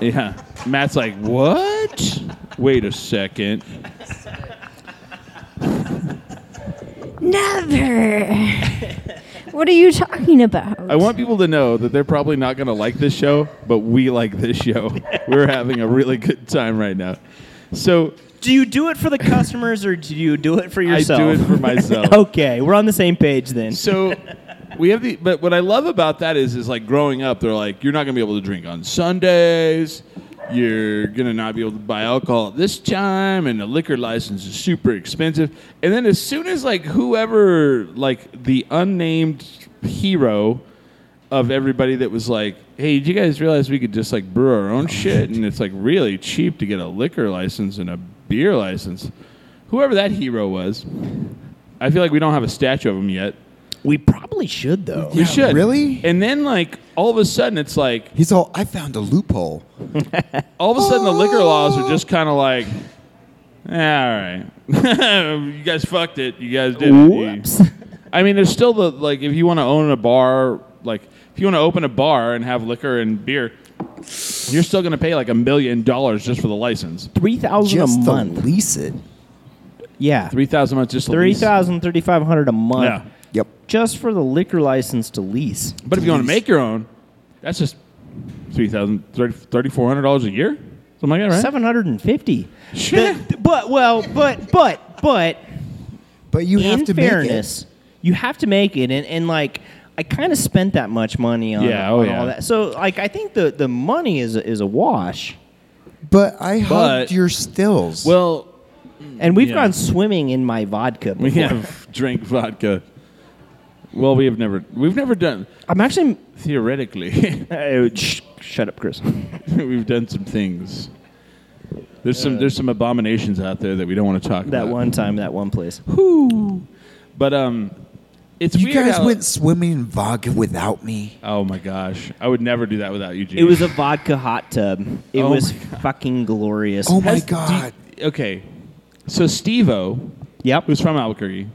[SPEAKER 2] Yeah. Matt's like, what? Wait a second.
[SPEAKER 5] Never. [LAUGHS] what are you talking about?
[SPEAKER 2] I want people to know that they're probably not going to like this show, but we like this show. We're having a really good time right now. So
[SPEAKER 3] Do you do it for the customers or do you do it for yourself?
[SPEAKER 2] I do
[SPEAKER 3] [LAUGHS]
[SPEAKER 2] it for myself.
[SPEAKER 3] okay, we're on the same page then.
[SPEAKER 2] So we have the but what I love about that is is like growing up they're like you're not going to be able to drink on Sundays. You're going to not be able to buy alcohol at this time and the liquor license is super expensive. And then as soon as like whoever like the unnamed hero of everybody that was like, "Hey, did you guys realize we could just like brew our own shit and it's like really cheap to get a liquor license and a beer license." Whoever that hero was, I feel like we don't have a statue of him yet.
[SPEAKER 3] We probably should though.
[SPEAKER 2] We should
[SPEAKER 6] really?
[SPEAKER 2] And then like all of a sudden, it's like
[SPEAKER 6] He's all, I found a loophole.
[SPEAKER 2] all of a sudden the liquor
[SPEAKER 3] Oh.
[SPEAKER 2] laws are just kind of like, "Eh, all right, [LAUGHS] you guys fucked it. You guys did. It.
[SPEAKER 3] Whoops.
[SPEAKER 2] You- I mean, there's still the like if you want to own a bar, like if you want to open a bar and have liquor and beer, you're still gonna pay like a million dollars just for the license.
[SPEAKER 3] Three thousand a
[SPEAKER 6] Just to
[SPEAKER 3] month.
[SPEAKER 6] lease it.
[SPEAKER 3] yeah.
[SPEAKER 2] Three thousand months just to
[SPEAKER 3] Three
[SPEAKER 2] lease.
[SPEAKER 3] thousand, thirty five hundred a month.
[SPEAKER 2] Yeah,
[SPEAKER 6] Yep.
[SPEAKER 3] Just for the liquor license to lease.
[SPEAKER 2] but if you want to make your own, that's just three thousand, thirty, thirty four hundred dollars a year. It's Am I right?
[SPEAKER 3] Seven hundred and fifty.
[SPEAKER 2] Sure.
[SPEAKER 3] But well, but but but
[SPEAKER 6] But [LAUGHS] you
[SPEAKER 3] in
[SPEAKER 6] have to
[SPEAKER 3] fairness, you have to make it, and, and like I kind of spent that much money on,
[SPEAKER 2] Yeah, oh
[SPEAKER 3] on
[SPEAKER 2] yeah.
[SPEAKER 3] all that. So like I think the the money is a, is a wash,
[SPEAKER 6] make it. But I hugged
[SPEAKER 2] But-
[SPEAKER 6] your stills.
[SPEAKER 2] Well,
[SPEAKER 3] and we've
[SPEAKER 2] Yeah.
[SPEAKER 3] gone swimming in my
[SPEAKER 2] [LAUGHS]
[SPEAKER 3] vodka.
[SPEAKER 2] we
[SPEAKER 6] [LAUGHS]
[SPEAKER 3] Before.
[SPEAKER 2] have drank vodka. Well, we have never we've never done
[SPEAKER 3] I'm actually.
[SPEAKER 2] theoretically. [LAUGHS]
[SPEAKER 3] Uh, sh- shut up, Chris.
[SPEAKER 2] we've done some things. There's
[SPEAKER 6] Uh,
[SPEAKER 2] some there's some abominations out there that we don't want to talk about.
[SPEAKER 3] That one time, that one place.
[SPEAKER 2] But um, it's
[SPEAKER 6] you
[SPEAKER 2] weird
[SPEAKER 6] guys
[SPEAKER 2] how-
[SPEAKER 6] went swimming in vodka without me.
[SPEAKER 2] Oh my gosh, I would never do that without you, Gene.
[SPEAKER 3] It was a vodka hot tub. It
[SPEAKER 2] Oh
[SPEAKER 3] was
[SPEAKER 2] my
[SPEAKER 3] fucking glorious.
[SPEAKER 6] Oh my
[SPEAKER 2] Has- do you-
[SPEAKER 6] God.
[SPEAKER 2] okay, so Steve-O,
[SPEAKER 3] Yep.
[SPEAKER 2] who's from Albuquerque,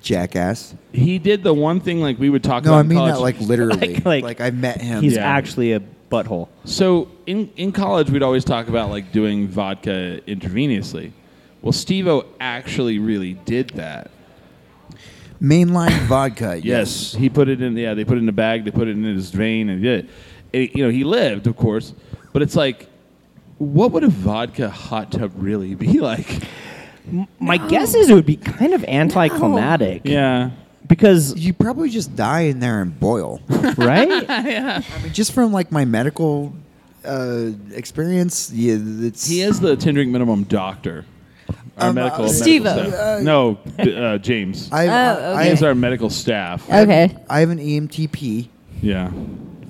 [SPEAKER 6] Jackass.
[SPEAKER 2] he did the one thing like we would talk
[SPEAKER 6] No,
[SPEAKER 2] about.
[SPEAKER 6] I
[SPEAKER 2] in
[SPEAKER 6] mean
[SPEAKER 2] college. [LAUGHS]
[SPEAKER 6] that like literally.
[SPEAKER 3] Like-
[SPEAKER 6] Like,
[SPEAKER 3] like-
[SPEAKER 6] I met him.
[SPEAKER 3] He's
[SPEAKER 2] Yeah.
[SPEAKER 3] actually a butthole.
[SPEAKER 2] So in in college, we'd always talk about like doing vodka intravenously. Well, Steve-O actually really did that.
[SPEAKER 6] Mainline vodka.
[SPEAKER 2] [LAUGHS] Yes, he put it in. Yeah, they put it in a bag. They put it in his vein, and he did it. And, you know, he lived, of course, but it's like, what would a vodka hot tub really be [LAUGHS] like? [GASPS]
[SPEAKER 3] My guess is it would be kind of anticlimactic.
[SPEAKER 2] Yeah, [LAUGHS]
[SPEAKER 3] Because
[SPEAKER 6] You probably just die in there and boil.
[SPEAKER 3] right?
[SPEAKER 6] I mean, just from like my medical uh, experience, yeah, it's
[SPEAKER 2] he is the ten drink minimum doctor. Our
[SPEAKER 6] Um,
[SPEAKER 2] medical
[SPEAKER 6] uh,
[SPEAKER 2] medical
[SPEAKER 5] Steve-O.
[SPEAKER 2] staff. no, d- uh, James.
[SPEAKER 6] I,
[SPEAKER 5] Oh,
[SPEAKER 6] I,
[SPEAKER 5] okay.
[SPEAKER 2] He's our medical staff.
[SPEAKER 6] I,
[SPEAKER 5] Okay. [LAUGHS]
[SPEAKER 6] I have an E EMTP.
[SPEAKER 2] Yeah.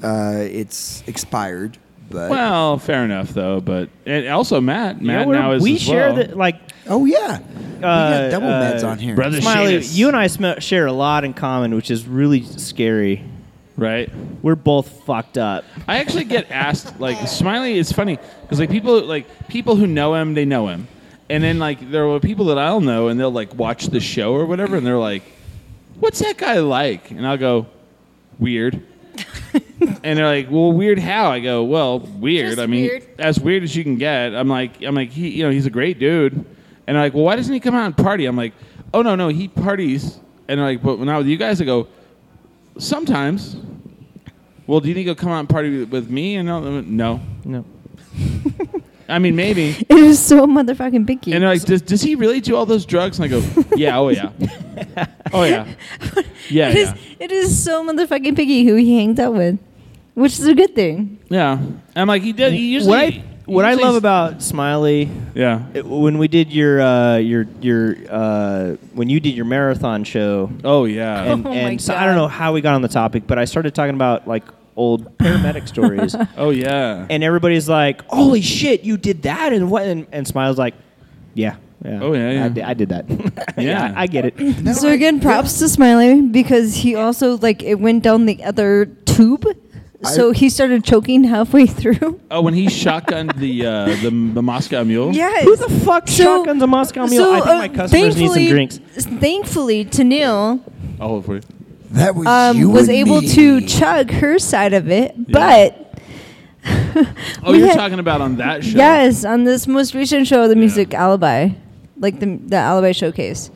[SPEAKER 6] Uh, it's expired, but
[SPEAKER 2] Well, fair enough though. But and also Matt. Matt
[SPEAKER 3] we're-
[SPEAKER 2] now is
[SPEAKER 3] we
[SPEAKER 2] as
[SPEAKER 3] share
[SPEAKER 2] well.
[SPEAKER 3] the like
[SPEAKER 6] oh yeah, we
[SPEAKER 3] Uh,
[SPEAKER 6] got double
[SPEAKER 3] uh,
[SPEAKER 6] meds on here.
[SPEAKER 2] brother
[SPEAKER 3] Smiley.
[SPEAKER 2] Shadis.
[SPEAKER 3] You and I sm- share a lot in common, which is really scary.
[SPEAKER 2] right.
[SPEAKER 3] We're both fucked up.
[SPEAKER 2] I actually get asked like Smiley is funny because like people like people who know him they know him, and then like there were people that I'll know and they'll like watch the show or whatever and they're like, "What's that guy like?" And I'll go, "Weird." [LAUGHS] and they're like, "Well, weird how?" I go, "Well, weird.
[SPEAKER 5] Just
[SPEAKER 2] I mean,
[SPEAKER 5] weird.
[SPEAKER 2] as weird as you can get." I'm like, "I'm like he, you know, he's a great dude." And they're like, "Well, why doesn't he come out and party?" I'm like, "Oh no, no, he parties." And they're like, "But now with you guys," I go, "Sometimes." Well, do you think he'll come out and party with- with me? And I'll- no,
[SPEAKER 3] No.
[SPEAKER 2] I
[SPEAKER 5] [LAUGHS]
[SPEAKER 2] mean maybe.
[SPEAKER 5] It was so motherfucking picky.
[SPEAKER 2] And they're like, does, does he really do all those drugs? And I go, yeah,
[SPEAKER 5] [LAUGHS]
[SPEAKER 2] oh yeah, oh yeah, yeah,
[SPEAKER 5] It is-
[SPEAKER 2] yeah,
[SPEAKER 5] it is so motherfucking picky who he hangs out with, which is a good thing.
[SPEAKER 2] yeah. I'm like, he does. He usually.
[SPEAKER 3] what I
[SPEAKER 2] he
[SPEAKER 3] what I
[SPEAKER 2] usually
[SPEAKER 3] love
[SPEAKER 2] s-
[SPEAKER 3] about Smiley
[SPEAKER 2] yeah.
[SPEAKER 3] it- when we did your uh, your your uh, when you did your marathon show
[SPEAKER 2] [LAUGHS] Oh yeah.
[SPEAKER 3] and,
[SPEAKER 5] Oh my
[SPEAKER 3] and so I don't
[SPEAKER 5] God.
[SPEAKER 3] know how we got on the topic, but I started talking about like old
[SPEAKER 2] [LAUGHS]
[SPEAKER 3] paramedic stories,
[SPEAKER 2] oh yeah.
[SPEAKER 3] and everybody's like, "Holy shit, you did that!" and what? And, and Smiles like, "Yeah, yeah,
[SPEAKER 2] Oh, yeah, yeah.
[SPEAKER 3] I, did, I did that. [LAUGHS] yeah,
[SPEAKER 2] Yeah.
[SPEAKER 3] I, I get
[SPEAKER 5] [LAUGHS]
[SPEAKER 3] it.
[SPEAKER 5] so again, props to Smiley because he also like it went down the other tube, so he started choking halfway [LAUGHS] through.
[SPEAKER 2] Oh, when he shotgunned the uh, the the Moscow Mule.
[SPEAKER 5] Yes.
[SPEAKER 3] Who the fuck shotguns a Moscow Mule? I think
[SPEAKER 5] uh,
[SPEAKER 3] my customers need some
[SPEAKER 5] thankfully-
[SPEAKER 3] drinks.
[SPEAKER 5] Thankfully, Tennille
[SPEAKER 2] All of it.
[SPEAKER 6] that was
[SPEAKER 5] um,
[SPEAKER 6] you
[SPEAKER 5] was
[SPEAKER 6] and
[SPEAKER 5] able
[SPEAKER 6] me.
[SPEAKER 5] to chug her side of it, but
[SPEAKER 2] Oh,
[SPEAKER 5] We
[SPEAKER 2] you're
[SPEAKER 5] had-
[SPEAKER 2] talking about on that show.
[SPEAKER 5] yes, on this most recent show, the music alibi, like the the alibi showcase.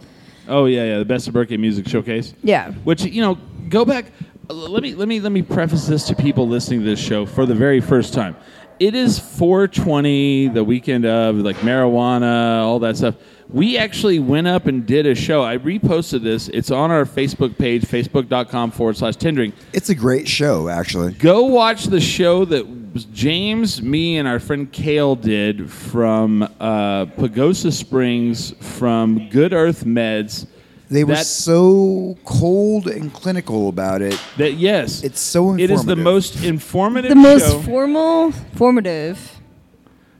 [SPEAKER 2] Oh yeah, yeah. The best of Berkeley music showcase.
[SPEAKER 5] Yeah.
[SPEAKER 2] Which you know, go back. l- Let me let me let me preface this to people listening to this show for the very first time. It is 420, the weekend of like marijuana, all that stuff. We actually went up and did a show. I reposted this. It's on our Facebook page, facebook.com forward slash tendering.
[SPEAKER 6] It's a great show, actually.
[SPEAKER 2] Go watch the show that was James, me, and our friend Kale did from uh, Pagosa Springs from Good Earth Meds.
[SPEAKER 6] They were
[SPEAKER 2] That-
[SPEAKER 6] so cold and clinical about it.
[SPEAKER 2] That yes,
[SPEAKER 6] It's so
[SPEAKER 2] It is the
[SPEAKER 6] informative.
[SPEAKER 2] most informative.
[SPEAKER 5] The most
[SPEAKER 2] show.
[SPEAKER 5] formal, formative.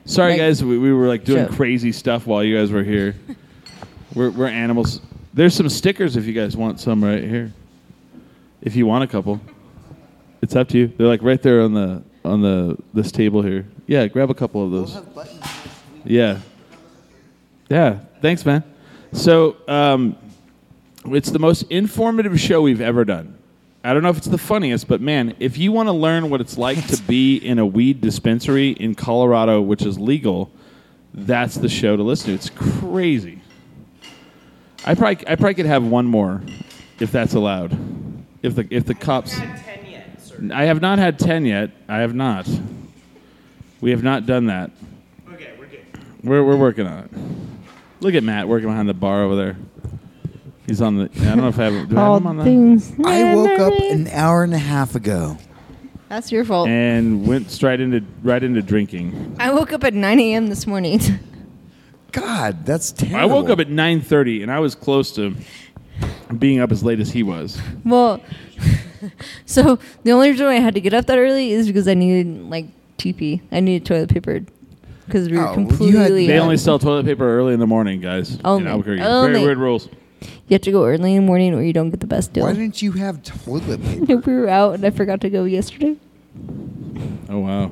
[SPEAKER 2] Sorry,
[SPEAKER 5] like,
[SPEAKER 2] guys, we, we were like doing
[SPEAKER 5] show.
[SPEAKER 2] crazy stuff while you guys
[SPEAKER 5] [LAUGHS]
[SPEAKER 2] were here. we're we're animals. There's some stickers if you guys want some right here. If you want a couple, it's up to you. They're like right there on the on the this table here. Yeah, grab a couple of those. Yeah. Yeah. Thanks, man. So um, it's the most informative show we've ever done. I don't know if it's the funniest, but man, if you want to learn what it's like to be in a weed dispensary in Colorado, which is legal, that's the show to listen to. It's crazy. I probably, I probably could have one more, if that's allowed. If the if the cops, I have not had ten yet. I have not. We have not done that.
[SPEAKER 8] Okay, we're good.
[SPEAKER 2] We're, we're working on it. Look at Matt working behind the bar over there. He's on the. I don't know if I have, do
[SPEAKER 5] Oh,
[SPEAKER 2] I have him on
[SPEAKER 7] All
[SPEAKER 2] the.
[SPEAKER 7] things.
[SPEAKER 6] I woke up an hour and a half ago.
[SPEAKER 5] That's your fault.
[SPEAKER 2] And went straight into right into drinking.
[SPEAKER 5] I woke up at 9 a.m. this morning. [LAUGHS]
[SPEAKER 6] God, that's terrible.
[SPEAKER 2] I woke up at 9:30 and I was close to being up as late as he was.
[SPEAKER 5] well, [LAUGHS] so the only reason why I had to get up that early is because I needed like TP. I needed toilet paper because we were
[SPEAKER 6] Oh, well, you had-
[SPEAKER 5] completely.
[SPEAKER 2] They
[SPEAKER 5] out.
[SPEAKER 2] only sell toilet paper early in the morning, guys.
[SPEAKER 5] Only.
[SPEAKER 2] In Albuquerque. Very
[SPEAKER 5] Only.
[SPEAKER 2] weird rules.
[SPEAKER 5] you have to go early in the morning or you don't get the best deal.
[SPEAKER 6] Why didn't you have toilet paper?
[SPEAKER 5] [LAUGHS] we were out and I forgot to go yesterday
[SPEAKER 2] Oh wow.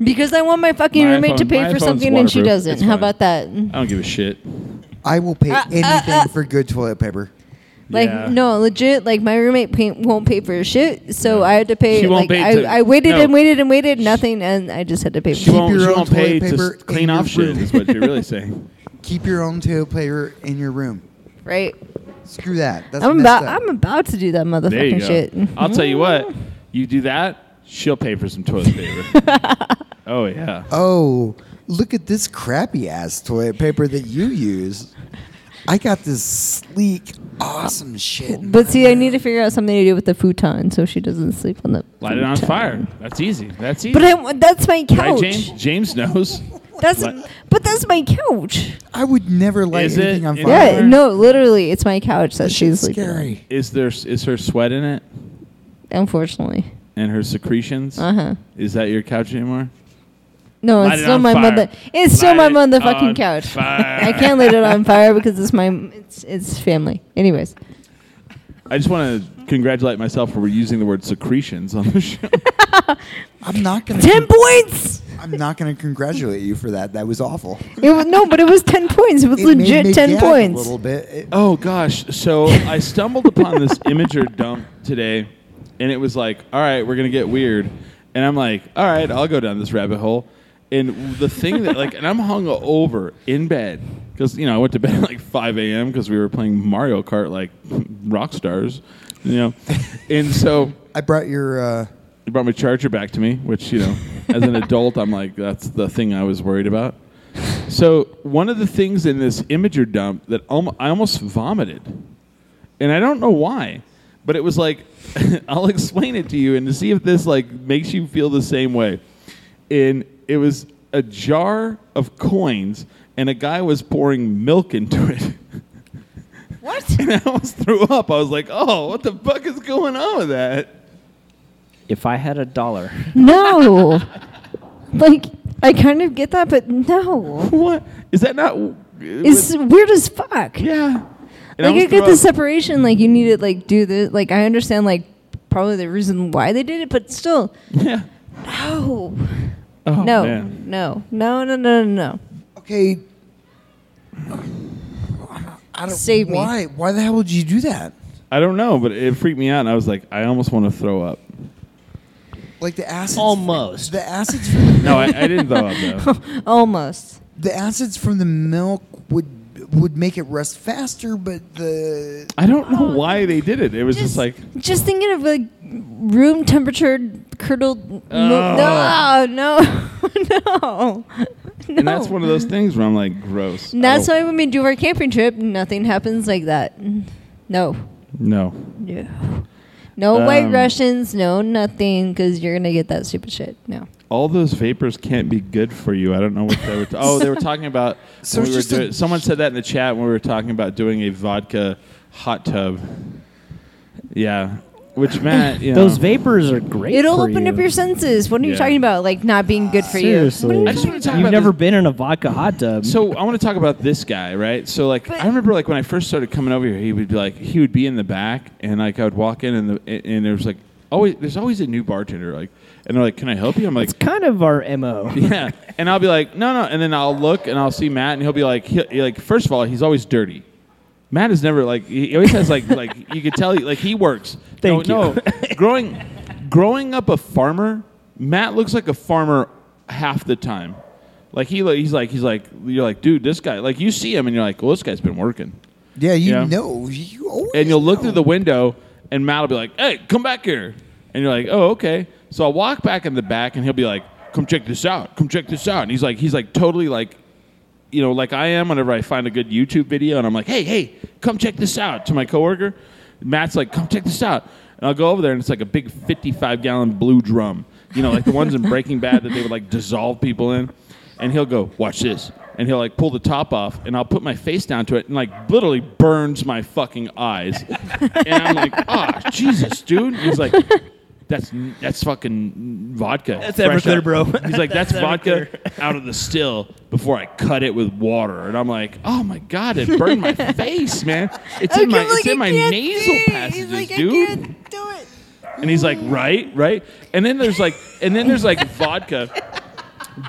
[SPEAKER 5] because I want my fucking
[SPEAKER 2] My
[SPEAKER 5] roommate to
[SPEAKER 2] iPhone-
[SPEAKER 5] pay
[SPEAKER 2] my
[SPEAKER 5] for
[SPEAKER 2] iPhone's
[SPEAKER 5] something and she
[SPEAKER 2] waterproof.
[SPEAKER 5] doesn't.
[SPEAKER 2] It's
[SPEAKER 5] How
[SPEAKER 2] fine.
[SPEAKER 5] about that?
[SPEAKER 2] I don't give a shit.
[SPEAKER 6] I will pay
[SPEAKER 5] Uh, uh,
[SPEAKER 6] anything
[SPEAKER 5] uh.
[SPEAKER 6] for good toilet paper.
[SPEAKER 5] Like
[SPEAKER 2] Yeah.
[SPEAKER 5] no, legit. Like my roommate pay- won't pay for shit, so I had to pay.
[SPEAKER 2] She
[SPEAKER 5] like
[SPEAKER 2] won't pay
[SPEAKER 5] I,
[SPEAKER 2] to-
[SPEAKER 5] I waited
[SPEAKER 2] no.
[SPEAKER 5] and waited and waited, nothing, and I just had to pay.
[SPEAKER 2] She
[SPEAKER 5] For it.
[SPEAKER 2] won't,
[SPEAKER 6] your
[SPEAKER 2] she
[SPEAKER 6] own
[SPEAKER 2] won't
[SPEAKER 6] toilet
[SPEAKER 2] pay to
[SPEAKER 6] paper
[SPEAKER 2] s- clean
[SPEAKER 6] in
[SPEAKER 2] off
[SPEAKER 6] your
[SPEAKER 2] shit,
[SPEAKER 6] room.
[SPEAKER 2] is what you're
[SPEAKER 6] [LAUGHS]
[SPEAKER 2] really saying.
[SPEAKER 6] Keep your own toilet paper in your room.
[SPEAKER 5] Right?
[SPEAKER 6] Screw that. That's
[SPEAKER 5] I'm
[SPEAKER 6] messed
[SPEAKER 5] about.
[SPEAKER 6] up.
[SPEAKER 5] I'm about to do that
[SPEAKER 2] There you
[SPEAKER 5] motherfucking
[SPEAKER 2] go.
[SPEAKER 5] Oh, shit.
[SPEAKER 2] I'll tell you what. You do that, she'll pay for some
[SPEAKER 5] [LAUGHS]
[SPEAKER 2] toilet paper. oh yeah.
[SPEAKER 6] oh, look at this crappy ass toilet paper that you use. I got this sleek, awesome shit.
[SPEAKER 5] But see, I need to figure out something to do with the futon so she doesn't sleep on the.
[SPEAKER 2] Light it on
[SPEAKER 5] futon.
[SPEAKER 2] fire. That's easy. That's easy.
[SPEAKER 5] But I, want- that's my
[SPEAKER 2] right,
[SPEAKER 5] couch.
[SPEAKER 2] James? James knows.
[SPEAKER 5] That's
[SPEAKER 2] Li-
[SPEAKER 5] but that's my couch.
[SPEAKER 6] I would never light
[SPEAKER 2] Is it
[SPEAKER 6] anything on
[SPEAKER 2] in
[SPEAKER 6] fire.
[SPEAKER 5] Yeah,
[SPEAKER 2] Fire.
[SPEAKER 5] no, literally, it's my couch that
[SPEAKER 6] That
[SPEAKER 5] she's
[SPEAKER 6] shit's
[SPEAKER 5] sleeping. on,
[SPEAKER 6] scary.
[SPEAKER 2] Is there is her sweat in it
[SPEAKER 5] Unfortunately,
[SPEAKER 2] and her secretions?
[SPEAKER 5] uh huh.
[SPEAKER 2] Is that your couch anymore?
[SPEAKER 5] No,
[SPEAKER 2] Light
[SPEAKER 5] it's
[SPEAKER 2] it
[SPEAKER 5] still
[SPEAKER 2] on
[SPEAKER 5] my
[SPEAKER 2] fire.
[SPEAKER 5] mother. It's still my
[SPEAKER 2] Light it
[SPEAKER 5] motherfucking
[SPEAKER 2] on
[SPEAKER 5] couch.
[SPEAKER 2] fire.
[SPEAKER 5] [LAUGHS] I can't light it on fire because it's my it's it's family. Anyways,
[SPEAKER 2] I just want to congratulate myself for using the word secretions on the [LAUGHS] show.
[SPEAKER 6] I'm not gonna.
[SPEAKER 5] ten points.
[SPEAKER 6] I'm not gonna congratulate you for that. That was awful.
[SPEAKER 5] It was, no, but it was ten points. It was
[SPEAKER 6] It made
[SPEAKER 5] legit
[SPEAKER 6] me
[SPEAKER 5] ten
[SPEAKER 6] gag A
[SPEAKER 5] points.
[SPEAKER 6] little bit. It-
[SPEAKER 2] oh gosh, so I stumbled upon this imager dump today, and it was like, all right, we're gonna get weird, and I'm like, all right, I'll go down this rabbit hole, and the thing that like, and I'm hung over in bed because you know I went to bed at like 5 a.m. because we were playing Mario Kart like [LAUGHS] rock stars, you know, and so.
[SPEAKER 6] I brought your. Uh,
[SPEAKER 2] He brought my charger back to me, which, you know, as an adult, I'm like, that's the thing I was worried about. So, one of the things in this imager dump that alm- I almost vomited, and I don't know why, but it was like, [LAUGHS] I'll explain it to you and to see if this like makes you feel the same way. And it was a jar of coins, and a guy was pouring milk into it.
[SPEAKER 5] What?
[SPEAKER 2] [LAUGHS] and I almost threw up. I was like, oh, what the fuck is going on with that?
[SPEAKER 3] If I had a
[SPEAKER 5] [LAUGHS]
[SPEAKER 3] dollar,
[SPEAKER 5] No, like I kind of get that, but no,
[SPEAKER 2] What? Is that not.
[SPEAKER 5] it's weird as fuck.
[SPEAKER 2] Yeah.
[SPEAKER 5] like I get the separation. Like you need to like do this. Like I understand like probably the reason why they did it, but still,
[SPEAKER 2] [LAUGHS] Yeah.
[SPEAKER 5] no,
[SPEAKER 2] Oh,
[SPEAKER 5] no,
[SPEAKER 2] man.
[SPEAKER 5] no, no, no, no, no, no.
[SPEAKER 6] okay. I don't,
[SPEAKER 5] Save me.
[SPEAKER 6] why? Why the hell would you do that?
[SPEAKER 2] I don't know, but it freaked me out, and I was like, I almost want to throw up.
[SPEAKER 6] Like the acids.
[SPEAKER 3] almost.
[SPEAKER 6] The acids. From the,
[SPEAKER 2] No, I, I didn't throw up
[SPEAKER 5] [LAUGHS]
[SPEAKER 2] though.
[SPEAKER 5] Almost.
[SPEAKER 6] the acids from the milk would would make it rest faster, but the
[SPEAKER 2] I don't know why they did it. It was
[SPEAKER 5] Just-
[SPEAKER 2] just, like
[SPEAKER 5] Just thinking of like room temperature curdled. milk- No,
[SPEAKER 2] Oh.
[SPEAKER 5] [LAUGHS] no, no.
[SPEAKER 2] and that's one of those things where I'm like, gross. Oh, I
[SPEAKER 5] That's
[SPEAKER 2] don't-
[SPEAKER 5] why when we do our camping trip, nothing happens like that. No,
[SPEAKER 2] No.
[SPEAKER 5] no, no white
[SPEAKER 2] Um,
[SPEAKER 5] Russians, no nothing, because you're gonna get that stupid shit. No.
[SPEAKER 2] All those vapors can't be good for you. I don't know what they were. T- oh, they were
[SPEAKER 5] [LAUGHS]
[SPEAKER 2] talking about.
[SPEAKER 6] So
[SPEAKER 2] when
[SPEAKER 6] it's
[SPEAKER 2] we were
[SPEAKER 6] just a-
[SPEAKER 2] doing- someone said that in the chat when we were talking about doing a vodka hot tub. Yeah, which Matt, you
[SPEAKER 8] Those
[SPEAKER 2] know,
[SPEAKER 8] vapors are great.
[SPEAKER 5] It'll
[SPEAKER 8] for
[SPEAKER 5] open
[SPEAKER 8] you.
[SPEAKER 5] up your senses. What are you
[SPEAKER 2] Yeah.
[SPEAKER 5] talking about? Like not being good for
[SPEAKER 8] Seriously,
[SPEAKER 5] you.
[SPEAKER 2] I just wanna talk
[SPEAKER 8] you've
[SPEAKER 2] about
[SPEAKER 8] never
[SPEAKER 2] this-
[SPEAKER 8] been in a vodka hot tub.
[SPEAKER 2] So I want to talk about this guy, right? So like
[SPEAKER 5] But-
[SPEAKER 2] I remember like when I first started coming over here, he would be like he would be in the back, and like I would walk in, and the and there was like always there's always a new bartender, like and they're like, "Can I help you?" I'm like,
[SPEAKER 8] it's kind of our
[SPEAKER 5] [LAUGHS]
[SPEAKER 8] mo.
[SPEAKER 2] [LAUGHS] "Yeah," and I'll be like, "No, no," and then I'll look and I'll see Matt, and he'll be like, he like first of all, he's always dirty. Matt is never like he he always has like like you could tell he- like he works.
[SPEAKER 8] Thank
[SPEAKER 2] no, no. growing growing up a farmer, Matt looks like a farmer half the time. Like he like he's like he's like you're like dude this guy like you see him and you're like well this guy's been working
[SPEAKER 6] yeah you
[SPEAKER 2] Yeah.
[SPEAKER 6] know you always
[SPEAKER 2] and you'll look
[SPEAKER 6] know.
[SPEAKER 2] through the window and Matt will be like hey come back here and you're like oh okay So I walk back in the back, and he'll be like, "Come check this out. Come check this out." And he's like, he's like totally like, you know, like I am whenever I find a good YouTube video, and I'm like, "Hey, hey, come check this out." To my coworker, Matt's like, "Come check this out," and I'll go over there, and it's like a big 55 gallon blue drum, you know, like the ones in Breaking Bad that they would like dissolve people in, and he'll go, "Watch this." And he'll like pull the top off, and I'll put my face down to it, and like literally burns my fucking eyes. and I'm like, ah, Jesus, dude. And he's like, that's that's fucking vodka. That's
[SPEAKER 3] Everclear, bro.
[SPEAKER 2] He's like, that's, vodka out of the still before I cut it with water. And I'm like, oh my god, it burned my face, man. It's in my it's in my nasal passages, dude.
[SPEAKER 5] do it.
[SPEAKER 2] And he's like, right, right. And then there's like, and then there's like vodka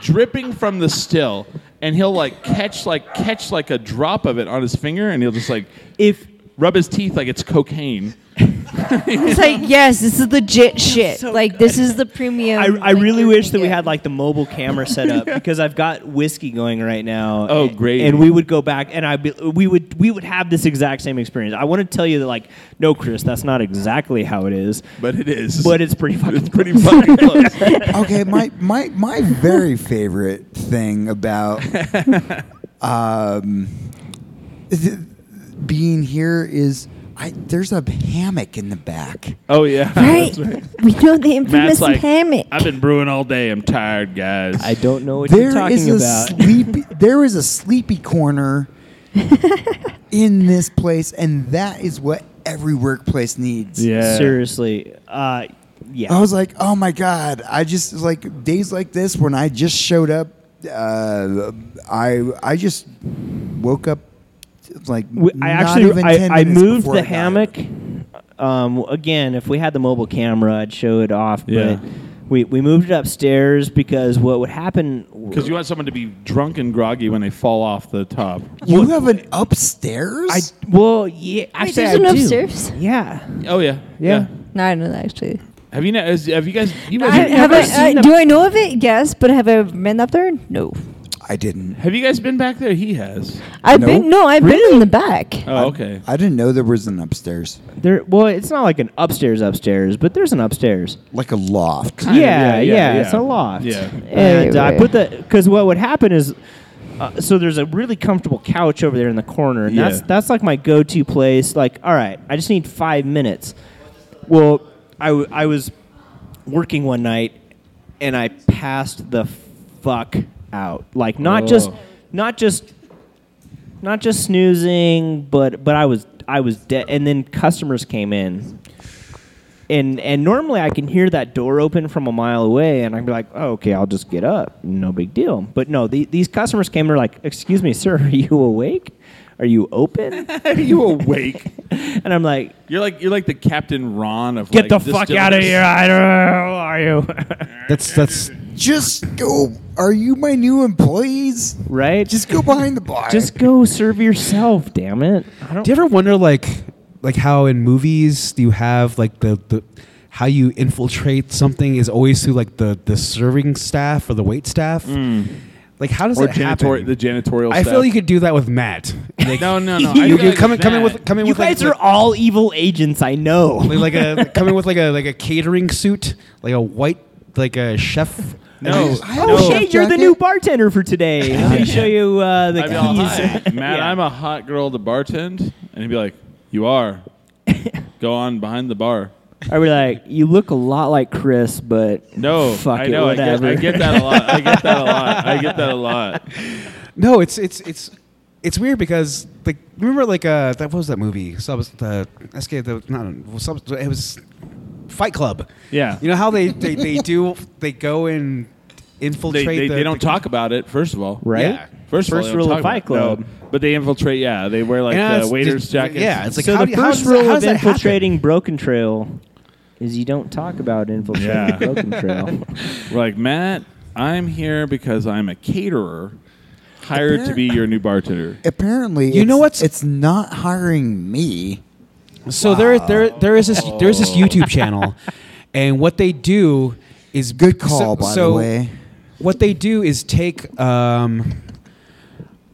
[SPEAKER 2] dripping from the still, and he'll like catch like catch like a drop of it on his finger, and he'll just like
[SPEAKER 3] If
[SPEAKER 2] rub his teeth like it's cocaine.
[SPEAKER 5] It's like, yes, this is legit shit. like, this is the premium.
[SPEAKER 3] I, I
[SPEAKER 5] like,
[SPEAKER 3] really
[SPEAKER 5] you're
[SPEAKER 3] wish that
[SPEAKER 5] gonna
[SPEAKER 3] we
[SPEAKER 5] get.
[SPEAKER 3] had like the mobile camera set up [LAUGHS] because I've got whiskey going right now.
[SPEAKER 2] Oh,
[SPEAKER 3] and-
[SPEAKER 2] great.
[SPEAKER 3] And we would go back and I be, we would we would have this exact same experience. I want to tell you that like no, Chris, that's not exactly how it
[SPEAKER 6] [LAUGHS]
[SPEAKER 3] is,
[SPEAKER 2] But it is.
[SPEAKER 3] but it's pretty fucking.
[SPEAKER 2] it's pretty
[SPEAKER 3] [LAUGHS]
[SPEAKER 2] fucking close.
[SPEAKER 6] [LAUGHS] okay, my, my my very favorite
[SPEAKER 2] [LAUGHS]
[SPEAKER 6] thing about um, th- being here is I there's a hammock in the back.
[SPEAKER 2] [LAUGHS] Oh yeah,
[SPEAKER 5] [LAUGHS] Right. We know the infamous
[SPEAKER 2] Matt's like,
[SPEAKER 5] hammock.
[SPEAKER 2] I've been brewing all day. I'm tired, guys.
[SPEAKER 3] I don't know what you're
[SPEAKER 6] There
[SPEAKER 3] talking
[SPEAKER 6] is a
[SPEAKER 3] about.
[SPEAKER 2] [LAUGHS]
[SPEAKER 6] sleepy there is a sleepy corner in this place, and that is what every workplace needs.
[SPEAKER 2] yeah.
[SPEAKER 3] Seriously, uh, yeah.
[SPEAKER 6] I was like, oh my god! I just like days like this when I just showed up. Uh, I I just woke up like
[SPEAKER 3] We- I
[SPEAKER 6] not
[SPEAKER 3] actually
[SPEAKER 6] even
[SPEAKER 3] I,
[SPEAKER 6] 10
[SPEAKER 3] I
[SPEAKER 6] minutes
[SPEAKER 3] moved
[SPEAKER 6] before
[SPEAKER 3] the
[SPEAKER 6] I got here.
[SPEAKER 3] hammock. Um, again, if we had the mobile camera, I'd show it off.
[SPEAKER 2] Yeah.
[SPEAKER 3] But we, we moved it upstairs because what would happen
[SPEAKER 2] Because you want someone to be drunk and groggy when they fall off the top.
[SPEAKER 6] You have an upstairs?
[SPEAKER 3] I well, yeah.
[SPEAKER 5] Wait,
[SPEAKER 3] Actually,
[SPEAKER 5] there's
[SPEAKER 3] I
[SPEAKER 5] an
[SPEAKER 3] do.
[SPEAKER 5] upstairs?
[SPEAKER 3] Yeah.
[SPEAKER 2] Oh yeah,
[SPEAKER 3] Yeah.
[SPEAKER 5] No, I don't know, actually.
[SPEAKER 2] Have you? ne- Has, have you guys? You guys
[SPEAKER 5] I, have
[SPEAKER 2] have,
[SPEAKER 5] I, I- do I know of it? Yes, but have I been up there? No.
[SPEAKER 6] I didn't.
[SPEAKER 2] have you guys been back there? He has.
[SPEAKER 5] I've
[SPEAKER 6] No?
[SPEAKER 5] been no, I've been in the back.
[SPEAKER 2] Oh okay.
[SPEAKER 6] I didn't know there was an upstairs,
[SPEAKER 3] There. Well, it's not like an upstairs upstairs, but there's an upstairs.
[SPEAKER 6] like a loft.
[SPEAKER 2] of,
[SPEAKER 3] yeah,
[SPEAKER 2] yeah,
[SPEAKER 3] yeah,
[SPEAKER 2] yeah, yeah.
[SPEAKER 3] It's a loft.
[SPEAKER 2] Yeah.
[SPEAKER 3] And uh, I
[SPEAKER 5] Anyway.
[SPEAKER 3] put the because what would happen is. Uh, so there's a really comfortable couch over there in the corner, and that's
[SPEAKER 2] Yeah.
[SPEAKER 3] that's like my go-to place. Like, all right, I just need five minutes. Well, I, w- I was working one night, and I passed the fuck out. Like, not just
[SPEAKER 2] Oh.
[SPEAKER 3] not just not just snoozing, but but I was I was dead. And then customers came in, and and normally I can hear that door open from a mile away, and I'd be like, oh, okay, I'll just get up, no big deal. But no, the, these customers came. They're like, excuse me, sir, [LAUGHS] are you awake? Are you [LAUGHS] open?
[SPEAKER 2] Are you awake?
[SPEAKER 3] and I'm like,
[SPEAKER 2] You're like you're like the Captain Ron of.
[SPEAKER 3] get
[SPEAKER 2] like,
[SPEAKER 3] the fuck
[SPEAKER 2] distilleries.
[SPEAKER 3] out of here! I don't know who are you,
[SPEAKER 9] That's that's
[SPEAKER 6] [LAUGHS] Just go. Are you my new employees?
[SPEAKER 3] [LAUGHS] right? Just
[SPEAKER 6] Just go behind the bar.
[SPEAKER 3] just go serve yourself, damn it! I don't.
[SPEAKER 4] Do you ever wonder like like how in movies do you have like the, the how you infiltrate something is always through like the the serving staff or the wait staff? Like how does
[SPEAKER 2] Or
[SPEAKER 4] that happen?
[SPEAKER 2] janitor- the janitorial.
[SPEAKER 4] I
[SPEAKER 2] staff.
[SPEAKER 4] feel you could do that with Matt. Like,
[SPEAKER 2] No, no, no. I
[SPEAKER 4] You,
[SPEAKER 2] feel
[SPEAKER 4] you
[SPEAKER 2] like
[SPEAKER 4] come in, come in
[SPEAKER 2] that-
[SPEAKER 4] with come in
[SPEAKER 3] You
[SPEAKER 4] with like-
[SPEAKER 3] guys are all evil agents, I know.
[SPEAKER 4] like, like a come in with like a like a catering suit, like a white like a chef.
[SPEAKER 2] No.
[SPEAKER 6] I
[SPEAKER 3] Oh,
[SPEAKER 6] have a
[SPEAKER 3] Shay,
[SPEAKER 6] chef
[SPEAKER 3] you're the
[SPEAKER 6] jacket.
[SPEAKER 3] new bartender for today. Let me show you uh, the
[SPEAKER 2] I'd be all,
[SPEAKER 3] keys.
[SPEAKER 2] "Hi, Matt,
[SPEAKER 3] [LAUGHS] Yeah.
[SPEAKER 2] I'm a hot girl to bartend, and he'd be like, "You
[SPEAKER 3] [LAUGHS]
[SPEAKER 2] are." Go on behind the bar.
[SPEAKER 3] I'd be like, you look a lot like Chris, but
[SPEAKER 2] No,
[SPEAKER 3] fuck
[SPEAKER 2] I
[SPEAKER 3] it,
[SPEAKER 2] know. I get,
[SPEAKER 3] whatever.
[SPEAKER 2] I
[SPEAKER 3] [LAUGHS]
[SPEAKER 2] get that a lot. I get that a lot. I get that a lot.
[SPEAKER 4] No, it's it's it's it's weird because like remember like uh that what was that movie Sub the SK the not Sub, it was Fight Club.
[SPEAKER 2] Yeah.
[SPEAKER 4] You know how they they, [LAUGHS] they do they go and
[SPEAKER 2] They,
[SPEAKER 4] infiltrate.
[SPEAKER 2] they,
[SPEAKER 4] the,
[SPEAKER 2] they don't
[SPEAKER 4] the-
[SPEAKER 2] talk about it. First of all,
[SPEAKER 3] Right?
[SPEAKER 4] Yeah.
[SPEAKER 2] First, of all, they
[SPEAKER 3] First
[SPEAKER 2] don't
[SPEAKER 3] rule of
[SPEAKER 2] talk about
[SPEAKER 3] Fight
[SPEAKER 2] it. No,
[SPEAKER 3] Club.
[SPEAKER 2] but they infiltrate. Yeah, they wear like
[SPEAKER 4] Yeah,
[SPEAKER 2] the
[SPEAKER 4] it's
[SPEAKER 2] waiters'
[SPEAKER 4] just-
[SPEAKER 2] jackets.
[SPEAKER 4] Yeah, it's like
[SPEAKER 3] so
[SPEAKER 4] how, do-
[SPEAKER 3] the
[SPEAKER 4] how
[SPEAKER 3] first
[SPEAKER 4] does, that-
[SPEAKER 3] rule
[SPEAKER 4] how
[SPEAKER 3] of
[SPEAKER 4] does that happen?
[SPEAKER 3] infiltrating Broken Trail is you don't talk about infiltrating
[SPEAKER 2] Yeah.
[SPEAKER 3] Broken Trail.
[SPEAKER 2] We're like Matt, I'm here because I'm a caterer hired to be your new bartender.
[SPEAKER 6] Apparently,
[SPEAKER 4] You know what's-
[SPEAKER 6] it's- It's not hiring me.
[SPEAKER 4] So there there there is this there
[SPEAKER 2] Oh.
[SPEAKER 4] is this YouTube
[SPEAKER 2] [LAUGHS]
[SPEAKER 4] channel, and what they do is
[SPEAKER 6] Good call,
[SPEAKER 4] so-
[SPEAKER 6] by
[SPEAKER 4] so
[SPEAKER 6] the way.
[SPEAKER 4] What they do is take um,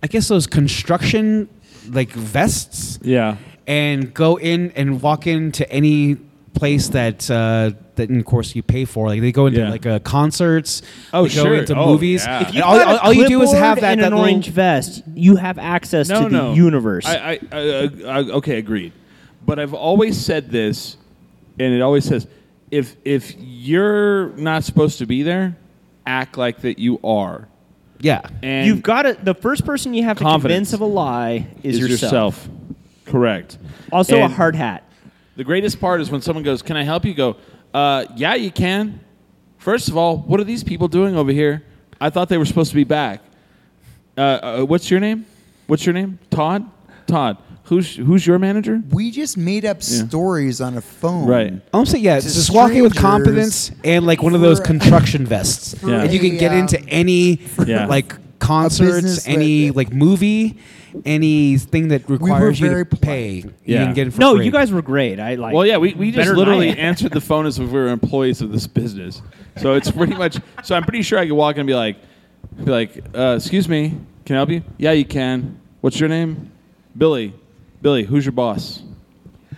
[SPEAKER 4] I guess those construction like vests.
[SPEAKER 2] Yeah.
[SPEAKER 4] and go in and walk into any place that uh,
[SPEAKER 7] that of course you pay for. Like they go into
[SPEAKER 2] Yeah.
[SPEAKER 7] like uh, concerts.
[SPEAKER 2] Oh,
[SPEAKER 7] they go
[SPEAKER 2] sure.
[SPEAKER 7] into
[SPEAKER 2] Oh,
[SPEAKER 7] movies.
[SPEAKER 2] yeah. If
[SPEAKER 7] And
[SPEAKER 2] you've
[SPEAKER 7] all,
[SPEAKER 3] got a
[SPEAKER 7] all- all you do is have
[SPEAKER 3] clipboard
[SPEAKER 7] that
[SPEAKER 3] and
[SPEAKER 7] that
[SPEAKER 3] an
[SPEAKER 7] little-
[SPEAKER 3] orange vest. You have access to the universe.
[SPEAKER 2] I, I, I, I, okay, agreed. But I've always said this, and it always says, if if you're not supposed to be there, act like that you are.
[SPEAKER 7] Yeah.
[SPEAKER 2] And
[SPEAKER 3] You've got to, the first person you have to
[SPEAKER 2] Confidence
[SPEAKER 3] convince of a lie is,
[SPEAKER 2] is
[SPEAKER 3] yourself.
[SPEAKER 2] yourself. Correct.
[SPEAKER 3] Also,
[SPEAKER 2] And
[SPEAKER 3] a hard hat.
[SPEAKER 2] The greatest part is when someone goes, "Can I help you?" Go, uh, "Yeah, you can." First of all, what are these people doing over here? I thought they were supposed to be back. Uh, uh, what's your name? What's your name? Todd. Todd. Who's who's your manager?
[SPEAKER 6] We just made up stories on a phone.
[SPEAKER 2] Right.
[SPEAKER 7] I'm saying yeah,
[SPEAKER 6] To
[SPEAKER 7] just walking with
[SPEAKER 6] strangers
[SPEAKER 7] confidence and like one of those
[SPEAKER 6] for- [LAUGHS]
[SPEAKER 7] construction vests,
[SPEAKER 2] Yeah.
[SPEAKER 7] and you can get
[SPEAKER 6] a,
[SPEAKER 7] into any
[SPEAKER 2] [LAUGHS] Yeah.
[SPEAKER 7] like
[SPEAKER 6] business
[SPEAKER 7] concerts, any
[SPEAKER 6] that-
[SPEAKER 7] like movie, anything that requires you
[SPEAKER 6] very
[SPEAKER 7] to pay. You
[SPEAKER 2] Yeah.
[SPEAKER 7] can get it for
[SPEAKER 3] No,
[SPEAKER 7] free.
[SPEAKER 3] you guys were great. I like.
[SPEAKER 2] Well, yeah, we, we just
[SPEAKER 3] better than
[SPEAKER 2] literally
[SPEAKER 5] [LAUGHS]
[SPEAKER 3] I am.
[SPEAKER 2] answered the phone as if we were employees of this business. So it's pretty much. So I'm pretty sure I could walk in and be like, be like, uh, excuse me, can I help you? Yeah, you can. What's your name? Billy. Billy, who's your boss?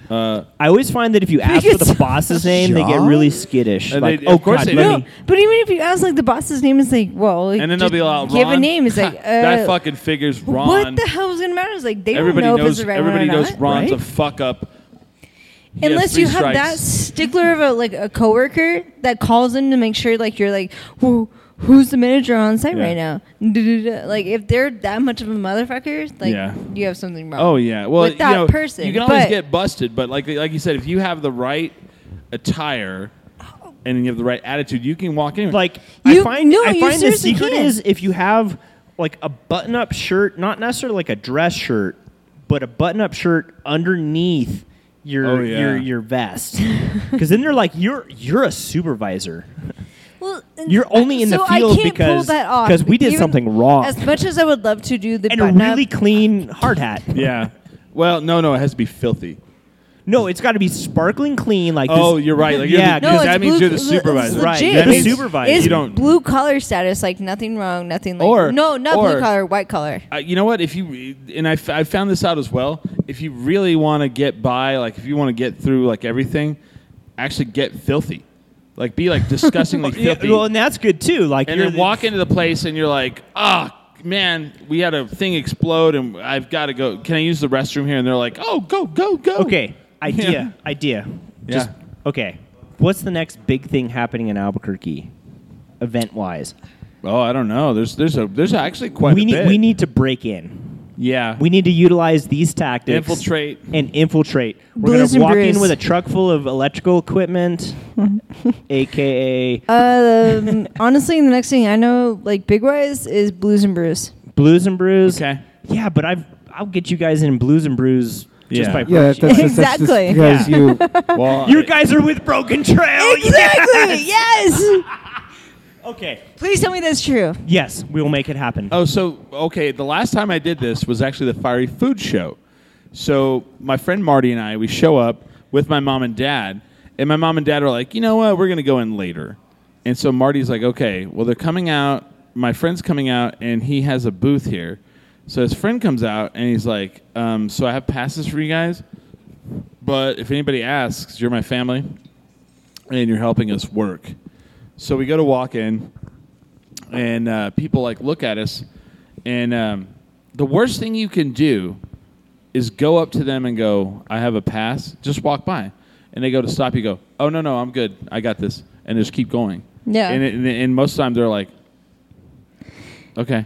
[SPEAKER 2] Uh,
[SPEAKER 3] I always find that
[SPEAKER 2] [LAUGHS]
[SPEAKER 3] if you ask for the boss's name, they get
[SPEAKER 6] John?
[SPEAKER 3] really skittish.
[SPEAKER 2] And
[SPEAKER 3] Like,
[SPEAKER 2] they- of
[SPEAKER 3] oh
[SPEAKER 2] course
[SPEAKER 3] God,
[SPEAKER 2] they
[SPEAKER 3] let
[SPEAKER 2] do.
[SPEAKER 3] me-
[SPEAKER 5] But even if you ask like the boss's name, it's like, well, like,
[SPEAKER 2] and then they'll
[SPEAKER 5] just
[SPEAKER 2] be like,
[SPEAKER 5] give a
[SPEAKER 2] Ron?
[SPEAKER 5] name. It's like, uh,
[SPEAKER 2] [LAUGHS] that fucking figures Ron.
[SPEAKER 5] What the hell is gonna matter? It's like they
[SPEAKER 2] everybody
[SPEAKER 5] don't know if
[SPEAKER 2] knows.
[SPEAKER 5] it's the right
[SPEAKER 2] everybody
[SPEAKER 5] one or
[SPEAKER 2] knows
[SPEAKER 5] not,
[SPEAKER 2] Ron's
[SPEAKER 5] right?
[SPEAKER 2] a fuck up. He has
[SPEAKER 5] Unless
[SPEAKER 2] three
[SPEAKER 5] you have that
[SPEAKER 2] strikes.
[SPEAKER 5] stickler of a like a coworker that calls in to make sure like you're like, who who's the manager on site
[SPEAKER 2] Yeah.
[SPEAKER 5] right now? Du-du-du. Like if they're that much of a motherfucker, like
[SPEAKER 2] Yeah.
[SPEAKER 5] you have something wrong.
[SPEAKER 2] Oh yeah. Well,
[SPEAKER 5] with that
[SPEAKER 2] you know,
[SPEAKER 5] person,
[SPEAKER 2] you can always
[SPEAKER 5] but-
[SPEAKER 2] get busted, but like like you said, if you have the right attire and you have the right attitude, you can walk in.
[SPEAKER 3] like I
[SPEAKER 5] You-
[SPEAKER 3] find
[SPEAKER 5] no,
[SPEAKER 3] I
[SPEAKER 5] you
[SPEAKER 3] find the
[SPEAKER 5] seriously
[SPEAKER 3] secret
[SPEAKER 5] can.
[SPEAKER 3] is if you have like a button-up shirt, not necessarily like a dress shirt, but a button-up shirt underneath your
[SPEAKER 2] Oh, yeah.
[SPEAKER 3] your your vest, [LAUGHS] because then they're like you're you're a supervisor.
[SPEAKER 5] Well, and
[SPEAKER 3] You're only in the
[SPEAKER 5] so I
[SPEAKER 3] field
[SPEAKER 5] can't pull
[SPEAKER 3] because-
[SPEAKER 5] that off,
[SPEAKER 3] because we did
[SPEAKER 5] even
[SPEAKER 3] something wrong.
[SPEAKER 5] As much as I would love to do the
[SPEAKER 3] And a
[SPEAKER 5] button
[SPEAKER 3] really
[SPEAKER 5] up,
[SPEAKER 3] clean hard hat.
[SPEAKER 2] yeah. Well, no, no, it has to be filthy.
[SPEAKER 3] No, it's got to be sparkling clean. Like
[SPEAKER 2] Oh,
[SPEAKER 3] this,
[SPEAKER 2] you're right. Like
[SPEAKER 3] yeah,
[SPEAKER 5] no,
[SPEAKER 2] you're the, because
[SPEAKER 5] it's
[SPEAKER 2] that
[SPEAKER 5] blue,
[SPEAKER 2] means you're the
[SPEAKER 5] it's
[SPEAKER 2] supervisor.
[SPEAKER 5] legit.
[SPEAKER 3] Right,
[SPEAKER 2] That
[SPEAKER 3] the
[SPEAKER 2] means
[SPEAKER 3] supervisor.
[SPEAKER 5] It's
[SPEAKER 2] You don't.
[SPEAKER 5] blue collar status, like nothing wrong, nothing like
[SPEAKER 2] Or-
[SPEAKER 5] no, not
[SPEAKER 2] or-
[SPEAKER 5] blue collar, white collar.
[SPEAKER 2] Uh, you know what? If you and I, f- I found this out as well. If you really want to get by, like if you want to get through like everything, actually get filthy. Like be like disgustingly
[SPEAKER 3] [LAUGHS] Yeah,
[SPEAKER 2] filthy.
[SPEAKER 3] well, and that's good too. Like
[SPEAKER 2] and
[SPEAKER 3] you're
[SPEAKER 2] then
[SPEAKER 3] the-
[SPEAKER 2] walk into the place and you're like, ah, man, we had a thing explode and I've got to go. Can I use the restroom here? And they're like, oh, go, go, go.
[SPEAKER 3] Okay, idea,
[SPEAKER 2] Yeah.
[SPEAKER 3] idea.
[SPEAKER 2] Yeah.
[SPEAKER 3] Just okay. What's the next big thing happening in Albuquerque, event wise?
[SPEAKER 2] Oh, I don't know. There's there's a there's actually quite
[SPEAKER 3] We
[SPEAKER 2] a
[SPEAKER 3] need
[SPEAKER 2] bit.
[SPEAKER 3] we need to break in.
[SPEAKER 2] yeah.
[SPEAKER 3] We need to utilize these tactics.
[SPEAKER 2] Infiltrate.
[SPEAKER 3] and infiltrate. We're
[SPEAKER 5] Blues
[SPEAKER 3] gonna
[SPEAKER 5] and
[SPEAKER 3] walk in
[SPEAKER 5] brews.
[SPEAKER 3] with a truck full of
[SPEAKER 5] [LAUGHS]
[SPEAKER 3] electrical equipment, aka
[SPEAKER 5] Um, honestly, the next thing I know, like big wise, is blues and
[SPEAKER 2] [LAUGHS]
[SPEAKER 5] brews.
[SPEAKER 3] blues and brews.
[SPEAKER 2] Okay.
[SPEAKER 3] Yeah, but I've I'll get you guys in blues and brews just
[SPEAKER 2] Yeah.
[SPEAKER 3] by
[SPEAKER 10] Yeah, that's,
[SPEAKER 3] proxy.
[SPEAKER 10] that's, that's just
[SPEAKER 5] Exactly.
[SPEAKER 10] because
[SPEAKER 3] Yeah.
[SPEAKER 10] you
[SPEAKER 2] [LAUGHS] Well,
[SPEAKER 3] You guys are with Broken
[SPEAKER 5] Oh,
[SPEAKER 3] Trail.
[SPEAKER 5] [LAUGHS] Exactly. yes.
[SPEAKER 3] Yeah. Okay.
[SPEAKER 5] Please tell me that's true.
[SPEAKER 3] Yes, we will make it happen.
[SPEAKER 2] Oh, so okay. The last time I did this was actually the Fiery Food Show. So my friend Marty and I, we show up with my mom and dad, and my mom and dad are like, you know what, we're gonna go in later. And so Marty's like, okay, well they're coming out. My friend's coming out, and he has a booth here. So his friend comes out, and he's like, um, so I have passes for you guys, but if anybody asks, you're my family, and you're helping us work. So we go to walk in and uh, people like look at us. And um, the worst thing you can do is go up to them and go, "I have a pass." Just walk by, and they go to stop. You go, "Oh no, no, I'm good. I got this," and just keep going.
[SPEAKER 5] Yeah.
[SPEAKER 2] And, it, and, and most of the time they're like, "Okay."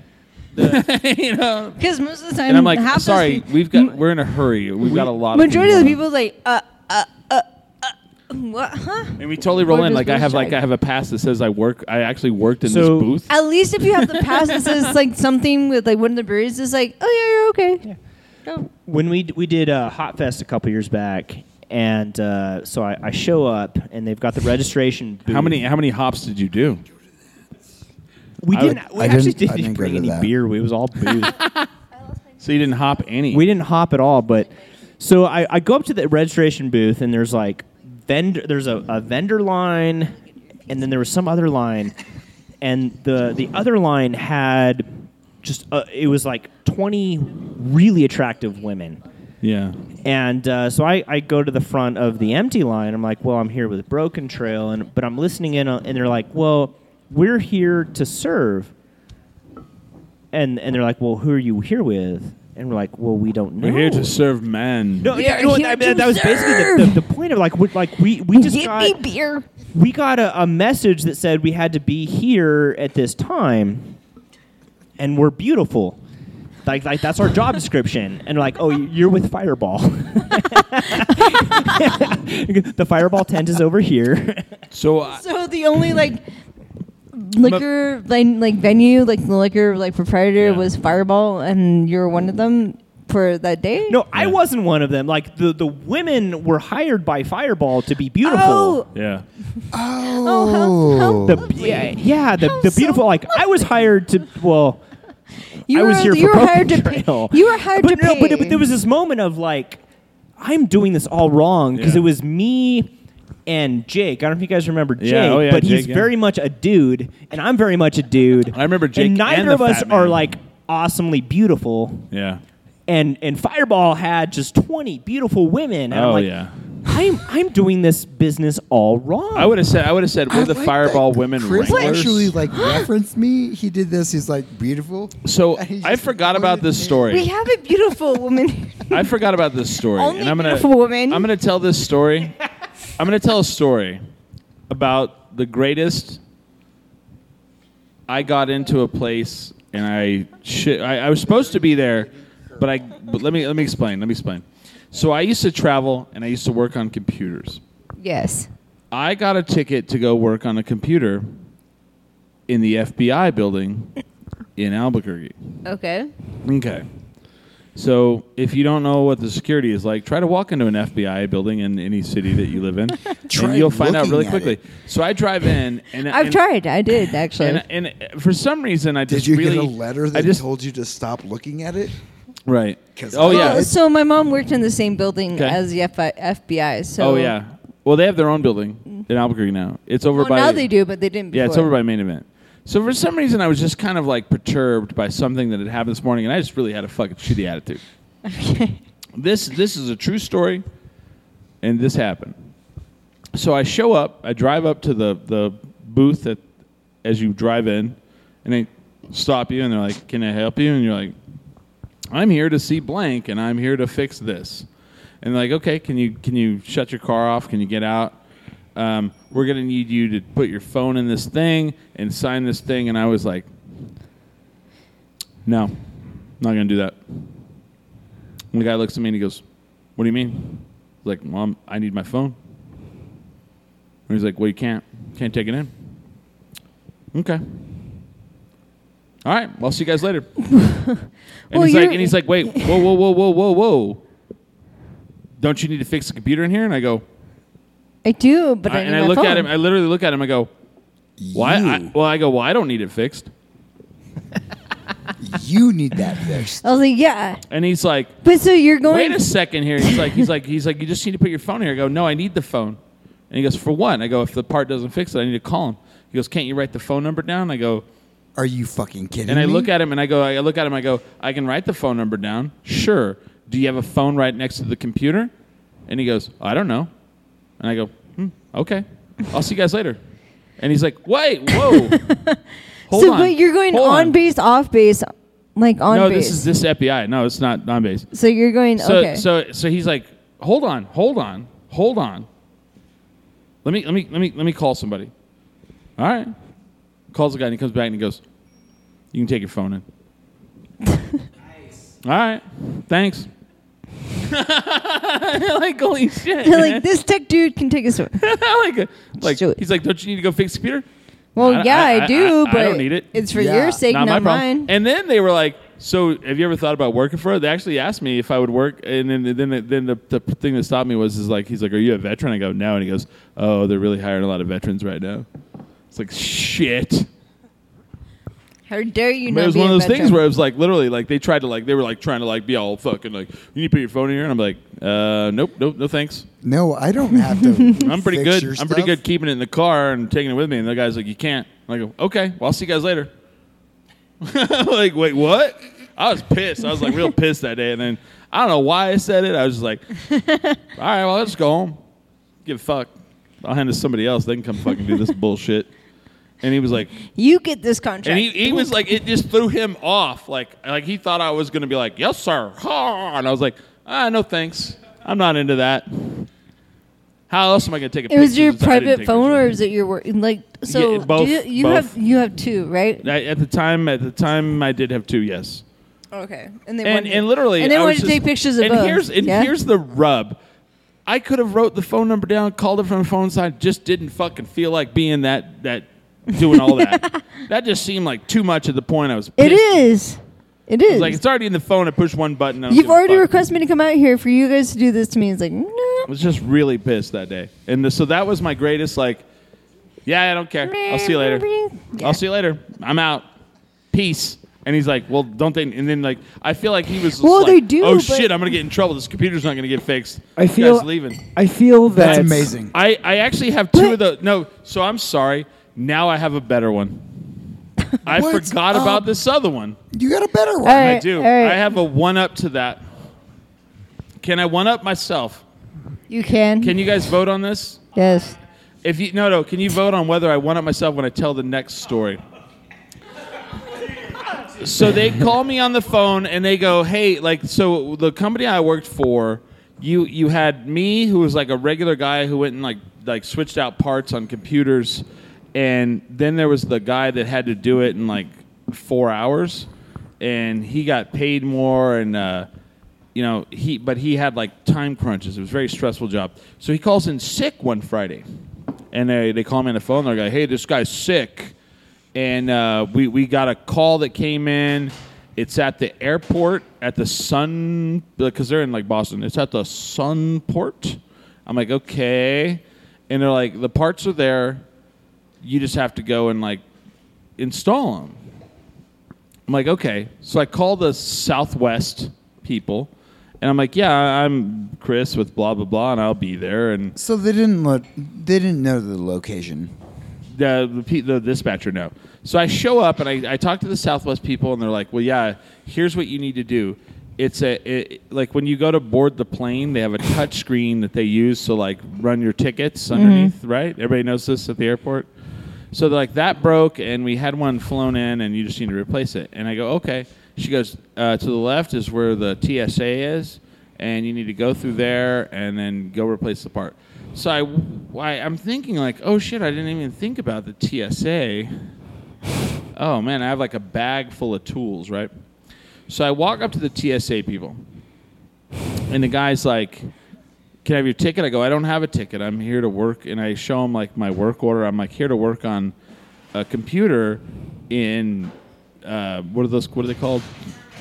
[SPEAKER 2] [LAUGHS] you know.
[SPEAKER 5] Because most of the time,
[SPEAKER 2] And I'm like,
[SPEAKER 5] half those
[SPEAKER 2] "Sorry,
[SPEAKER 5] peop-
[SPEAKER 2] we've got we're in a hurry. We've got a
[SPEAKER 5] [LAUGHS]
[SPEAKER 2] lot."
[SPEAKER 5] majority of the
[SPEAKER 2] going
[SPEAKER 5] people like, uh, uh, uh, uh, what, huh?
[SPEAKER 2] on." And we totally roll
[SPEAKER 5] Or
[SPEAKER 2] in
[SPEAKER 5] just
[SPEAKER 2] like I
[SPEAKER 5] booth
[SPEAKER 2] have like
[SPEAKER 5] check.
[SPEAKER 2] I have a pass that says I work. I actually worked in
[SPEAKER 3] So-
[SPEAKER 2] this booth.
[SPEAKER 5] At least if you have the pass that says like something with like one of the breweries, it's like, oh yeah, you're okay. No.
[SPEAKER 3] when we we did uh, Hot Fest a couple years back, and uh, so I, I show up and they've got the
[SPEAKER 6] [LAUGHS]
[SPEAKER 3] registration. Booth.
[SPEAKER 2] How many how many hops did you do?
[SPEAKER 3] We
[SPEAKER 2] I
[SPEAKER 3] didn't.
[SPEAKER 2] would-
[SPEAKER 3] we
[SPEAKER 6] I
[SPEAKER 3] actually
[SPEAKER 6] didn't-
[SPEAKER 3] didn't,
[SPEAKER 6] I didn't go
[SPEAKER 3] bring
[SPEAKER 6] to
[SPEAKER 3] any
[SPEAKER 6] that.
[SPEAKER 3] beer. We it was all
[SPEAKER 6] [LAUGHS]
[SPEAKER 3] booze.
[SPEAKER 2] So you didn't hop any.
[SPEAKER 3] we didn't hop at all. But so I, I go up to the registration booth and there's like vendor. There's a, a vendor line, and then there was some other line, and the the other line had just uh, it was like 20 really attractive women.
[SPEAKER 2] Yeah.
[SPEAKER 3] And uh, so I, I go to the front of the empty line. I'm like, well, I'm here with Broken Trail, and but I'm listening in, uh, and they're like, well, we're here to serve. And and they're like, well, who are you here with? And we're like, well, we don't know.
[SPEAKER 2] We're here to serve man.
[SPEAKER 3] No,
[SPEAKER 5] We
[SPEAKER 3] yeah,
[SPEAKER 5] are
[SPEAKER 3] you know what,
[SPEAKER 5] here
[SPEAKER 3] I mean,
[SPEAKER 5] to
[SPEAKER 3] that was basically the, the, the point of like, we, like we we just
[SPEAKER 5] Get
[SPEAKER 3] got
[SPEAKER 5] me beer.
[SPEAKER 3] we got a, a message that said we had to be here at this time and we're beautiful like, like that's our job description and like oh you're with fireball [LAUGHS] the fireball tent is over here [LAUGHS]
[SPEAKER 2] So uh, I,
[SPEAKER 5] [LAUGHS] So the
[SPEAKER 2] Hmm.
[SPEAKER 5] only like liquor ven- like venue, like the liquor like proprietor
[SPEAKER 2] Yeah.
[SPEAKER 5] was Fireball, and you were one of them for that day.
[SPEAKER 3] no i wasn't one of them like the, the women were hired by fireball to be beautiful
[SPEAKER 5] Oh,
[SPEAKER 2] yeah.
[SPEAKER 5] oh, how, how
[SPEAKER 3] the,
[SPEAKER 5] lovely.
[SPEAKER 3] yeah, yeah the,
[SPEAKER 5] How
[SPEAKER 3] the
[SPEAKER 5] so
[SPEAKER 3] beautiful like i was hired to well
[SPEAKER 5] You
[SPEAKER 3] I
[SPEAKER 5] were,
[SPEAKER 3] was here
[SPEAKER 5] you
[SPEAKER 3] for
[SPEAKER 5] were
[SPEAKER 3] Broken
[SPEAKER 5] hired to
[SPEAKER 3] Trail.
[SPEAKER 5] pay. [LAUGHS] You were hired
[SPEAKER 3] but
[SPEAKER 5] to
[SPEAKER 3] no,
[SPEAKER 5] pay.
[SPEAKER 3] But, but there was this moment of like, I'm doing this all wrong because
[SPEAKER 2] Yeah.
[SPEAKER 3] it was me and Jake. I don't know if you guys remember Jake,
[SPEAKER 2] Yeah, oh yeah,
[SPEAKER 3] but he's
[SPEAKER 2] Jake, yeah.
[SPEAKER 3] very much a dude, and I'm very much a dude.
[SPEAKER 2] I remember Jake
[SPEAKER 3] And neither
[SPEAKER 2] and the
[SPEAKER 3] of us
[SPEAKER 2] fat man.
[SPEAKER 3] are like awesomely beautiful.
[SPEAKER 2] Yeah.
[SPEAKER 3] And and Fireball had just 20 beautiful women. And I'm
[SPEAKER 2] oh
[SPEAKER 3] like,
[SPEAKER 2] yeah.
[SPEAKER 3] I'm I'm doing this business all wrong.
[SPEAKER 2] I would have said I would have said we're the Fireball women
[SPEAKER 6] Chris
[SPEAKER 2] wranglers.
[SPEAKER 6] actually
[SPEAKER 2] [GASPS]
[SPEAKER 6] like referenced me. He did this. He's like beautiful.
[SPEAKER 2] so
[SPEAKER 6] And he
[SPEAKER 2] I
[SPEAKER 6] just
[SPEAKER 2] forgot
[SPEAKER 6] quoted
[SPEAKER 2] about this
[SPEAKER 6] me.
[SPEAKER 5] we
[SPEAKER 2] story.
[SPEAKER 5] have a beautiful woman.
[SPEAKER 2] I forgot about this story,
[SPEAKER 5] Only
[SPEAKER 2] and I'm gonna
[SPEAKER 5] beautiful woman.
[SPEAKER 2] I'm gonna tell this story. I'm gonna tell a story about the greatest. I got into a place and I shit. I, I was supposed to be there, but I. But let me let me explain. Let me explain. So I used to travel and I used to work on computers.
[SPEAKER 5] [LAUGHS] yes.
[SPEAKER 2] I got a ticket to go work on a computer in the FBI building in Albuquerque.
[SPEAKER 5] Okay.
[SPEAKER 2] Okay. So if you don't know what the security is like, try to walk into an FBI building in any city that you live
[SPEAKER 6] [LAUGHS]
[SPEAKER 2] in, and
[SPEAKER 6] Try
[SPEAKER 2] you'll find out
[SPEAKER 6] looking
[SPEAKER 2] really
[SPEAKER 6] at
[SPEAKER 2] quickly.
[SPEAKER 6] it.
[SPEAKER 2] So I drive in, and
[SPEAKER 5] I've
[SPEAKER 2] and,
[SPEAKER 5] tried. I did actually.
[SPEAKER 2] And, and for some reason, I
[SPEAKER 6] Did
[SPEAKER 2] just
[SPEAKER 6] you
[SPEAKER 2] really
[SPEAKER 6] get a letter
[SPEAKER 2] I
[SPEAKER 6] that
[SPEAKER 2] just
[SPEAKER 6] told you to stop looking at it?
[SPEAKER 2] right.
[SPEAKER 6] 'Cause
[SPEAKER 2] Oh
[SPEAKER 6] I-
[SPEAKER 2] yeah.
[SPEAKER 5] Well, so my mom worked in the same building
[SPEAKER 2] Okay.
[SPEAKER 5] as the FI- FBI. So
[SPEAKER 2] oh yeah. Well, they have their own building in Albuquerque now. It's over
[SPEAKER 5] Well,
[SPEAKER 2] by
[SPEAKER 5] now they do, but they didn't.
[SPEAKER 2] Yeah, it's
[SPEAKER 5] before.
[SPEAKER 2] over by main event. So for some reason, I was just kind of like perturbed by something that had happened this morning, and I just really had a fucking shitty attitude. This this is a true story, and this happened. So I show up, I drive up to the the booth at as you drive in, and they stop you, and they're like, "Can I help you?" And you're like, "I'm here to see blank, and I'm here to fix this." And they're like, "Okay, can you can you shut your car off? Can you get out?" um, we're going to need you to put your phone in this thing and sign this thing. And I was like, no, not going to do that. And the guy looks at me and he goes, what do you mean? I was like, mom, I need my phone. And he's like, well, you can't, can't take it in. Okay. All right, well, I'll see you
[SPEAKER 5] [LAUGHS]
[SPEAKER 2] guys later. and,
[SPEAKER 5] Well,
[SPEAKER 2] he's like,
[SPEAKER 5] you're-
[SPEAKER 2] and he's like, wait, whoa, whoa, whoa, whoa, whoa, whoa. Don't you need to fix the computer in here? And I go,
[SPEAKER 5] I do, but I,
[SPEAKER 2] I-
[SPEAKER 5] need
[SPEAKER 2] and I
[SPEAKER 5] my
[SPEAKER 2] look
[SPEAKER 5] phone.
[SPEAKER 2] at him. I literally look at him. I go, "Why?" I, well, I go, "Well, I don't need it fixed."
[SPEAKER 6] You need that fixed.
[SPEAKER 5] I was like, yeah.
[SPEAKER 2] And he's like,
[SPEAKER 5] But so you're going.
[SPEAKER 2] "Wait a second here." He's like, "He's like, he's like, you just need to put your phone here." I go, "No, I need the phone." And he goes, "For what?" I go, "If the part doesn't fix it, I need to call him." He goes, "Can't you write the phone number down?" I go,
[SPEAKER 6] Are you fucking kidding
[SPEAKER 2] and I
[SPEAKER 6] me?
[SPEAKER 2] look at him and I go, I look at him. I go, "I can write the phone number down, sure." Do you have a phone right next to the computer? And he goes, "I don't know." And I go, hmm, "Okay, I'll see you guys later." And he's like, "Wait,
[SPEAKER 5] [LAUGHS]
[SPEAKER 2] whoa." Hold
[SPEAKER 5] so,
[SPEAKER 2] on.
[SPEAKER 5] but you're going
[SPEAKER 2] Hold
[SPEAKER 5] on, base, off base, like on
[SPEAKER 2] no,
[SPEAKER 5] base.
[SPEAKER 2] this is this FBI. No, it's not on base.
[SPEAKER 5] so you're going.
[SPEAKER 2] So
[SPEAKER 5] okay.
[SPEAKER 2] so so he's like, hold on, hold on, hold on. Let me let me let me let me call somebody. All right. Calls the guy and he comes back and he goes, You can take your phone in. All right. Thanks. like holy shit.
[SPEAKER 5] [LAUGHS] like this tech dude can take us.
[SPEAKER 2] [LAUGHS] like like
[SPEAKER 5] do it.
[SPEAKER 2] he's like, Don't you need to go fix the computer?
[SPEAKER 5] Well,
[SPEAKER 2] I-
[SPEAKER 5] yeah,
[SPEAKER 2] I-
[SPEAKER 5] I,
[SPEAKER 2] I-
[SPEAKER 5] do,
[SPEAKER 2] I- I
[SPEAKER 5] but
[SPEAKER 2] don't need it.
[SPEAKER 5] it's for
[SPEAKER 6] Yeah.
[SPEAKER 5] your sake, not,
[SPEAKER 2] not, my problem.
[SPEAKER 5] mine.
[SPEAKER 2] And then they were like, "So, have you ever thought about working for?" her? They actually asked me if I would work, and then then then the, the thing that stopped me was is like, he's like, "Are you a veteran?" I go, "No," and he goes, "Oh, they're really hiring a lot of veterans right now." It's like shit.
[SPEAKER 5] How dare you
[SPEAKER 2] I mean,
[SPEAKER 5] not
[SPEAKER 2] it was
[SPEAKER 5] be
[SPEAKER 2] one
[SPEAKER 5] a
[SPEAKER 2] of those things
[SPEAKER 5] veteran.
[SPEAKER 2] where it was like literally like they tried to like they were like trying to like be all fucking like you need to put your phone in here and I'm like uh nope nope no thanks
[SPEAKER 6] no, I don't have to.
[SPEAKER 2] [LAUGHS] I'm pretty
[SPEAKER 6] fix
[SPEAKER 2] good
[SPEAKER 6] your
[SPEAKER 2] I'm pretty
[SPEAKER 6] stuff.
[SPEAKER 2] good keeping it in the car and taking it with me and the guy's [LAUGHS] like you can't and I go okay well I'll see you guys later like wait what I was pissed. I was like
[SPEAKER 6] [LAUGHS]
[SPEAKER 2] real pissed that day. And then I don't know why I said it. I was just like, all right, well, let's go home. Give a fuck. I'll hand it to somebody else. They can come fucking do
[SPEAKER 6] [LAUGHS]
[SPEAKER 2] this bullshit. And he was like,
[SPEAKER 5] You get this contract.
[SPEAKER 2] and he, he was like, it just threw him off. Like, like he thought I was going to be like, yes, sir. Ah, And I was like, ah, no thanks. I'm not into that. How else am I going to take a
[SPEAKER 5] it was
[SPEAKER 2] picture
[SPEAKER 5] your
[SPEAKER 2] since I didn't
[SPEAKER 5] private
[SPEAKER 2] take
[SPEAKER 5] phone,
[SPEAKER 2] pictures?
[SPEAKER 5] or is it your work? Like, so
[SPEAKER 2] Yeah, both,
[SPEAKER 5] do you, you
[SPEAKER 2] both.
[SPEAKER 5] have you have two, right?
[SPEAKER 2] I, at the time, at the time, I did have two. Yes,
[SPEAKER 5] Okay, and they
[SPEAKER 2] and
[SPEAKER 5] wanted,
[SPEAKER 2] and literally,
[SPEAKER 5] and they
[SPEAKER 2] I
[SPEAKER 5] wanted to
[SPEAKER 2] was just-
[SPEAKER 5] take pictures of
[SPEAKER 2] and
[SPEAKER 5] both.
[SPEAKER 2] Here's, and
[SPEAKER 5] yeah?
[SPEAKER 2] here's the rub. I could have wrote the phone number down, called it from a phone sign. Just didn't fucking feel like being that that doing
[SPEAKER 5] [LAUGHS]
[SPEAKER 2] all that. that just seemed like too much at the point. I was.
[SPEAKER 5] it
[SPEAKER 2] pissed.
[SPEAKER 5] is, it
[SPEAKER 2] It
[SPEAKER 5] is.
[SPEAKER 2] was like it's already in the phone. I push one button. I don't
[SPEAKER 5] You've
[SPEAKER 2] give a
[SPEAKER 5] already
[SPEAKER 2] fuck.
[SPEAKER 5] requested me to come out here for you guys to do this to me. It's like, no.
[SPEAKER 2] I was just really pissed that day, and so that was my greatest like. Yeah, I don't care. I'll see you later. I'll see you later. I'm out. Peace. And he's like, well, don't they? And then like, I feel like he was. Just
[SPEAKER 5] Well,
[SPEAKER 2] like,
[SPEAKER 5] they do,
[SPEAKER 2] Oh
[SPEAKER 5] but-
[SPEAKER 2] shit! I'm gonna get in trouble. This computer's not gonna get fixed.
[SPEAKER 4] I
[SPEAKER 2] This
[SPEAKER 4] feel-
[SPEAKER 2] guy's leaving.
[SPEAKER 4] I feel that
[SPEAKER 11] That's amazing.
[SPEAKER 2] I I actually have two of the no. So I'm sorry. Now I have a better one.
[SPEAKER 5] [LAUGHS]
[SPEAKER 2] I
[SPEAKER 11] What's
[SPEAKER 2] forgot
[SPEAKER 11] up?
[SPEAKER 5] Oh.
[SPEAKER 2] about this other one.
[SPEAKER 11] You got a better one.
[SPEAKER 5] All right,
[SPEAKER 2] I do.
[SPEAKER 5] all right.
[SPEAKER 2] I have a one up to that. Can I one up myself?
[SPEAKER 5] You can.
[SPEAKER 2] Can you guys vote on this?
[SPEAKER 5] Yes.
[SPEAKER 2] If you no no, can you vote on whether I one up myself when I tell the next story? So they call me on the phone and they go, "Hey, like so the company I worked for, you you had me who was like a regular guy who went and like like switched out parts on computers and then there was the guy that had to do it in like 4 hours and he got paid more and uh you know, he but he had like time crunches. It was a very stressful job. So he calls in sick one Friday, and they, they call me on the phone. They're like, "Hey, this guy's sick," and uh, we we got a call that came in. It's at the airport at the Sun because they're in like Boston. It's at the Sunport. I'm like, okay, and they're like, the parts are there. You just have to go and like install them. I'm like, okay. So I call the Southwest people, and I'm like, yeah, I'm Chris with blah blah blah, and I'll be there. And
[SPEAKER 11] So they didn't look. They didn't know the location.
[SPEAKER 2] the the, pe- the dispatcher no. So I show up and I, I talk to the Southwest people, and they're like, "Well, yeah, here's what you need to do. It's a it, like when you go to board the plane, they have a touch screen that they use to like run your tickets underneath, right? Everybody knows this at the airport. So they're like, that broke, and we had one flown in, and you just need to replace it. And I go, okay. She goes, uh, to the left is where the TSA is, and you need to go through there and then go replace the part. So I, why I'm thinking like, oh shit, I didn't even think about the TSA. Oh man, I have like a bag full of tools, right? So I walk up to the TSA people, and the guy's like, can I have your ticket? I go, I don't have a ticket. I'm here to work. And I show him like my work order. I'm like here to work on a computer in uh, what are those? What are they called?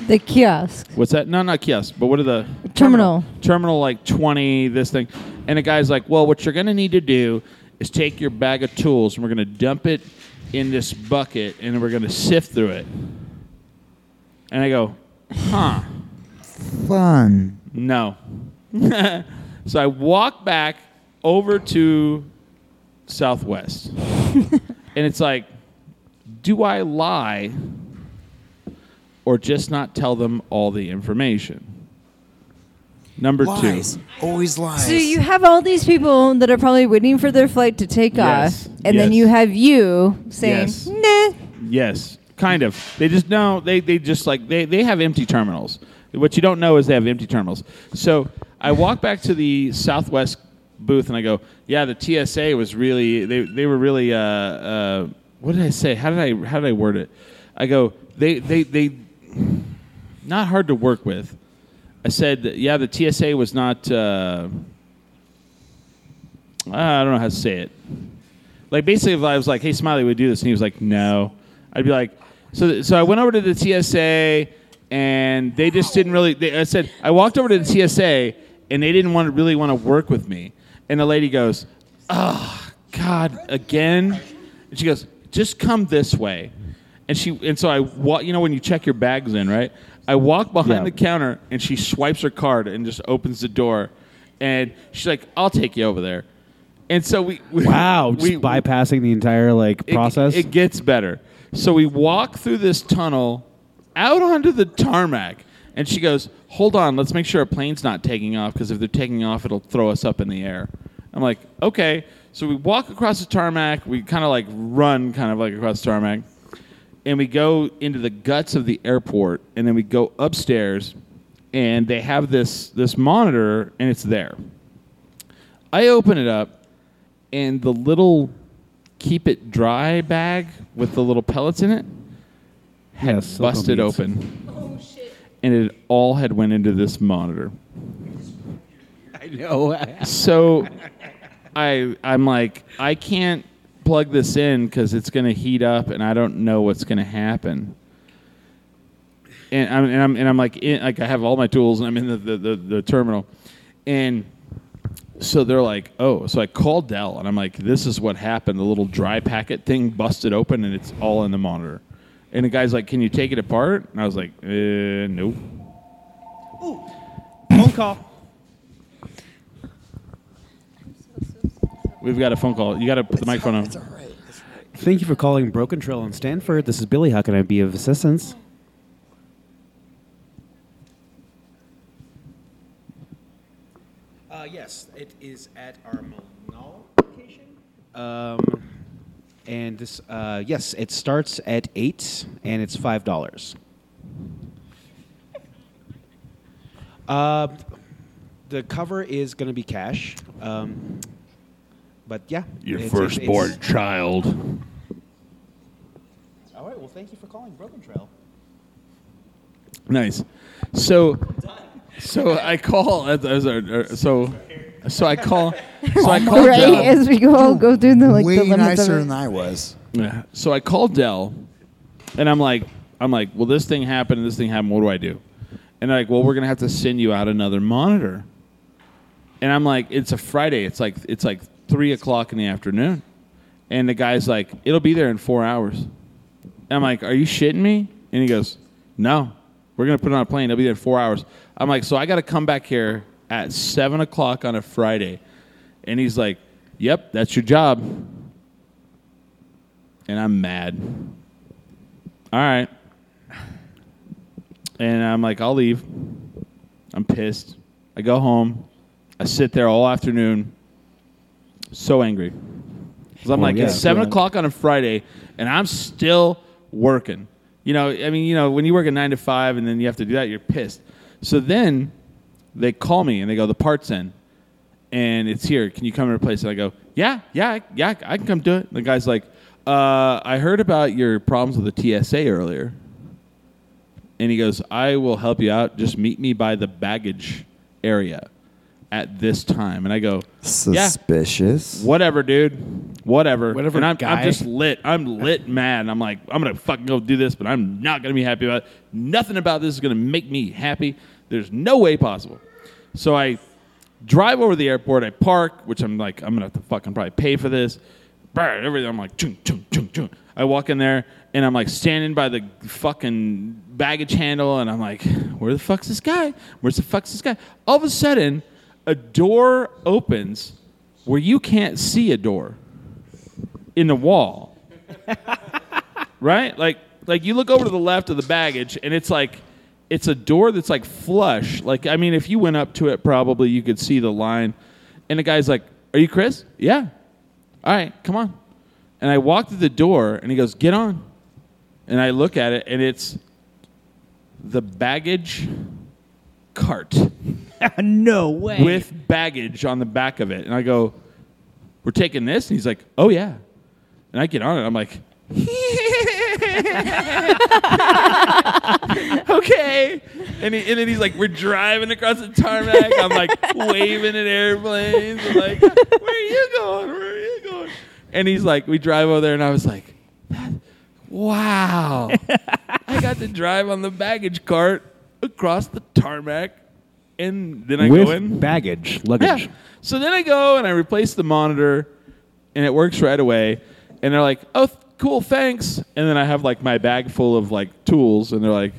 [SPEAKER 5] The kiosk.
[SPEAKER 2] What's that? No, not kiosk. But what are the
[SPEAKER 5] Terminal.
[SPEAKER 2] Terminal like twenty. This thing. And the guy's like, well, what you're gonna need to do is take your bag of tools and we're gonna dump it in this bucket and we're gonna sift through it. And I go, huh.
[SPEAKER 6] Fun.
[SPEAKER 2] No. [LAUGHS] so I walk back over to Southwest. and it's like, do I lie or just not tell them all the information? Number
[SPEAKER 6] Lies.
[SPEAKER 2] two.
[SPEAKER 6] Always lies.
[SPEAKER 5] So you have all these people that are probably waiting for their flight to take
[SPEAKER 2] Yes.
[SPEAKER 5] off, and then
[SPEAKER 2] Yes.
[SPEAKER 5] you have you saying,
[SPEAKER 2] Yes.
[SPEAKER 5] "Nah."
[SPEAKER 2] Yes, kind of. They just no. They they just like they they have empty terminals. What you don't know is they have empty terminals. So I walk back to the Southwest booth and I go, yeah, the TSA was really they they were really uh, uh, what did I say? How did I how did I word it? I go they they they not hard to work with. I said, yeah, the TSA was not. Uh, I don't know how to say it. Like basically, if I was like, "Hey, Smiley, would do this," and he was like, "No," I'd be like, "So, so I went over to the TSA, and they just didn't really." They, I said, "I walked over to the TSA, and they didn't want to really want to work with me." And the lady goes, "Oh God, again?" And she goes, "Just come this way." And she, and so I, wa- you know, when you check your bags in, right? I walk behind
[SPEAKER 4] Yeah.
[SPEAKER 2] the counter, and she swipes her card and just opens the door, and she's like, "I'll take you over there." And so we, we [LAUGHS]
[SPEAKER 4] Wow, just
[SPEAKER 2] we,
[SPEAKER 4] bypassing the entire like
[SPEAKER 2] it-
[SPEAKER 4] process.
[SPEAKER 2] It, gets better. So we walk through this tunnel out onto the tarmac. And she goes, Hold on, let's make sure our plane's not taking off because if they're taking off, it'll throw us up in the air. I'm like, Okay. So we walk across the tarmac. We kind of like run kind of like across the tarmac. And we go into the guts of the airport. And then we go upstairs. And they have this, this monitor, and it's there. I open it up, and the little keep it dry bag with the little pellets in it had
[SPEAKER 10] Yes, silicone
[SPEAKER 2] busted
[SPEAKER 10] beads.
[SPEAKER 2] open. And it all had went into this monitor.
[SPEAKER 4] I know.
[SPEAKER 2] So I I'm like I can't plug this in cuz it's going to heat up and I don't know what's going to happen. And I'm and I'm and I'm like in, like I have all my tools and I'm in the the, the, the terminal. And so they're like, oh, so I called Dell and I'm like, this is what happened. The little dry packet thing busted open and it's all in the monitor. And the guy's like, can you take it apart? And I was like, uh, nope.
[SPEAKER 8] Phone call.
[SPEAKER 2] We've got a phone call. You got to put the microphone on.
[SPEAKER 4] Thank you for calling Broken Trail in Stanford. This is Billy. How can I be of assistance? Uh, yes, it is at our Milano location. Um, and this, uh, yes, it starts at eight, and it's five dollars. Uh, the cover is going to be cash. Um, but yeah, it's- it's- it's-
[SPEAKER 2] child.
[SPEAKER 4] All right. Well, thank you for calling Broken Trail.
[SPEAKER 2] Nice. So, so I call. as- as our- our- So, so I call. So I call
[SPEAKER 12] [LAUGHS] right
[SPEAKER 2] Dell.
[SPEAKER 12] as we go go through the like
[SPEAKER 11] Way
[SPEAKER 12] the limits
[SPEAKER 11] nicer
[SPEAKER 12] of
[SPEAKER 11] than
[SPEAKER 12] it.
[SPEAKER 11] I was.
[SPEAKER 2] Yeah. So I called Dell, and I'm like, I'm like, well, this thing happened, and this thing happened. What do I do? And they're like, well, we're gonna have to send you out another monitor. And I'm like, it's a Friday. It's like it's like three o'clock in the afternoon, and the guy's like, it'll be there in four hours. And I'm like, are you shitting me? And he goes, no, we're gonna put it on a plane. It'll be there in four hours. I'm like, so I got to come back here at seven o'clock on a Friday, and he's like, yep, that's your job and I'm mad. All right. And I'm like, I'll leave. I'm pissed. I go home. I sit there all afternoon, so angry. 'Cause I'm
[SPEAKER 10] Well,
[SPEAKER 2] like,
[SPEAKER 10] yeah,
[SPEAKER 2] it's seven
[SPEAKER 10] yeah.
[SPEAKER 2] o'clock on a Friday, and I'm still working. You know, I mean, you know, when you work a nine to five and then you have to do that, you're pissed. So then they call me and they go, the part's in and it's here. Can you come and replace it? I go, yeah, yeah, yeah, I can come do it. And the guy's like, uh, I heard about your problems with the TSA earlier. And he goes, I will help you out. Just meet me by the baggage area at this time. And I go, yeah,
[SPEAKER 6] Suspicious.
[SPEAKER 2] whatever, dude. Whatever.
[SPEAKER 4] Whatever,
[SPEAKER 2] And I'm,
[SPEAKER 4] guy.
[SPEAKER 2] I'm just lit. I'm lit mad. And I'm like, I'm going to fucking go do this, but I'm not going to be happy about it. Nothing about this is going to make me happy. There's no way possible. So I drive over to the airport. I park, which I'm like, I'm going to have to fucking probably pay for this. Brr, Everything. I'm like, chung, chung, chung, chung. I walk in there and I'm like standing by the fucking baggage handle and I'm like, where the fuck's this guy? Where's the fuck's this guy? All of a sudden, a door opens where you can't see a door in the wall. right? Like like you look over to the left of the baggage and it's like it's a door that's like flush. Like I mean if you went up to it probably you could see the line. And the guy's like, "Are you Chris?" "Yeah." "All right, come on." And I walk to the door and he goes, "Get on." And I look at it and it's the baggage cart
[SPEAKER 8] no way.
[SPEAKER 2] with baggage on the back of it. And I go, We're taking this? And he's like, Oh, yeah. And I get on it. I'm like, [LAUGHS] okay. And, he, and then he's like, We're driving across the tarmac. I'm like, waving at airplanes. I'm like, Where are you going? Where are you going? And he's like, We drive over there. And I was like, Wow. I got to drive on the baggage cart across the tarmac. And then I
[SPEAKER 10] With
[SPEAKER 2] go in.
[SPEAKER 10] baggage, luggage.
[SPEAKER 2] Yeah. So then I go and I replace the monitor, and it works right away. And they're like, "Oh, th- cool, thanks." And then I have like my bag full of like tools, and they're like,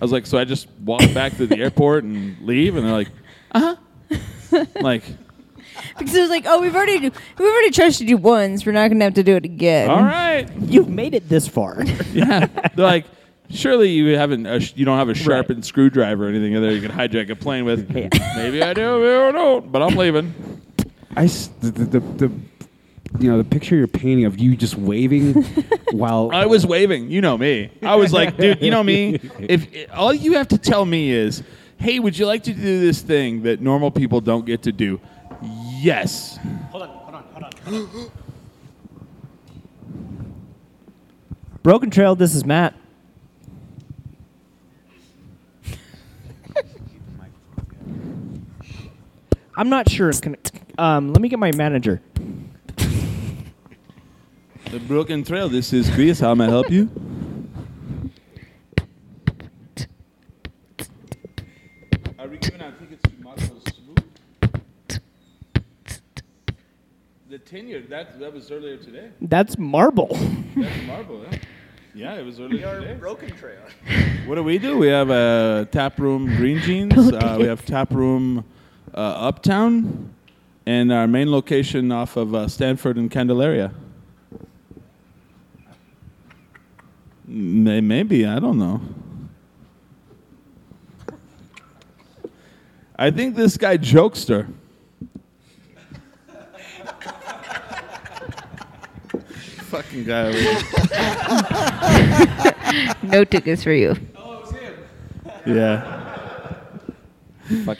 [SPEAKER 2] "I was like, so I just walk back to the airport and leave?" And they're like, "Uh huh." like,
[SPEAKER 12] Because it was like, oh, we've already we've already trusted you once. We're not gonna have to do it again.
[SPEAKER 2] all right.
[SPEAKER 8] You've made it this far.
[SPEAKER 2] Yeah. They're like, Surely you haven't. A sh- you don't have a sharpened screwdriver or anything there you can hijack a plane with. Maybe I do. Maybe I don't. But I'm leaving.
[SPEAKER 4] I s- the, the, the, the you know the picture you're painting of you just waving while
[SPEAKER 2] I was waving. You know me. I was like, dude, you know [LAUGHS] me. If all you have to tell me is, hey, would you like to do this thing that normal people don't get to do? Yes.
[SPEAKER 3] Broken Trail, this is Matt. I'm not sure. If connect- um, let me get my manager.
[SPEAKER 2] The Broken Trail. This is Chris. How may I help you? Are we giving out tickets to Marco Smooth? The tenure that that was earlier today.
[SPEAKER 3] That's Marble.
[SPEAKER 2] That's Marvel. Yeah, yeah it was earlier today. Broken Trail. What do we do? We have uh, tap room Green Jeans. Uh, we have tap room uh, Uptown, and our main location off of uh, Stanford and Candelaria. May- Maybe I don't know. I think this guy jokester. Fucking guy over here.
[SPEAKER 12] no tickets for you.
[SPEAKER 2] Yeah.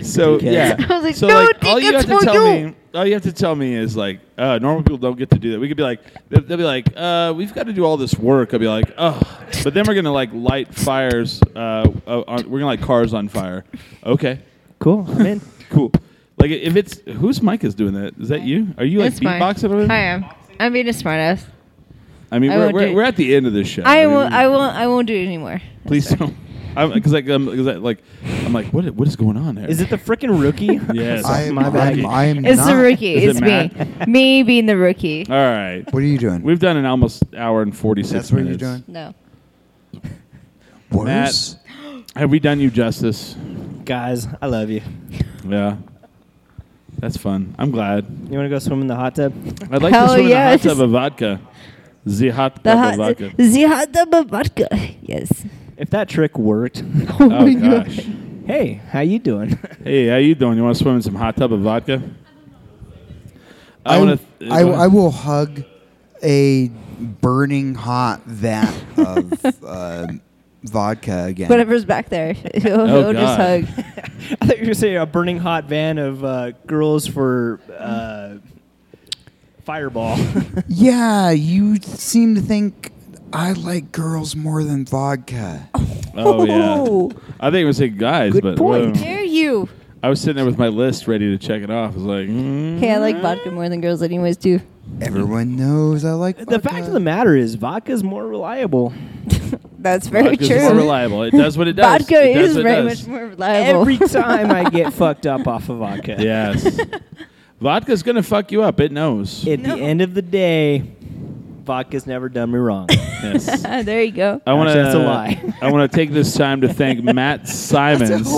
[SPEAKER 2] so yeah.
[SPEAKER 12] [LAUGHS] I was like,
[SPEAKER 2] so
[SPEAKER 12] "No
[SPEAKER 2] like, all you have
[SPEAKER 12] tickets
[SPEAKER 2] to
[SPEAKER 12] for
[SPEAKER 2] tell
[SPEAKER 12] you."
[SPEAKER 2] me, all you have to tell me is like, uh, normal people don't get to do that. We could be like, they'll, they'll be like, uh, we've got to do all this work. I'll be like, oh, but then we're gonna like light fires. Uh, uh, on, we're gonna light cars on fire. Okay,
[SPEAKER 3] Cool. I'm in.
[SPEAKER 2] cool. Like if it's whose mic is doing that? Is that you? Are you like
[SPEAKER 12] That's fine.
[SPEAKER 2] beatboxing over
[SPEAKER 12] I
[SPEAKER 2] there?
[SPEAKER 12] am. I'm being a smartass.
[SPEAKER 2] I mean,
[SPEAKER 12] I
[SPEAKER 2] we're,
[SPEAKER 12] won't do
[SPEAKER 2] we're,
[SPEAKER 12] it.
[SPEAKER 2] we're at the end of this show.
[SPEAKER 12] I
[SPEAKER 2] mean,
[SPEAKER 12] won't. I won't. I won't do it anymore. [LAUGHS]
[SPEAKER 2] Please don't. Because like, um, 'cause I, like, I'm like, what? What is going on there?
[SPEAKER 3] Is it the freaking rookie?
[SPEAKER 2] Yes,
[SPEAKER 6] I am,
[SPEAKER 2] my bad.
[SPEAKER 6] I'm, I'm
[SPEAKER 12] It's
[SPEAKER 6] not.
[SPEAKER 12] the rookie.
[SPEAKER 2] Is
[SPEAKER 12] It's
[SPEAKER 2] it
[SPEAKER 12] me. me being the rookie.
[SPEAKER 2] All right.
[SPEAKER 6] What are you doing?
[SPEAKER 2] We've done an almost hour and 46
[SPEAKER 6] That's what you're
[SPEAKER 2] minutes.
[SPEAKER 6] doing.
[SPEAKER 12] No.
[SPEAKER 6] Worse.
[SPEAKER 2] Have we done you justice?
[SPEAKER 3] Guys, I love you.
[SPEAKER 2] Yeah. That's fun. I'm glad.
[SPEAKER 3] You want to go swim in the hot tub?
[SPEAKER 2] I'd like
[SPEAKER 12] Hell
[SPEAKER 2] to swim
[SPEAKER 12] yes.
[SPEAKER 2] in a hot tub of vodka. The hot
[SPEAKER 12] The
[SPEAKER 2] tub
[SPEAKER 12] hot, Oh,
[SPEAKER 2] of
[SPEAKER 12] [LAUGHS]
[SPEAKER 2] vodka.
[SPEAKER 12] the hot tub of vodka. Yes.
[SPEAKER 3] If that trick worked.
[SPEAKER 2] Oh, gosh.
[SPEAKER 3] hey, how you doing? [LAUGHS]
[SPEAKER 2] Hey, how you doing? You want to swim in some hot tub of vodka?
[SPEAKER 6] I,
[SPEAKER 2] wanna th-
[SPEAKER 6] I, I will hug a burning hot vat
[SPEAKER 3] [LAUGHS]
[SPEAKER 6] of uh, vodka again.
[SPEAKER 12] [LAUGHS] Whatever's back there. [LAUGHS] He'll, he'll just
[SPEAKER 2] God.
[SPEAKER 12] hug.
[SPEAKER 3] I thought you were going to say a burning hot van of uh, girls for uh, fireball. [LAUGHS]
[SPEAKER 6] Yeah, you seem to think I like girls more than vodka.
[SPEAKER 2] oh, [LAUGHS] yeah.
[SPEAKER 12] [LAUGHS]
[SPEAKER 2] I think it was like guys, but
[SPEAKER 12] Boy,
[SPEAKER 2] whoa.
[SPEAKER 12] dare you.
[SPEAKER 2] I was sitting there with my list ready to check it off. I was like, mm.
[SPEAKER 12] Hey, I like vodka more than girls, anyways, too.
[SPEAKER 6] Everyone knows I like
[SPEAKER 3] the
[SPEAKER 6] vodka.
[SPEAKER 3] fact of the matter is, vodka's more reliable.
[SPEAKER 12] That's very
[SPEAKER 2] vodka's
[SPEAKER 12] true.
[SPEAKER 2] more reliable. It does what
[SPEAKER 12] [LAUGHS]
[SPEAKER 2] it does.
[SPEAKER 12] Vodka
[SPEAKER 2] It does
[SPEAKER 12] is
[SPEAKER 2] what it
[SPEAKER 12] very
[SPEAKER 2] does.
[SPEAKER 12] much more reliable.
[SPEAKER 3] Every
[SPEAKER 12] [LAUGHS]
[SPEAKER 3] time I get fucked up off of vodka.
[SPEAKER 2] Yes. Vodka's gonna fuck you up. It knows.
[SPEAKER 3] At the end of the day, vodka's never done me wrong. [LAUGHS]
[SPEAKER 2] yes.
[SPEAKER 12] Ah, there you go.
[SPEAKER 2] I want to.
[SPEAKER 3] Actually, that's a lie.
[SPEAKER 2] [LAUGHS] I want to take this time to
[SPEAKER 3] [LAUGHS]
[SPEAKER 2] thank Matt Simons.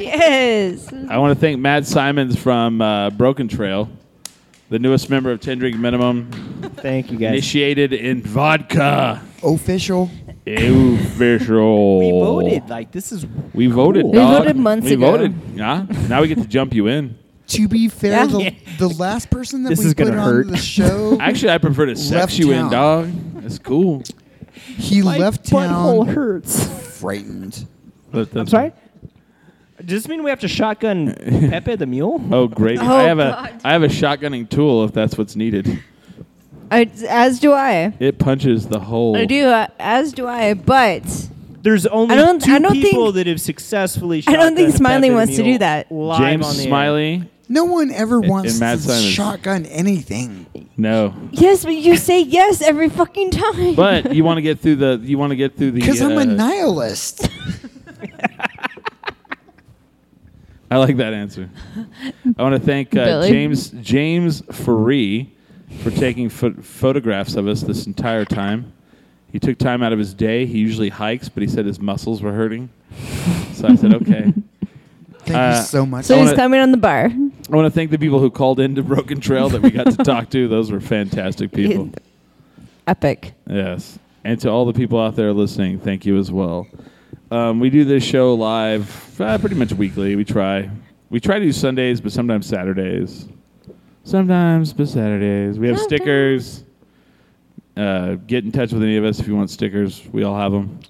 [SPEAKER 12] Yes.
[SPEAKER 2] I want to thank Matt Simons from uh, Broken Trail, the newest member of Ten Drink Minimum,
[SPEAKER 3] Thank you
[SPEAKER 2] [LAUGHS]
[SPEAKER 3] guys.
[SPEAKER 2] initiated in vodka.
[SPEAKER 6] [LAUGHS] Official.
[SPEAKER 2] Official.
[SPEAKER 3] We voted. Like this is
[SPEAKER 2] We voted.
[SPEAKER 12] We
[SPEAKER 2] dog.
[SPEAKER 12] voted months
[SPEAKER 2] we
[SPEAKER 12] ago.
[SPEAKER 2] voted. Yeah. Now we get to jump you in.
[SPEAKER 6] To be fair,
[SPEAKER 12] Yeah.
[SPEAKER 6] the, the last person that
[SPEAKER 3] This
[SPEAKER 6] we
[SPEAKER 3] is
[SPEAKER 6] put
[SPEAKER 3] gonna hurt.
[SPEAKER 6] on the
[SPEAKER 3] [LAUGHS]
[SPEAKER 6] show,
[SPEAKER 2] Actually, I prefer to sex
[SPEAKER 6] Left
[SPEAKER 2] you in,
[SPEAKER 6] town.
[SPEAKER 2] dog. That's cool.
[SPEAKER 6] he
[SPEAKER 3] my
[SPEAKER 6] left
[SPEAKER 3] butthole
[SPEAKER 6] town
[SPEAKER 3] hurts.
[SPEAKER 6] frightened.
[SPEAKER 2] I'm
[SPEAKER 3] Sorry. Does this mean we have
[SPEAKER 2] [LAUGHS]
[SPEAKER 3] to shotgun Pepe the mule?
[SPEAKER 2] Oh great!
[SPEAKER 12] Oh,
[SPEAKER 2] I have
[SPEAKER 12] God.
[SPEAKER 2] a I have a shotgunning tool if that's what's needed.
[SPEAKER 12] I, as do I.
[SPEAKER 2] It punches the hole.
[SPEAKER 12] I do. Uh, as do I. But
[SPEAKER 3] There's only
[SPEAKER 12] I don't-
[SPEAKER 3] two
[SPEAKER 12] I don't
[SPEAKER 3] people
[SPEAKER 12] think-
[SPEAKER 3] that have successfully.
[SPEAKER 12] I
[SPEAKER 3] Shotgunned
[SPEAKER 12] don't think
[SPEAKER 3] a
[SPEAKER 12] Smiley
[SPEAKER 3] Pepe the
[SPEAKER 12] wants to
[SPEAKER 3] Mule
[SPEAKER 12] do that.
[SPEAKER 3] Live
[SPEAKER 2] James
[SPEAKER 3] on the air.
[SPEAKER 2] Smiley.
[SPEAKER 6] No one ever wants
[SPEAKER 2] and Matt
[SPEAKER 6] to
[SPEAKER 2] Simons.
[SPEAKER 6] shotgun anything.
[SPEAKER 2] No,
[SPEAKER 12] yes, but you say yes every fucking time.
[SPEAKER 2] but you want to get through the you want to get through the.
[SPEAKER 6] Because I'm
[SPEAKER 2] uh,
[SPEAKER 6] a nihilist.
[SPEAKER 2] I like that answer. I want to thank uh,
[SPEAKER 12] Billy.
[SPEAKER 2] James James Faree for taking pho- photographs of us this entire time. He took time out of his day. He usually hikes, but he said his muscles were hurting. So I said, okay.
[SPEAKER 6] Thank
[SPEAKER 2] Uh,
[SPEAKER 6] you so much.
[SPEAKER 12] [LAUGHS] so
[SPEAKER 2] I
[SPEAKER 12] he's
[SPEAKER 2] wanna-
[SPEAKER 12] coming on the bar.
[SPEAKER 2] I want to thank the people who called in to Broken Trail that we got to talk to. Those were fantastic people.
[SPEAKER 12] Epic.
[SPEAKER 2] Yes. And to all the people out there listening, thank you as well. Um, we do this show live uh, pretty much weekly. We try. We try to do Sundays, but sometimes Saturdays. Sometimes, but Saturdays. We have stickers. Uh, get in touch with any of us if you want stickers. We all have them.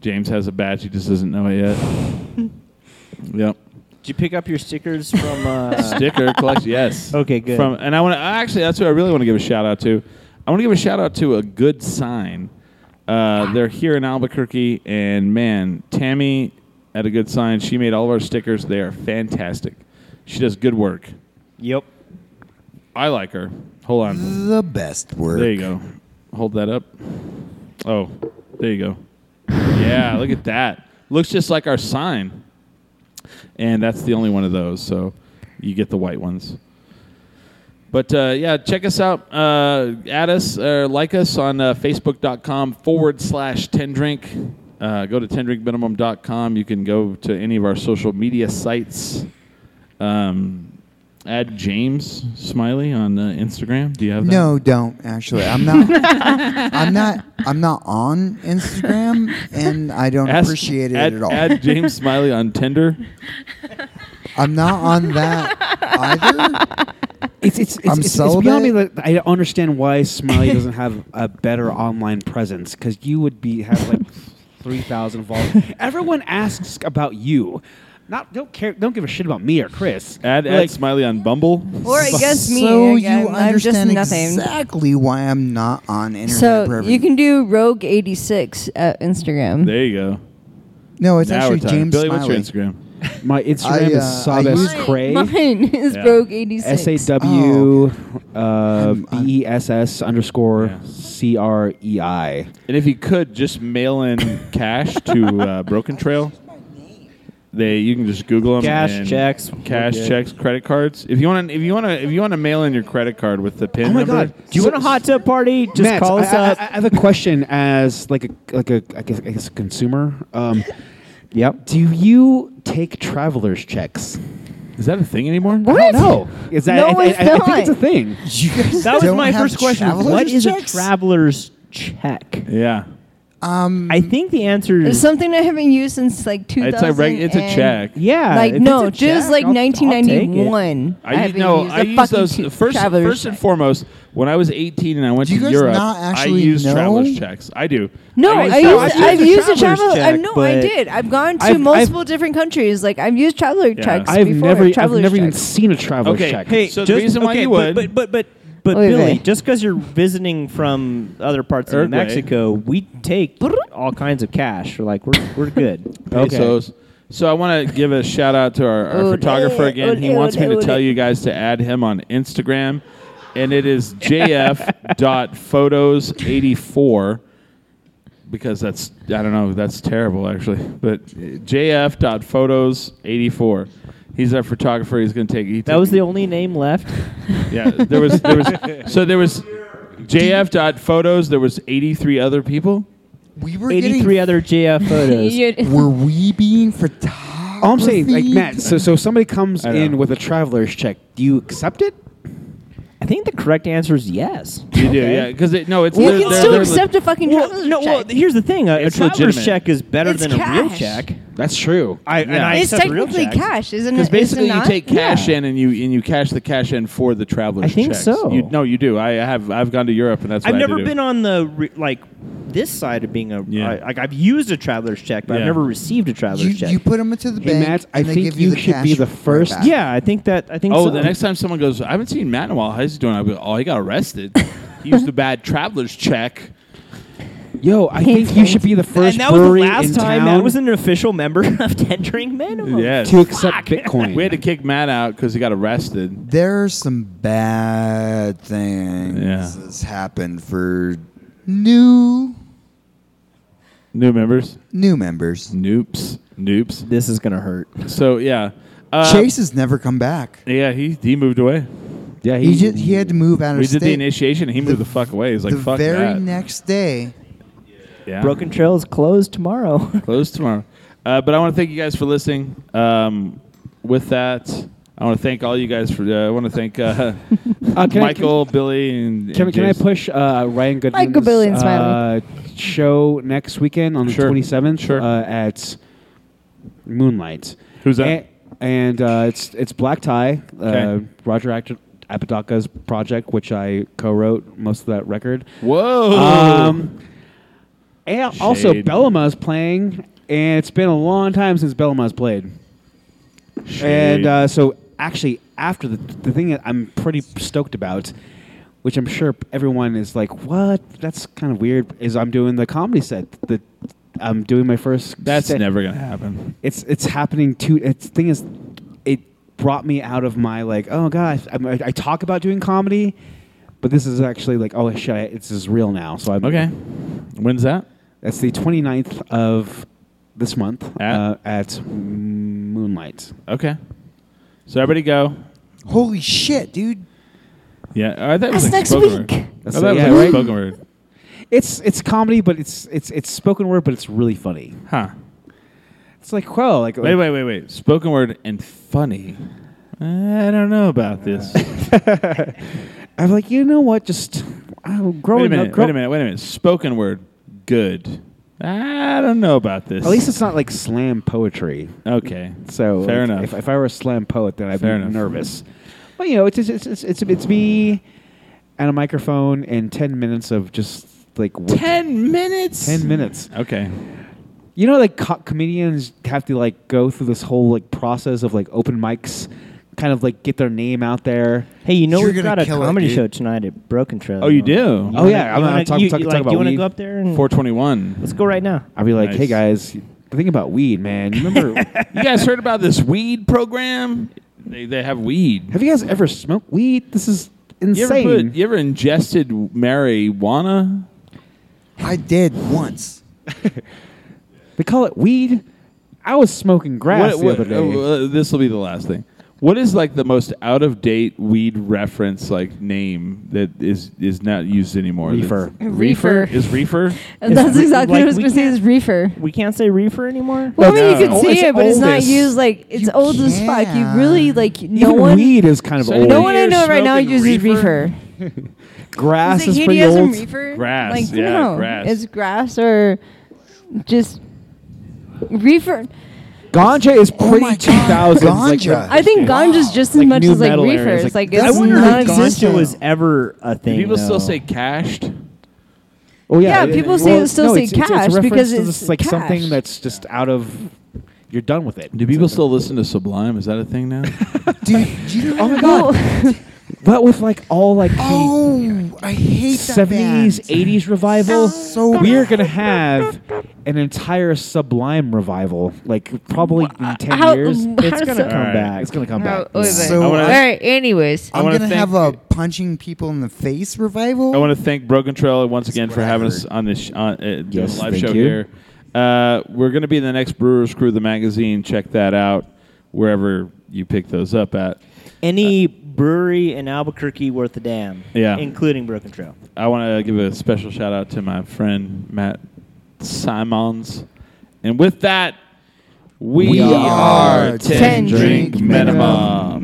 [SPEAKER 2] James has a batch. He just doesn't know it yet. yep.
[SPEAKER 3] Did you pick up your
[SPEAKER 12] [LAUGHS]
[SPEAKER 3] stickers from? Uh,
[SPEAKER 2] Sticker collection. Yes.
[SPEAKER 3] [LAUGHS] Okay, good.
[SPEAKER 2] From and I want to actually that's who I really want to give a shout out to. I want to give a shout out to a good sign. Uh, they're here in Albuquerque, and man, Tammy at a good sign. She made all of our stickers. They are fantastic. She does good work.
[SPEAKER 3] Yep.
[SPEAKER 2] I like her. Hold on.
[SPEAKER 13] The best word.
[SPEAKER 2] There you go. Hold that up. Oh, there you go. Yeah, look at that. Looks just like our sign. And that's the only one of those, so you get the white ones. But uh, yeah, check us out. Uh, at us or like us on uh, facebook.com forward slash 10 drink. Uh, go to 10drinkminimum.com. You can go to any of our social media sites. Um, add James Smiley on uh, Instagram. Do you have that?
[SPEAKER 6] No, don't actually.
[SPEAKER 5] [LAUGHS]
[SPEAKER 6] I'm not. I'm not. I'm not on Instagram, and I don't
[SPEAKER 2] Ask-
[SPEAKER 6] appreciate it
[SPEAKER 2] add-
[SPEAKER 6] at all.
[SPEAKER 2] Add James Smiley on Tinder.
[SPEAKER 6] I'm not on that either.
[SPEAKER 4] It's it's it's,
[SPEAKER 6] I'm
[SPEAKER 4] it's, it's beyond me.
[SPEAKER 6] celibate.
[SPEAKER 4] That I don't understand why Smiley doesn't have a better online presence because you would be have
[SPEAKER 6] [LAUGHS]
[SPEAKER 4] like three thousand followers. Everyone asks about you. Not don't care. Don't give a shit about me or Chris.
[SPEAKER 2] Add, add
[SPEAKER 4] Like-
[SPEAKER 2] Smiley on Bumble.
[SPEAKER 5] Or I guess me.
[SPEAKER 6] So
[SPEAKER 5] again.
[SPEAKER 6] you
[SPEAKER 5] I'm just
[SPEAKER 6] understand
[SPEAKER 5] nothing.
[SPEAKER 6] exactly why I'm not on internet.
[SPEAKER 5] So
[SPEAKER 6] Reverend.
[SPEAKER 5] you can do Rogue eighty six at Instagram.
[SPEAKER 2] There you go.
[SPEAKER 6] No, it's
[SPEAKER 2] now
[SPEAKER 6] actually
[SPEAKER 2] we're talking.
[SPEAKER 6] James
[SPEAKER 2] Billy,
[SPEAKER 6] Smiley.
[SPEAKER 2] what's your Instagram?
[SPEAKER 4] My Instagram
[SPEAKER 6] I,
[SPEAKER 4] is
[SPEAKER 6] uh, I
[SPEAKER 4] Sabes
[SPEAKER 6] use-
[SPEAKER 4] Cray.
[SPEAKER 5] Mine is
[SPEAKER 2] Yeah.
[SPEAKER 5] Rogue eighty
[SPEAKER 4] S A
[SPEAKER 5] six.
[SPEAKER 4] W uh,
[SPEAKER 6] Oh. I'm- I'm-
[SPEAKER 4] B E S S underscore
[SPEAKER 2] Yeah.
[SPEAKER 4] C R E I.
[SPEAKER 2] And if you could just mail in
[SPEAKER 6] [LAUGHS]
[SPEAKER 2] cash to uh, Broken Trail, they you can just Google them.
[SPEAKER 3] Cash,
[SPEAKER 2] and-
[SPEAKER 3] checks,
[SPEAKER 2] cash
[SPEAKER 3] we're good.
[SPEAKER 2] checks, credit cards. If you want, to if you want to, if you want to mail in your credit card with the pin
[SPEAKER 4] Oh my
[SPEAKER 2] number,
[SPEAKER 4] God.
[SPEAKER 3] Do you want a hot tub party? Just
[SPEAKER 4] Matt,
[SPEAKER 3] call
[SPEAKER 4] I-
[SPEAKER 3] us
[SPEAKER 4] I,
[SPEAKER 3] up.
[SPEAKER 4] I, I have a question as like a like a I guess, I guess a consumer. [LAUGHS] Um,
[SPEAKER 3] yep.
[SPEAKER 4] do you take travelers checks?
[SPEAKER 2] is that a thing anymore?
[SPEAKER 4] What? No, is that
[SPEAKER 5] No,
[SPEAKER 4] I, I-
[SPEAKER 5] it's
[SPEAKER 4] I
[SPEAKER 5] not.
[SPEAKER 4] think it's a thing.
[SPEAKER 6] You guys
[SPEAKER 3] That was
[SPEAKER 6] don't
[SPEAKER 3] my
[SPEAKER 6] have
[SPEAKER 3] first question. What
[SPEAKER 6] traveler's
[SPEAKER 3] is
[SPEAKER 6] checks?
[SPEAKER 3] a traveler's check?
[SPEAKER 2] Yeah,
[SPEAKER 6] Um,
[SPEAKER 3] I think the answer
[SPEAKER 5] It's
[SPEAKER 3] is
[SPEAKER 5] something I haven't used since like two thousand.
[SPEAKER 2] it's a reg- it's a check.
[SPEAKER 3] yeah.
[SPEAKER 5] Like
[SPEAKER 3] if it's
[SPEAKER 5] no,
[SPEAKER 3] a
[SPEAKER 5] just
[SPEAKER 3] check,
[SPEAKER 5] like
[SPEAKER 3] I'll- I'll take it.
[SPEAKER 5] 1991.
[SPEAKER 2] I, u-
[SPEAKER 5] haven't
[SPEAKER 2] no,
[SPEAKER 5] used
[SPEAKER 2] I
[SPEAKER 5] a
[SPEAKER 2] use
[SPEAKER 5] fucking
[SPEAKER 2] those
[SPEAKER 5] two-
[SPEAKER 2] first.
[SPEAKER 5] traveler's
[SPEAKER 2] First and
[SPEAKER 5] check.
[SPEAKER 2] foremost, when I was 18 and I went
[SPEAKER 6] Do you
[SPEAKER 2] to
[SPEAKER 6] guys
[SPEAKER 2] Europe,
[SPEAKER 6] not actually
[SPEAKER 2] I used
[SPEAKER 6] know?
[SPEAKER 2] travelers checks. I do.
[SPEAKER 5] No, I,
[SPEAKER 2] I used
[SPEAKER 5] used,
[SPEAKER 2] traveler's
[SPEAKER 5] I've
[SPEAKER 2] checks.
[SPEAKER 5] used a
[SPEAKER 3] traveler's
[SPEAKER 5] travel. I
[SPEAKER 3] check,
[SPEAKER 5] no, I
[SPEAKER 3] but
[SPEAKER 5] did. I've gone to
[SPEAKER 4] I've- I've-
[SPEAKER 5] multiple different countries. Like I've used traveler checks
[SPEAKER 4] I've
[SPEAKER 5] before.
[SPEAKER 4] never I've
[SPEAKER 5] traveler's
[SPEAKER 4] never even
[SPEAKER 5] checks.
[SPEAKER 4] seen a traveler's
[SPEAKER 2] Okay,
[SPEAKER 4] check.
[SPEAKER 2] hey, So the reason why
[SPEAKER 3] okay,
[SPEAKER 2] you would-
[SPEAKER 3] but, but but but but
[SPEAKER 5] Wait,
[SPEAKER 3] Billy,
[SPEAKER 5] wait.
[SPEAKER 3] just because you're visiting from other parts of New
[SPEAKER 2] Uruguay.
[SPEAKER 3] Mexico, we take all kinds of cash. We're like we're we're good.
[SPEAKER 2] pesos. So I want to give a shout out to our, our
[SPEAKER 5] Ole,
[SPEAKER 2] photographer again. He
[SPEAKER 5] ole,
[SPEAKER 2] wants me
[SPEAKER 5] ole,
[SPEAKER 2] to
[SPEAKER 5] ole.
[SPEAKER 2] tell you guys to add him on Instagram, and it is jf.photos84 because that's I don't know that's terrible actually, but jf.photos84. He's our photographer. He's going to take. He
[SPEAKER 3] That was the only name left.
[SPEAKER 2] yeah. There was there was so there was jf.photos. There was 83 other people.
[SPEAKER 6] we were getting.
[SPEAKER 5] [LAUGHS]
[SPEAKER 3] 83 other JF photos.
[SPEAKER 6] Were we being photography?
[SPEAKER 4] All I'm saying, like Matt, so so somebody comes
[SPEAKER 2] I know.
[SPEAKER 4] in with a traveler's check. Do you accept it?
[SPEAKER 3] I think the correct answer is yes.
[SPEAKER 2] You do, yeah, because it, no, it's
[SPEAKER 5] You
[SPEAKER 2] they're-
[SPEAKER 5] can
[SPEAKER 2] they're-
[SPEAKER 5] still
[SPEAKER 2] they're-
[SPEAKER 5] accept a fucking
[SPEAKER 3] Well,
[SPEAKER 5] traveler's
[SPEAKER 3] no, well,
[SPEAKER 5] check.
[SPEAKER 3] here's the thing: a, a
[SPEAKER 2] It's
[SPEAKER 3] traveler's
[SPEAKER 2] legitimate.
[SPEAKER 3] check is better
[SPEAKER 5] It's
[SPEAKER 3] than a real
[SPEAKER 5] cash.
[SPEAKER 3] check.
[SPEAKER 4] That's true.
[SPEAKER 3] I, and I
[SPEAKER 5] it's
[SPEAKER 3] accept real
[SPEAKER 5] technically
[SPEAKER 3] checks.
[SPEAKER 5] cash, isn't it?
[SPEAKER 2] Because
[SPEAKER 5] Is it
[SPEAKER 2] basically, you
[SPEAKER 5] not?
[SPEAKER 2] take cash in and you and you cash the cash in for the traveler's.
[SPEAKER 3] I think
[SPEAKER 2] checks.
[SPEAKER 3] so.
[SPEAKER 2] You, no, you do. I have I've gone to Europe and that's. What
[SPEAKER 3] I've
[SPEAKER 2] I had
[SPEAKER 3] never
[SPEAKER 2] to do.
[SPEAKER 3] been on the re- like this side of being a
[SPEAKER 2] Yeah.
[SPEAKER 3] I- like I've used a traveler's check, but
[SPEAKER 2] Yeah.
[SPEAKER 3] I've never received a traveler's
[SPEAKER 6] You,
[SPEAKER 3] check.
[SPEAKER 6] you put them into the
[SPEAKER 4] Hey,
[SPEAKER 6] bank.
[SPEAKER 4] Matt, I
[SPEAKER 6] and they
[SPEAKER 4] think
[SPEAKER 6] give you,
[SPEAKER 4] you
[SPEAKER 6] the
[SPEAKER 4] should
[SPEAKER 6] cash
[SPEAKER 4] be the
[SPEAKER 6] right
[SPEAKER 4] first-
[SPEAKER 6] back.
[SPEAKER 3] yeah, I think that I think.
[SPEAKER 2] Oh,
[SPEAKER 3] so.
[SPEAKER 2] the next time someone goes, I haven't seen Matt in a while. How's he doing? I'll be like, oh, he got arrested. he used a bad traveler's check.
[SPEAKER 4] Yo, I think you should be the first
[SPEAKER 3] and that was the
[SPEAKER 4] brewery in
[SPEAKER 3] last time
[SPEAKER 4] town
[SPEAKER 3] that was an official member [LAUGHS] of Ten Drink Minimum.
[SPEAKER 2] Yes.
[SPEAKER 4] to
[SPEAKER 3] [LAUGHS]
[SPEAKER 4] accept Bitcoin.
[SPEAKER 2] We had to kick Matt out because he got arrested.
[SPEAKER 6] There are some bad things
[SPEAKER 2] Yeah.
[SPEAKER 6] that's happened for new
[SPEAKER 2] New members,
[SPEAKER 6] new members.
[SPEAKER 2] noops, noops.
[SPEAKER 3] This is gonna hurt.
[SPEAKER 2] So yeah, uh,
[SPEAKER 6] Chase has never come back.
[SPEAKER 2] Yeah, he he moved away.
[SPEAKER 4] yeah,
[SPEAKER 6] He just, he had to move out of
[SPEAKER 2] We
[SPEAKER 6] state.
[SPEAKER 2] did the initiation. and He moved the fuck away. He's like,
[SPEAKER 6] the
[SPEAKER 2] fuck
[SPEAKER 6] very
[SPEAKER 2] that.
[SPEAKER 6] next day.
[SPEAKER 2] Yeah.
[SPEAKER 3] Broken Trail is closed tomorrow. [LAUGHS]
[SPEAKER 2] close tomorrow. Uh, but I want to thank you guys for listening. Um, with that, I want to thank all you guys for. Uh, I want to thank uh, [LAUGHS]
[SPEAKER 4] Uh, can I-
[SPEAKER 2] Michael, Billy, and
[SPEAKER 4] Can,
[SPEAKER 2] and
[SPEAKER 4] can I
[SPEAKER 2] Jason.
[SPEAKER 4] push uh, Ryan Goodman's
[SPEAKER 5] Goodman and
[SPEAKER 4] uh,
[SPEAKER 5] Smiley.
[SPEAKER 4] show next weekend on the
[SPEAKER 2] Sure.
[SPEAKER 4] 27th
[SPEAKER 2] Sure.
[SPEAKER 4] uh, at Moonlight.
[SPEAKER 2] Who's that?
[SPEAKER 4] And, and, uh, it's it's Black Tie, uh,
[SPEAKER 2] Okay.
[SPEAKER 4] Roger Act- Apodaca's project, which I co-wrote most of that record.
[SPEAKER 2] Whoa.
[SPEAKER 4] Um, and also
[SPEAKER 2] Shade.
[SPEAKER 4] Bellama's playing, and it's been a long time since Bellama's played. And
[SPEAKER 2] Shade.
[SPEAKER 4] uh, so, actually, after the, the thing that I'm pretty stoked about, which I'm sure everyone is like, "What? That's kind of weird." Is I'm doing the comedy set. The I'm doing my first.
[SPEAKER 2] that's
[SPEAKER 4] sta-
[SPEAKER 2] never gonna happen.
[SPEAKER 4] It's it's happening too. It's thing is, it brought me out of my like, oh god, I'm- I, I talk about doing comedy, but this is actually like, oh shit, I, this is real now. So I'm
[SPEAKER 2] Okay. When's that?
[SPEAKER 4] That's the 29th of this month
[SPEAKER 2] At?
[SPEAKER 4] uh, at Moonlight.
[SPEAKER 2] Okay. So everybody go.
[SPEAKER 6] Holy shit, dude.
[SPEAKER 2] Yeah, I thought it was
[SPEAKER 12] That's
[SPEAKER 2] like
[SPEAKER 12] next
[SPEAKER 2] spoken
[SPEAKER 12] week.
[SPEAKER 2] Word. I
[SPEAKER 4] That's
[SPEAKER 2] thought
[SPEAKER 4] it,
[SPEAKER 2] it
[SPEAKER 4] yeah,
[SPEAKER 2] was like
[SPEAKER 4] right?
[SPEAKER 2] spoken word.
[SPEAKER 4] It's it's comedy, but it's it's it's spoken word, but it's really funny.
[SPEAKER 2] Huh.
[SPEAKER 4] It's like well, like
[SPEAKER 2] Wait, wait, wait, wait. Spoken word and funny. I don't know about this.
[SPEAKER 4] I'm like you know what? Just I'm growing
[SPEAKER 2] wait a minute.
[SPEAKER 4] up. grow-
[SPEAKER 2] wait a minute. Wait a minute. Spoken word, good. I don't know about this.
[SPEAKER 4] At least it's not like slam poetry.
[SPEAKER 2] okay.
[SPEAKER 4] So
[SPEAKER 2] fair
[SPEAKER 4] like,
[SPEAKER 2] enough.
[SPEAKER 4] If, if I were a slam poet, then I'd
[SPEAKER 2] Fair
[SPEAKER 4] be
[SPEAKER 2] enough.
[SPEAKER 4] nervous. But you know, it's it's it's it's, it's, it's me and a microphone and ten minutes of just like what-
[SPEAKER 2] Ten minutes.
[SPEAKER 4] ten minutes.
[SPEAKER 2] Okay.
[SPEAKER 4] You know, like co- comedians have to like go through this whole like process of like open mics, kind of like get their name out there.
[SPEAKER 8] Hey, you know
[SPEAKER 6] You're
[SPEAKER 8] we've
[SPEAKER 6] gonna
[SPEAKER 8] got a
[SPEAKER 6] kill it,
[SPEAKER 8] comedy
[SPEAKER 6] dude.
[SPEAKER 8] show tonight at Broken Trail.
[SPEAKER 2] Oh, you do? Oh,
[SPEAKER 8] wanna-
[SPEAKER 4] yeah, I'm-
[SPEAKER 8] you
[SPEAKER 4] I'm
[SPEAKER 8] wanna-
[SPEAKER 4] talking-
[SPEAKER 8] you-
[SPEAKER 4] talking-
[SPEAKER 8] like,
[SPEAKER 4] talking
[SPEAKER 8] You
[SPEAKER 4] about
[SPEAKER 8] wanna
[SPEAKER 4] weed.
[SPEAKER 8] go up there and
[SPEAKER 2] Four twenty-one.
[SPEAKER 8] let's go right now.
[SPEAKER 4] I'll be like,
[SPEAKER 2] Nice.
[SPEAKER 4] hey guys, the thing about weed, man. You
[SPEAKER 2] [LAUGHS]
[SPEAKER 4] Remember,
[SPEAKER 2] You guys heard about this weed program? They they have weed.
[SPEAKER 4] have you guys ever smoked weed? This is
[SPEAKER 2] You ever,
[SPEAKER 4] insane.
[SPEAKER 2] put, you ever ingested marijuana?
[SPEAKER 6] I did once.
[SPEAKER 4] they call it weed. I was smoking grass
[SPEAKER 2] What-
[SPEAKER 4] the
[SPEAKER 2] what-
[SPEAKER 4] other day.
[SPEAKER 2] uh, uh, this will be the last thing. What is like the most out of date weed reference like name that is is not used anymore?
[SPEAKER 4] Reefer.
[SPEAKER 2] That's- reefer
[SPEAKER 12] Reefer.
[SPEAKER 2] is reefer.
[SPEAKER 12] That's
[SPEAKER 8] re-
[SPEAKER 12] exactly
[SPEAKER 8] like
[SPEAKER 12] what I was
[SPEAKER 8] we
[SPEAKER 12] going to say
[SPEAKER 8] can't-
[SPEAKER 12] is reefer.
[SPEAKER 8] We can't say reefer anymore.
[SPEAKER 12] Well, I mean,
[SPEAKER 2] No.
[SPEAKER 12] you can
[SPEAKER 2] Oh,
[SPEAKER 12] see
[SPEAKER 2] it's
[SPEAKER 12] it, but it's not
[SPEAKER 2] oldest.
[SPEAKER 12] used like it's
[SPEAKER 6] You
[SPEAKER 12] old as fuck. You really like no
[SPEAKER 4] Even
[SPEAKER 12] one.
[SPEAKER 4] weed is kind of
[SPEAKER 2] So
[SPEAKER 4] old.
[SPEAKER 12] No
[SPEAKER 2] You're
[SPEAKER 12] one I know right now
[SPEAKER 2] smoking
[SPEAKER 12] uses
[SPEAKER 2] reefer?
[SPEAKER 12] reefer.
[SPEAKER 4] grass
[SPEAKER 12] Is it
[SPEAKER 4] is pretty
[SPEAKER 12] Judaism
[SPEAKER 4] old.
[SPEAKER 12] reefer?
[SPEAKER 2] Grass,
[SPEAKER 12] Like,
[SPEAKER 2] yeah,
[SPEAKER 12] no.
[SPEAKER 2] grass.
[SPEAKER 12] It's grass or just reefer.
[SPEAKER 4] Ganja is
[SPEAKER 12] Oh
[SPEAKER 4] pretty
[SPEAKER 6] my God,
[SPEAKER 4] 2000s. like,
[SPEAKER 6] ganja.
[SPEAKER 12] I think ganja's just as
[SPEAKER 4] Like
[SPEAKER 12] much
[SPEAKER 4] new
[SPEAKER 12] as like
[SPEAKER 4] metal areas,
[SPEAKER 12] reefer.
[SPEAKER 4] like-
[SPEAKER 12] It's like
[SPEAKER 6] That's
[SPEAKER 12] it's
[SPEAKER 6] I wonder if
[SPEAKER 12] not
[SPEAKER 6] ganja
[SPEAKER 12] existent.
[SPEAKER 6] existent.
[SPEAKER 8] was ever a thing.
[SPEAKER 2] Do people
[SPEAKER 8] though.
[SPEAKER 2] still say cashed?
[SPEAKER 4] Oh
[SPEAKER 12] Yeah,
[SPEAKER 4] it-
[SPEAKER 12] people
[SPEAKER 4] it-
[SPEAKER 12] say- still
[SPEAKER 4] no,
[SPEAKER 12] say
[SPEAKER 4] it's, it's, it's a
[SPEAKER 12] cash
[SPEAKER 4] reference
[SPEAKER 12] because
[SPEAKER 4] to
[SPEAKER 12] it's
[SPEAKER 4] this, like something
[SPEAKER 12] cash.
[SPEAKER 4] that's just out of. You're done with it.
[SPEAKER 2] Do people still listen to Sublime? Is that a thing now? [LAUGHS]
[SPEAKER 6] Dude, you know,
[SPEAKER 4] Oh my god! but with like all like the
[SPEAKER 6] oh, I hate that band.
[SPEAKER 4] seventies, eighties
[SPEAKER 6] [LAUGHS]
[SPEAKER 4] revival,
[SPEAKER 6] So
[SPEAKER 4] we are
[SPEAKER 6] bad.
[SPEAKER 4] gonna have an entire Sublime revival. Like probably in ten
[SPEAKER 12] How-
[SPEAKER 4] years,
[SPEAKER 6] [LAUGHS]
[SPEAKER 12] how
[SPEAKER 4] it's
[SPEAKER 12] does
[SPEAKER 4] gonna come
[SPEAKER 12] that-
[SPEAKER 4] back. It's gonna come
[SPEAKER 12] No,
[SPEAKER 4] back.
[SPEAKER 12] wait, wait.
[SPEAKER 6] So,
[SPEAKER 12] All
[SPEAKER 2] wanna-
[SPEAKER 12] right. Anyways,
[SPEAKER 6] I'm
[SPEAKER 2] wanna
[SPEAKER 6] gonna
[SPEAKER 2] thank-
[SPEAKER 6] have a punching people in the face revival.
[SPEAKER 2] I want to thank Broken Trail once again for
[SPEAKER 6] what I
[SPEAKER 2] having us
[SPEAKER 6] heard.
[SPEAKER 2] on this sh- on, uh, doing
[SPEAKER 4] Yes,
[SPEAKER 2] a live
[SPEAKER 4] thank
[SPEAKER 2] show
[SPEAKER 4] you.
[SPEAKER 2] here. Uh, we're going to be in the next Brewers Crew, the magazine. Check that out wherever you pick those up at.
[SPEAKER 8] any brewery in Albuquerque worth a damn?
[SPEAKER 2] Yeah.
[SPEAKER 8] including Broken Trail.
[SPEAKER 2] I want to give a special shout out to my friend Matt Simons. And with that, we,
[SPEAKER 6] We
[SPEAKER 2] are 10
[SPEAKER 6] are
[SPEAKER 12] Ten
[SPEAKER 2] Drink
[SPEAKER 6] Drink
[SPEAKER 2] Minimum.